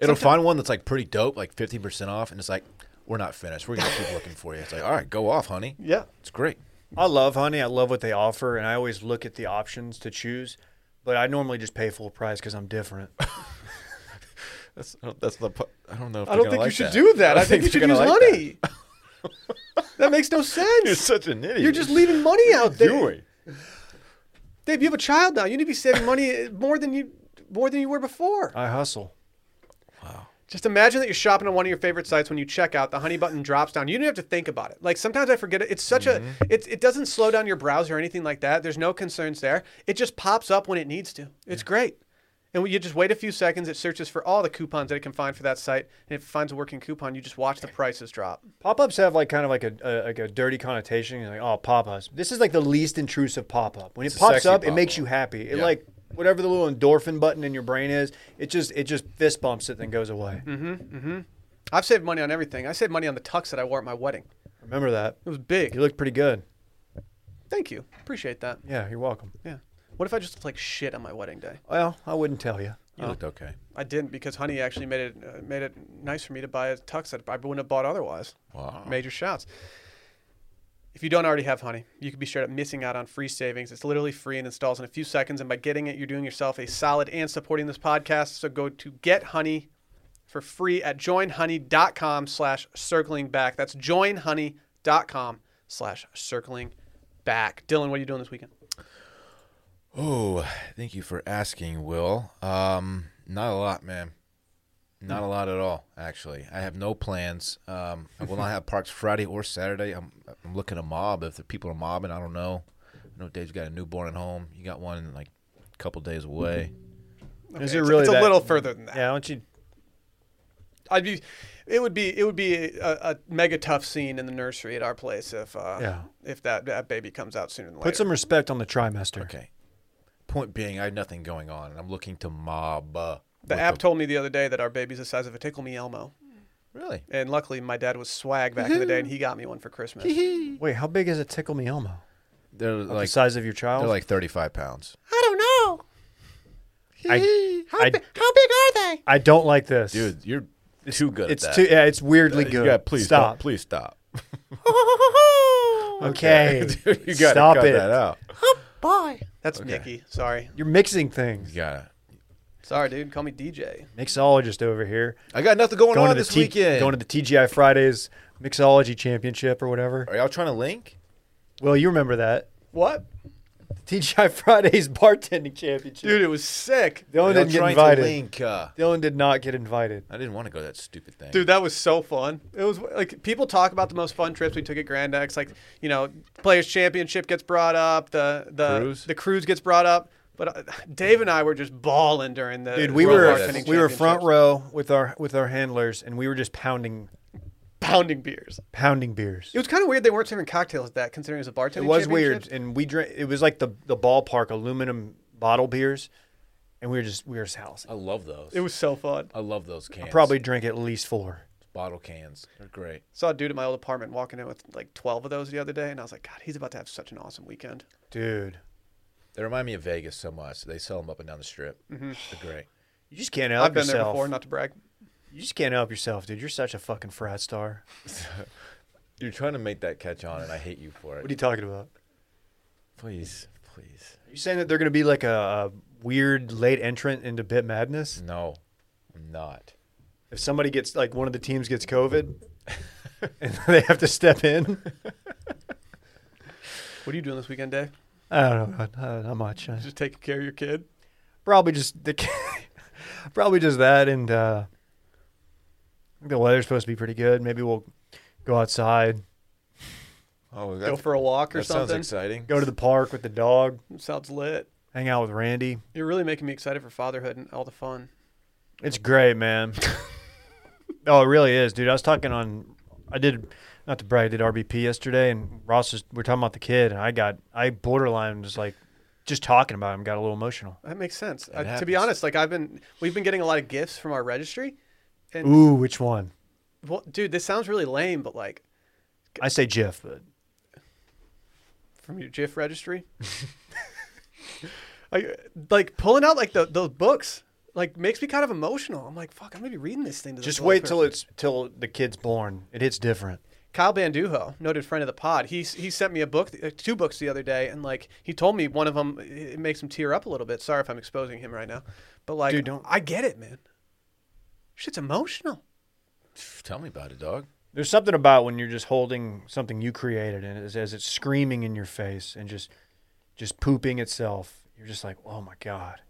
[SPEAKER 3] It'll find one that's like pretty dope, like 15% off, and it's like, we're not finished. We're going to keep looking for you. It's like, all right, go off, honey.
[SPEAKER 1] Yeah.
[SPEAKER 3] It's great.
[SPEAKER 2] I love Honey. I love what they offer, and I always look at the options to choose. But I normally just pay full price because I'm
[SPEAKER 1] *laughs*
[SPEAKER 2] different.
[SPEAKER 3] That's, that's the, I don't know if
[SPEAKER 1] I don't think you should do that. I, think, you should use honey. That. makes no sense.
[SPEAKER 3] such an idiot.
[SPEAKER 1] You're just leaving money out there.
[SPEAKER 3] doing.
[SPEAKER 1] Dave, you have a child now. You need to be saving money more than you more than you were before.
[SPEAKER 2] I hustle.
[SPEAKER 1] Just imagine that you're shopping on one of your favorite sites when you check out, the honey button drops down. You don't have to think about it. Like sometimes I forget it. It's such a it, it doesn't slow down your browser or anything like that. There's no concerns there. It just pops up when it needs to. It's great. And you just wait a few seconds. It searches for all the coupons that it can find for that site, and if it finds a working coupon, you just watch the prices drop.
[SPEAKER 2] Pop ups have like kind of like a, a like a dirty connotation. You're like, oh, pop ups. This is like the least intrusive pop up. When it
[SPEAKER 3] a
[SPEAKER 2] pops
[SPEAKER 3] sexy
[SPEAKER 2] up, it
[SPEAKER 3] pop-up.
[SPEAKER 2] makes you happy. It
[SPEAKER 3] Yeah.
[SPEAKER 2] like whatever the little endorphin button in your brain is, it just it just fist bumps it then goes away.
[SPEAKER 3] Mm-hmm.
[SPEAKER 1] I've saved money on everything. I saved money on the tux that I wore at my wedding.
[SPEAKER 2] Remember that.
[SPEAKER 1] It was big.
[SPEAKER 2] You look pretty good.
[SPEAKER 1] Thank you. Appreciate that.
[SPEAKER 2] Yeah, you're welcome.
[SPEAKER 1] Yeah. What if I just looked like shit on my wedding day?
[SPEAKER 2] Well, I wouldn't tell you.
[SPEAKER 3] You looked okay.
[SPEAKER 1] I didn't because Honey actually made it uh, made it nice for me to buy a tux that I wouldn't have bought otherwise.
[SPEAKER 3] Wow.
[SPEAKER 1] Major shouts. If you don't already have Honey, you could be straight up missing out on free savings. It's literally free and installs in a few seconds. And by getting it, you're doing yourself a solid and supporting this podcast. So go to Get Honey for free at joinhoney.com slash circling back. That's joinhoney.com slash circling back. Dylan, what are you doing this weekend?
[SPEAKER 3] Oh, thank you for asking, Will. Um, not a lot, man. Not a lot at all, actually. I have no plans. Um, I will not have parks Friday or Saturday. I'm, I'm looking to mob. If the people are mobbing, I don't know. I know Dave's got a newborn at home. You got one in like a couple days away.
[SPEAKER 2] Is
[SPEAKER 1] Okay,
[SPEAKER 2] it
[SPEAKER 1] it's-
[SPEAKER 2] really
[SPEAKER 1] it's a
[SPEAKER 2] that-
[SPEAKER 1] little further than that.
[SPEAKER 2] Yeah, why don't you
[SPEAKER 1] I'd be, it would be, it would be a, a mega tough scene in the nursery at our place if, uh,
[SPEAKER 2] Yeah.
[SPEAKER 1] if that, that baby comes out sooner than later.
[SPEAKER 2] put some respect on the trimester?
[SPEAKER 3] Okay. Point being, I have nothing going on, and I'm looking to mob. uh,
[SPEAKER 1] the
[SPEAKER 3] with
[SPEAKER 1] app told me the other day that our baby's the size of a tickle me Elmo,
[SPEAKER 3] really?
[SPEAKER 1] and luckily my dad was swag back in the day, and he got me one for
[SPEAKER 2] *laughs*
[SPEAKER 1] Christmas. I
[SPEAKER 2] Wait, how big is a tickle me Elmo?
[SPEAKER 3] They're
[SPEAKER 2] the
[SPEAKER 3] like
[SPEAKER 2] size of your child?
[SPEAKER 3] they're like 35 pounds.
[SPEAKER 1] don't know.
[SPEAKER 2] I, I,
[SPEAKER 1] How big are they?
[SPEAKER 2] I don't like this.
[SPEAKER 3] Dude, you're too good.
[SPEAKER 2] it's
[SPEAKER 3] at that. Uh,
[SPEAKER 2] too yeah, it's weirdly good.
[SPEAKER 3] Yeah, please
[SPEAKER 2] stop.
[SPEAKER 3] stop. Please stop. *laughs*
[SPEAKER 2] *laughs* Okay.
[SPEAKER 3] Dude, you gotta
[SPEAKER 2] Stop
[SPEAKER 3] cut
[SPEAKER 2] it.
[SPEAKER 3] that out.
[SPEAKER 1] That's Mickey. Sorry,
[SPEAKER 2] You're mixing things.
[SPEAKER 3] You gotta.
[SPEAKER 1] sorry, dude. Call me DJ.
[SPEAKER 2] Mixologist over here.
[SPEAKER 3] I got nothing going,
[SPEAKER 2] Going
[SPEAKER 3] on
[SPEAKER 2] to the
[SPEAKER 3] this
[SPEAKER 2] T-
[SPEAKER 3] weekend.
[SPEAKER 2] going to the TGI Fridays mixology championship or whatever.
[SPEAKER 3] Are y'all trying to link?
[SPEAKER 2] Well, you remember that. *laughs*
[SPEAKER 1] What?
[SPEAKER 2] TGI Fridays bartending championship.
[SPEAKER 1] Dude, it was sick.
[SPEAKER 2] Dylan
[SPEAKER 3] They are
[SPEAKER 2] didn't get
[SPEAKER 3] trying to
[SPEAKER 2] invited.
[SPEAKER 3] link, uh,
[SPEAKER 2] Dylan did not get invited.
[SPEAKER 3] I didn't want to go to that stupid thing.
[SPEAKER 1] Dude, that was so fun. It was like people talk about the most fun trips we took at Grand X. Like you know, Players Championship gets brought up, the the
[SPEAKER 3] Cruise?
[SPEAKER 1] the cruise gets brought up. But uh, Dave and I were just balling during the
[SPEAKER 2] Dude,
[SPEAKER 3] Uh,
[SPEAKER 2] we
[SPEAKER 1] World
[SPEAKER 2] were
[SPEAKER 1] Bartending
[SPEAKER 2] we were front
[SPEAKER 1] Championships.
[SPEAKER 2] row with our with our handlers, and we were just pounding
[SPEAKER 1] pounding beers.
[SPEAKER 2] pounding beers.
[SPEAKER 1] It was kind of weird they weren't serving cocktails at that, considering it was a bartending.
[SPEAKER 2] It was weird,
[SPEAKER 1] championships.
[SPEAKER 2] and we drank. It was like the the ballpark aluminum bottle beers, and we were just we were just housing.
[SPEAKER 3] I love those.
[SPEAKER 1] It was so fun.
[SPEAKER 3] I love those cans.
[SPEAKER 2] Probably drank at least four.
[SPEAKER 3] bottle cans. They're great.
[SPEAKER 1] Saw a dude at my old apartment walking in with like twelve of those the other day, and I was like, God, he's about to have such an awesome weekend.
[SPEAKER 2] Dude,
[SPEAKER 3] They remind me of Vegas so much. They sell them up and down the strip.
[SPEAKER 2] Mm-hmm.
[SPEAKER 3] They're great.
[SPEAKER 2] you just can't help
[SPEAKER 1] I've been there
[SPEAKER 2] yourself.
[SPEAKER 1] before, not to brag.
[SPEAKER 2] you just can't help yourself, dude. You're such a fucking frat star.
[SPEAKER 3] You're trying to make that catch on, and I hate you for it.
[SPEAKER 2] What are you talking about?
[SPEAKER 3] please, please.
[SPEAKER 2] Are you saying that they're going to be like a, a weird late entrant into Bit Madness?
[SPEAKER 3] No, I'm not.
[SPEAKER 2] If somebody gets like one of the teams gets COVID, *laughs* and they have to step in.
[SPEAKER 1] What are you doing this weekend,
[SPEAKER 2] *laughs*
[SPEAKER 1] Dave?
[SPEAKER 2] I don't know, not, not much. I-
[SPEAKER 1] Just taking care of your kid.
[SPEAKER 2] Probably just the, *laughs* probably just that, and uh, the weather's supposed to be pretty good. Maybe we'll go outside,
[SPEAKER 3] Oh,
[SPEAKER 1] Go for a walk or
[SPEAKER 3] that sounds
[SPEAKER 1] something.
[SPEAKER 3] exciting.
[SPEAKER 2] go to the park with the dog,
[SPEAKER 1] sounds lit.
[SPEAKER 2] hang out with Randy.
[SPEAKER 1] You're really making me excited for fatherhood and all the fun.
[SPEAKER 2] It's great, man. oh, it really is, dude. I was talking on, I did not to brag, I did RBP yesterday, and Ross was we are talking about the kid, and I got I borderline was like, just talking about him got a little emotional.
[SPEAKER 1] That makes sense. Uh, to
[SPEAKER 3] happens.
[SPEAKER 1] be honest, like I've been, we've been getting a lot of gifts from our registry, and
[SPEAKER 2] Ooh, which one?
[SPEAKER 1] well, dude, this sounds really lame, but like
[SPEAKER 2] I say Jeff, but
[SPEAKER 1] from your GIF
[SPEAKER 2] *laughs*
[SPEAKER 1] registry, like, like pulling out like the, those books, like makes me kind of emotional. I'm like, fuck, I'm gonna be reading this thing. To this
[SPEAKER 2] just
[SPEAKER 1] little
[SPEAKER 2] wait till
[SPEAKER 1] person.
[SPEAKER 2] it's till the kid's born. It hits different.
[SPEAKER 1] Kyle Banduho, noted friend of the pod, he he sent me a book, uh, two books the other day, and like he told me one of them it makes him tear up a little bit. Sorry if I'm exposing him right now, but like,
[SPEAKER 2] Dude, don't-
[SPEAKER 1] I get it, man. Shit's emotional.
[SPEAKER 3] Tell me about it, dog.
[SPEAKER 2] There's something about when you're just holding something you created and as, as it's screaming in your face and just just pooping itself. You're just like, oh my god,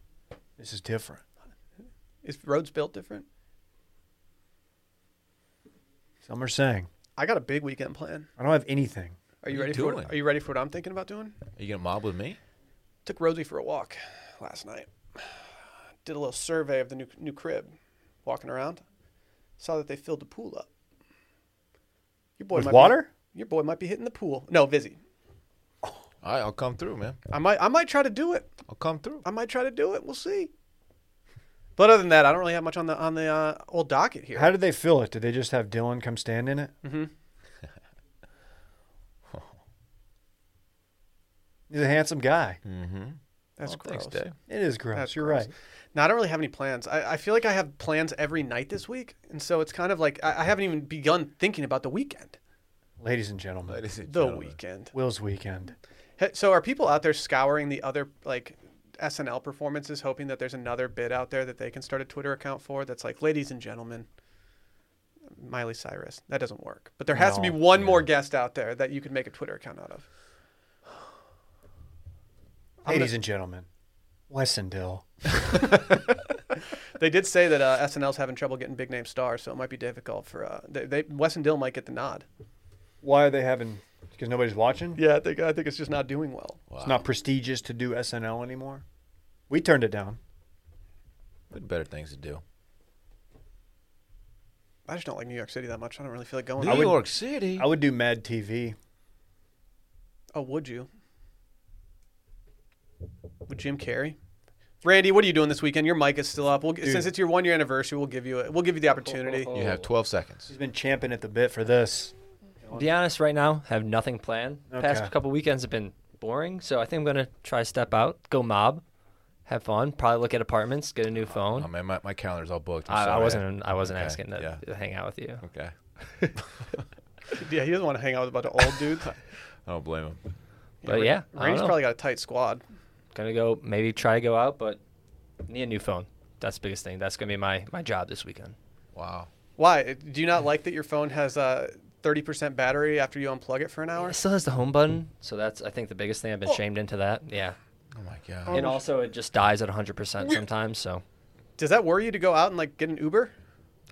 [SPEAKER 2] this is different.
[SPEAKER 1] Is roads built different?
[SPEAKER 2] Some are saying,
[SPEAKER 1] I got a big weekend plan.
[SPEAKER 2] I don't have anything.
[SPEAKER 1] Are you
[SPEAKER 3] What are
[SPEAKER 1] ready
[SPEAKER 3] you
[SPEAKER 1] for?
[SPEAKER 3] doing?
[SPEAKER 1] What, are you ready for what I'm thinking about doing?
[SPEAKER 3] Are you gonna mob with me?
[SPEAKER 1] Took Rosie for a walk last night. Did a little survey of the new new crib. Walking around, saw that they filled the pool up. Your boy
[SPEAKER 2] With
[SPEAKER 1] might be-
[SPEAKER 2] water?
[SPEAKER 1] your boy might be hitting the pool. No, Vizzy.
[SPEAKER 3] All right, I'll come through, man.
[SPEAKER 1] I might I might try to do it.
[SPEAKER 3] I'll come through.
[SPEAKER 1] I might try to do it. We'll see. But other than that, I don't really have much on the on the uh, old docket here.
[SPEAKER 2] How did they fill it? Did they just have Dylan come stand in it? Mm-hmm. *laughs* He's a handsome guy.
[SPEAKER 3] Hmm.
[SPEAKER 1] That's
[SPEAKER 3] Oh, thanks,
[SPEAKER 1] gross.
[SPEAKER 3] Dave.
[SPEAKER 2] It is gross.
[SPEAKER 1] That's
[SPEAKER 2] You're
[SPEAKER 1] gross.
[SPEAKER 2] right.
[SPEAKER 1] Now I don't really have any plans. I, I feel like I have plans every night this week, and so it's kind of like I, I haven't even begun thinking about the weekend.
[SPEAKER 2] Ladies and gentlemen,
[SPEAKER 3] Ladies and
[SPEAKER 1] The
[SPEAKER 3] gentlemen.
[SPEAKER 1] weekend.
[SPEAKER 2] Will's weekend.
[SPEAKER 1] Hey, So are people out there scouring the other like SNL performances, hoping that there's another bit out there that they can start a Twitter account for that's like, ladies and gentlemen, Miley Cyrus. That doesn't work. But there has to be
[SPEAKER 2] No,
[SPEAKER 1] one more guest out there that you could make a Twitter account out of. I'm
[SPEAKER 2] Ladies
[SPEAKER 1] gonna-
[SPEAKER 2] and gentlemen, Wessendale.
[SPEAKER 1] They did say that uh, SNL's having trouble getting big name stars, so it might be difficult for uh, they, they Wes and Dill might get the nod.
[SPEAKER 2] Why are they having? Because nobody's watching.
[SPEAKER 1] Yeah, I think I think it's just not doing well.
[SPEAKER 2] It's not prestigious to do SNL anymore. We turned it down.
[SPEAKER 3] Been better things to do.
[SPEAKER 1] I just don't like New York City that much. I don't really feel like going.
[SPEAKER 3] New
[SPEAKER 1] I would,
[SPEAKER 3] York City.
[SPEAKER 2] I would do Mad TV.
[SPEAKER 1] oh, would you? Would Jim Carrey? Randy, what are you doing this weekend? Your mic is still up. We'll, since it's your one year anniversary, we'll give you a, we'll give you the opportunity. *laughs*
[SPEAKER 3] you have 12 seconds.
[SPEAKER 2] He's been champing at the bit for this.
[SPEAKER 6] be honest, right now, have nothing planned.
[SPEAKER 2] Okay.
[SPEAKER 6] Past couple weekends have been boring, so I think I'm gonna try to step out, go mob, have fun, probably look at apartments, get a new phone.
[SPEAKER 3] Oh, man, my, my calendar's all booked. I'm
[SPEAKER 6] I, I
[SPEAKER 3] sorry.
[SPEAKER 6] wasn't. I wasn't
[SPEAKER 3] Okay,
[SPEAKER 6] asking to,
[SPEAKER 3] yeah.
[SPEAKER 6] to hang out with you.
[SPEAKER 3] Okay.
[SPEAKER 1] Yeah, he doesn't want to hang out with a bunch of
[SPEAKER 3] *laughs*
[SPEAKER 1] old dudes.
[SPEAKER 3] I don't blame him.
[SPEAKER 6] But yeah, I don't
[SPEAKER 1] Randy's
[SPEAKER 6] know.
[SPEAKER 1] probably got a tight squad.
[SPEAKER 6] gonna go maybe try to go out, but need a new phone. That's the biggest thing. That's gonna be my my job this weekend.
[SPEAKER 3] Wow.
[SPEAKER 1] Why? Do you not like that your phone has uh, 30% battery after you unplug it for an hour.
[SPEAKER 6] It still has the home button, so that's I think the biggest thing I've been shamed into that. Yeah,
[SPEAKER 3] Oh my god.
[SPEAKER 6] and also it just dies at 100 percent sometimes. So
[SPEAKER 1] Does that worry you to go out and like get an Uber?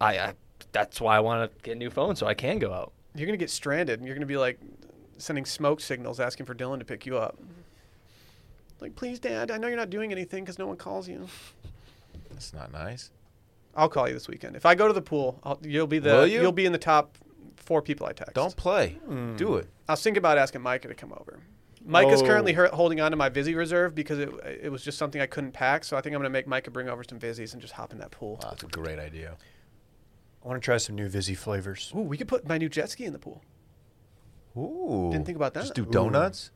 [SPEAKER 6] I, I that's why I want to get a new phone so I can go out.
[SPEAKER 1] You're going to get stranded and you're going to be like sending smoke signals asking for Dylan to pick you up. Like, please, Dad, I know you're not doing anything because no one calls you.
[SPEAKER 3] That's not nice.
[SPEAKER 1] I'll call you this weekend. If I go to the pool, I'll, you'll be the
[SPEAKER 3] Will you?
[SPEAKER 1] you? will be in the top four people I text.
[SPEAKER 3] Don't play. Do it.
[SPEAKER 1] I was thinking about asking Micah to come over. Micah's
[SPEAKER 2] Oh.
[SPEAKER 1] currently her- holding on to my Vizzy reserve because it, it was just something I couldn't pack. So I think I'm going to make Micah bring over some Vizzies and just hop in that pool.
[SPEAKER 3] Wow, that's a great idea.
[SPEAKER 2] I want to try some new Vizzy flavors.
[SPEAKER 1] Ooh, we could put my new jet ski in the pool.
[SPEAKER 3] Ooh.
[SPEAKER 1] Didn't think about that.
[SPEAKER 3] Just do donuts.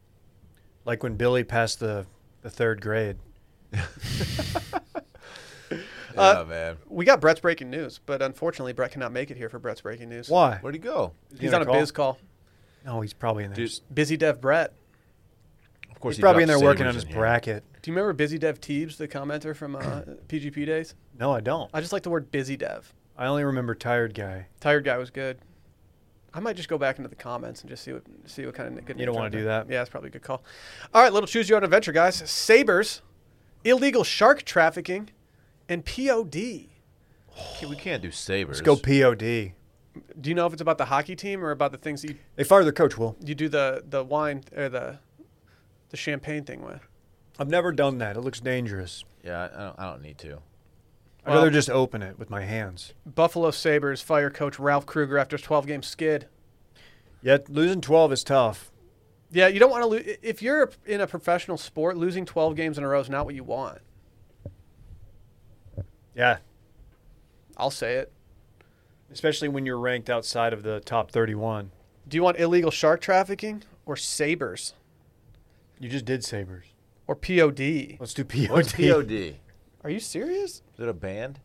[SPEAKER 2] Like when Billy passed the, the third grade.
[SPEAKER 3] Yeah, man.
[SPEAKER 1] We got Brett's breaking news, but unfortunately, Brett cannot make it here for Brett's breaking news.
[SPEAKER 2] Why?
[SPEAKER 3] Where'd he go?
[SPEAKER 1] He's
[SPEAKER 2] gonna
[SPEAKER 1] on a
[SPEAKER 2] call?
[SPEAKER 1] biz call.
[SPEAKER 2] No, he's probably in there.
[SPEAKER 3] Dude,
[SPEAKER 1] Busy Dev Brett.
[SPEAKER 3] Of course,
[SPEAKER 2] he's probably in
[SPEAKER 3] dropped
[SPEAKER 2] there working
[SPEAKER 3] sabers
[SPEAKER 2] on his
[SPEAKER 3] in here.
[SPEAKER 2] bracket.
[SPEAKER 1] Do you remember Busy Dev Teebs, the commenter from
[SPEAKER 2] *clears throat*
[SPEAKER 1] uh, PGP days?
[SPEAKER 2] No, I don't.
[SPEAKER 1] I just like the word Busy Dev.
[SPEAKER 2] I only remember tired guy.
[SPEAKER 1] Tired guy was good. I might just go back into the comments and just see what see what kind of good.
[SPEAKER 2] You don't
[SPEAKER 1] names
[SPEAKER 2] wanna
[SPEAKER 1] are
[SPEAKER 2] do
[SPEAKER 1] out there.
[SPEAKER 2] that.
[SPEAKER 1] Yeah, that's probably a good call. All right, little choose your own adventure, guys. Sabers, illegal shark trafficking, and POD. Do
[SPEAKER 3] Can't- We can't do
[SPEAKER 2] Let's
[SPEAKER 3] sabers.
[SPEAKER 2] go POD.
[SPEAKER 1] you know if it's about the hockey team or about the things that you,
[SPEAKER 2] They fired their coach, Will.
[SPEAKER 1] you do the the wine or the the champagne thing with?
[SPEAKER 2] I've never done that. It looks dangerous.
[SPEAKER 3] yeah, I don't, I don't
[SPEAKER 2] *laughs*
[SPEAKER 3] need to.
[SPEAKER 2] I'd
[SPEAKER 1] Well-
[SPEAKER 2] rather just open it with my hands.
[SPEAKER 1] Buffalo Sabers fire coach Ralph Kruger after his 12 game skid.
[SPEAKER 2] Yet losing 12 is tough.
[SPEAKER 1] Yeah, you don't want to lose. If you're in a professional sport, losing 12 games in a row is not what you want.
[SPEAKER 2] Yeah.
[SPEAKER 1] I'll say it.
[SPEAKER 2] Especially when you're ranked outside of the top 31.
[SPEAKER 1] Do you want illegal shark trafficking or Sabers?
[SPEAKER 2] You just did Sabres.
[SPEAKER 1] or POD.
[SPEAKER 2] Let's do POD.
[SPEAKER 3] What's POD? Is
[SPEAKER 1] Are you serious?
[SPEAKER 3] it a band?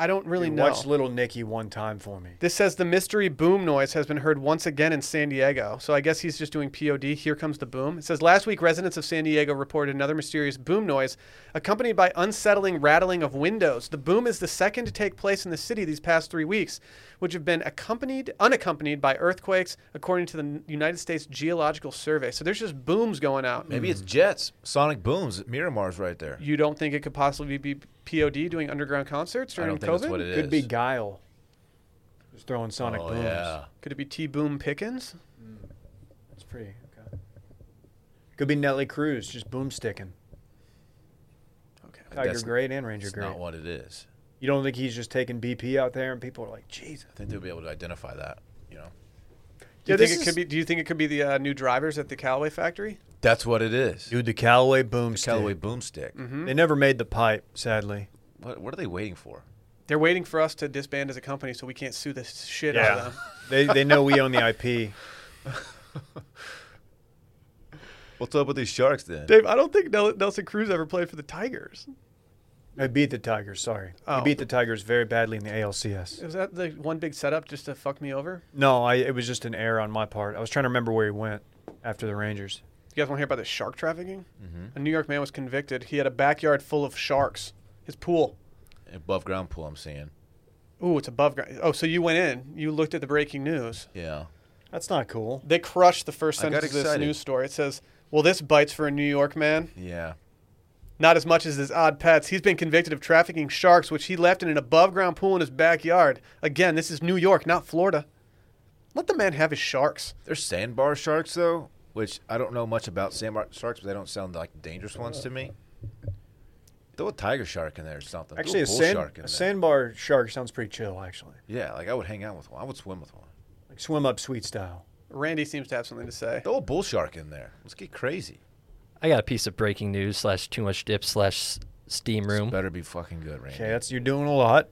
[SPEAKER 1] I don't really
[SPEAKER 2] You
[SPEAKER 1] know.
[SPEAKER 2] Watch Little Nicky one time for me.
[SPEAKER 1] this says the mystery boom noise has been heard once again in San Diego. So I guess he's just doing POD. Here comes the boom. It says last week residents of San Diego reported another mysterious boom noise accompanied by unsettling rattling of windows. The boom is the second to take place in the city these past 3 weeks, which have been accompanied unaccompanied by earthquakes according to the United States Geological Survey. So there's just booms going out.
[SPEAKER 3] Maybe
[SPEAKER 2] Hmm.
[SPEAKER 3] it's Jets. Sonic Booms. Miramar's right there.
[SPEAKER 1] You don't think it could possibly be POD doing underground concerts
[SPEAKER 3] I
[SPEAKER 1] during
[SPEAKER 3] don't think
[SPEAKER 1] COVID?
[SPEAKER 3] that's what it is.
[SPEAKER 2] Could be Guile. Just throwing Sonic
[SPEAKER 3] Oh
[SPEAKER 2] Booms.
[SPEAKER 3] yeah.
[SPEAKER 1] Could it be T Boom Pickens?
[SPEAKER 2] That's pretty. Okay. Could be Nelly Cruz, just boom sticking.
[SPEAKER 1] Okay.
[SPEAKER 2] Tiger
[SPEAKER 3] That's-
[SPEAKER 2] Great and Ranger
[SPEAKER 3] It's
[SPEAKER 2] Great.
[SPEAKER 3] not what it is.
[SPEAKER 2] You don't think he's just taking BP out there and people are like, Jesus.
[SPEAKER 3] I think they'll be able to identify that. You know.
[SPEAKER 1] Do you
[SPEAKER 2] Yeah,
[SPEAKER 1] think it
[SPEAKER 2] this
[SPEAKER 1] could be? Do you think it could be the uh, new drivers at the Callaway factory?
[SPEAKER 3] That's what it is.
[SPEAKER 2] Dude, the Mm-hmm. Callaway boom
[SPEAKER 3] The Callaway Boomstick.
[SPEAKER 2] They never made the pipe, sadly.
[SPEAKER 3] What, what are they waiting for?
[SPEAKER 1] They're waiting for us to disband as a company, so we can't sue the shit out of them.
[SPEAKER 2] they, they know we own the IP.
[SPEAKER 3] What's up with these sharks
[SPEAKER 1] *laughs*
[SPEAKER 3] then?
[SPEAKER 1] Dave, I don't think Nel- Nelson Cruz ever played for the Tigers.
[SPEAKER 2] I beat the Tigers, sorry. I
[SPEAKER 1] Oh.
[SPEAKER 2] beat the Tigers very badly in the ALCS.
[SPEAKER 1] Was that the one big setup just to fuck me over?
[SPEAKER 2] No, I, it was just an error on my part. I was trying to remember where he went after the Rangers.
[SPEAKER 1] You guys want to hear about the shark trafficking? A New York man was convicted. He had a backyard full of sharks. His pool.
[SPEAKER 3] Above ground pool, I'm seeing.
[SPEAKER 1] Ooh, it's above ground. Oh, so you went in. You looked at the breaking news.
[SPEAKER 3] Yeah.
[SPEAKER 2] That's not cool.
[SPEAKER 1] They crushed the first
[SPEAKER 3] I got
[SPEAKER 1] sentence of this
[SPEAKER 3] excited.
[SPEAKER 1] news story. It says, "Well, this bites for a New York man."
[SPEAKER 3] Yeah.
[SPEAKER 1] Not as much as his odd pets. He's been convicted of trafficking sharks, which he left in an above ground pool in his backyard. Again, this is New York, not Florida. Let the man have his sharks.
[SPEAKER 3] There's sandbar sharks though, which I don't know much about sandbar sharks, but they don't sound like dangerous ones to me. Throw a tiger shark in there or something. Throw
[SPEAKER 2] Actually, a,
[SPEAKER 3] bull
[SPEAKER 2] sand,
[SPEAKER 3] shark in
[SPEAKER 2] a
[SPEAKER 3] there.
[SPEAKER 2] sandbar shark sounds pretty chill, actually.
[SPEAKER 3] Yeah, like I would hang out with one. I would swim with one.
[SPEAKER 2] Like swim up sweet style.
[SPEAKER 1] Randy seems to have something to say.
[SPEAKER 3] Throw a bull shark in there. Let's get crazy.
[SPEAKER 6] I got a piece of breaking news slash too much dip slash steam room.
[SPEAKER 3] Better be fucking good, Randy.
[SPEAKER 2] Okay, that's you're doing a lot.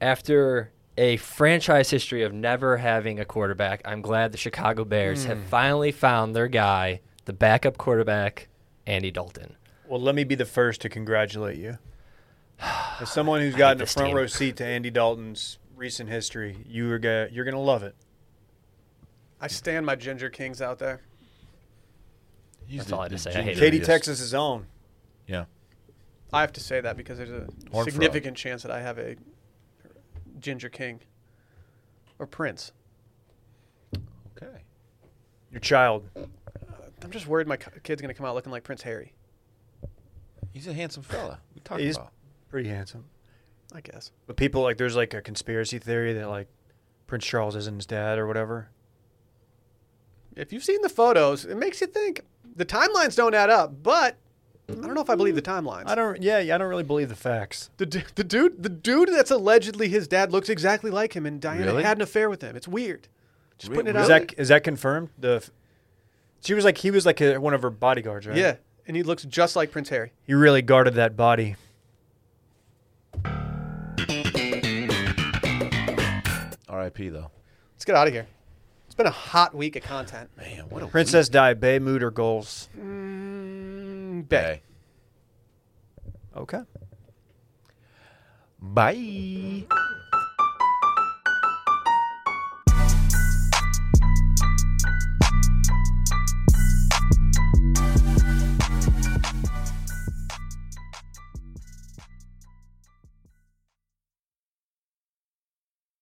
[SPEAKER 6] After a franchise history of never having a quarterback, I'm glad the Chicago Bears have finally found their guy, the backup quarterback, Andy Dalton.
[SPEAKER 2] Well, let me be the first to congratulate
[SPEAKER 6] *sighs*
[SPEAKER 2] you. As someone who's gotten a
[SPEAKER 6] this
[SPEAKER 2] front
[SPEAKER 6] team.
[SPEAKER 2] row seat to Andy Dalton's recent history, you are gonna, you're gonna love it.
[SPEAKER 1] I stand my Ginger Kings out there.
[SPEAKER 3] He's
[SPEAKER 6] That's all I had to say. I hate it.
[SPEAKER 2] Katie,
[SPEAKER 3] Katie
[SPEAKER 2] Texas is on.
[SPEAKER 3] Yeah.
[SPEAKER 1] I have to say that because there's a
[SPEAKER 3] Horn
[SPEAKER 1] significant chance that I have a Ginger King. or Prince?
[SPEAKER 3] Okay.
[SPEAKER 2] Your child.
[SPEAKER 1] I'm just worried my c- kid's gonna come out looking like Prince Harry.
[SPEAKER 3] He's a handsome fella. We talked
[SPEAKER 2] He's
[SPEAKER 3] about.
[SPEAKER 2] pretty handsome.
[SPEAKER 1] I guess.
[SPEAKER 2] But people like there's like a conspiracy theory that like Prince Charles isn't his dad or whatever.
[SPEAKER 1] If you've seen the photos, it makes you think. The timelines don't add up, but I don't know if I believe the timelines.
[SPEAKER 2] I don't. Yeah, yeah, I don't really believe the facts.
[SPEAKER 1] The, du- the dude, the dude that's allegedly his dad looks exactly like him, and Diana
[SPEAKER 3] Really?
[SPEAKER 1] had an affair with him. It's weird. Just
[SPEAKER 3] Re-
[SPEAKER 1] putting it
[SPEAKER 2] Is
[SPEAKER 1] out.
[SPEAKER 2] that is that confirmed? The f- she was like he was like a, one of her bodyguards, right?
[SPEAKER 1] there. yeah, and he looks just like Prince Harry.
[SPEAKER 2] He really guarded that body.
[SPEAKER 3] R.I.P. Though.
[SPEAKER 1] Let's get out of here. It's been a hot week of content.
[SPEAKER 3] Man, what a
[SPEAKER 2] Princess Di, Bay, Mood, or Goals.
[SPEAKER 1] Mm, bet.
[SPEAKER 3] day.
[SPEAKER 2] Okay.
[SPEAKER 3] Bye.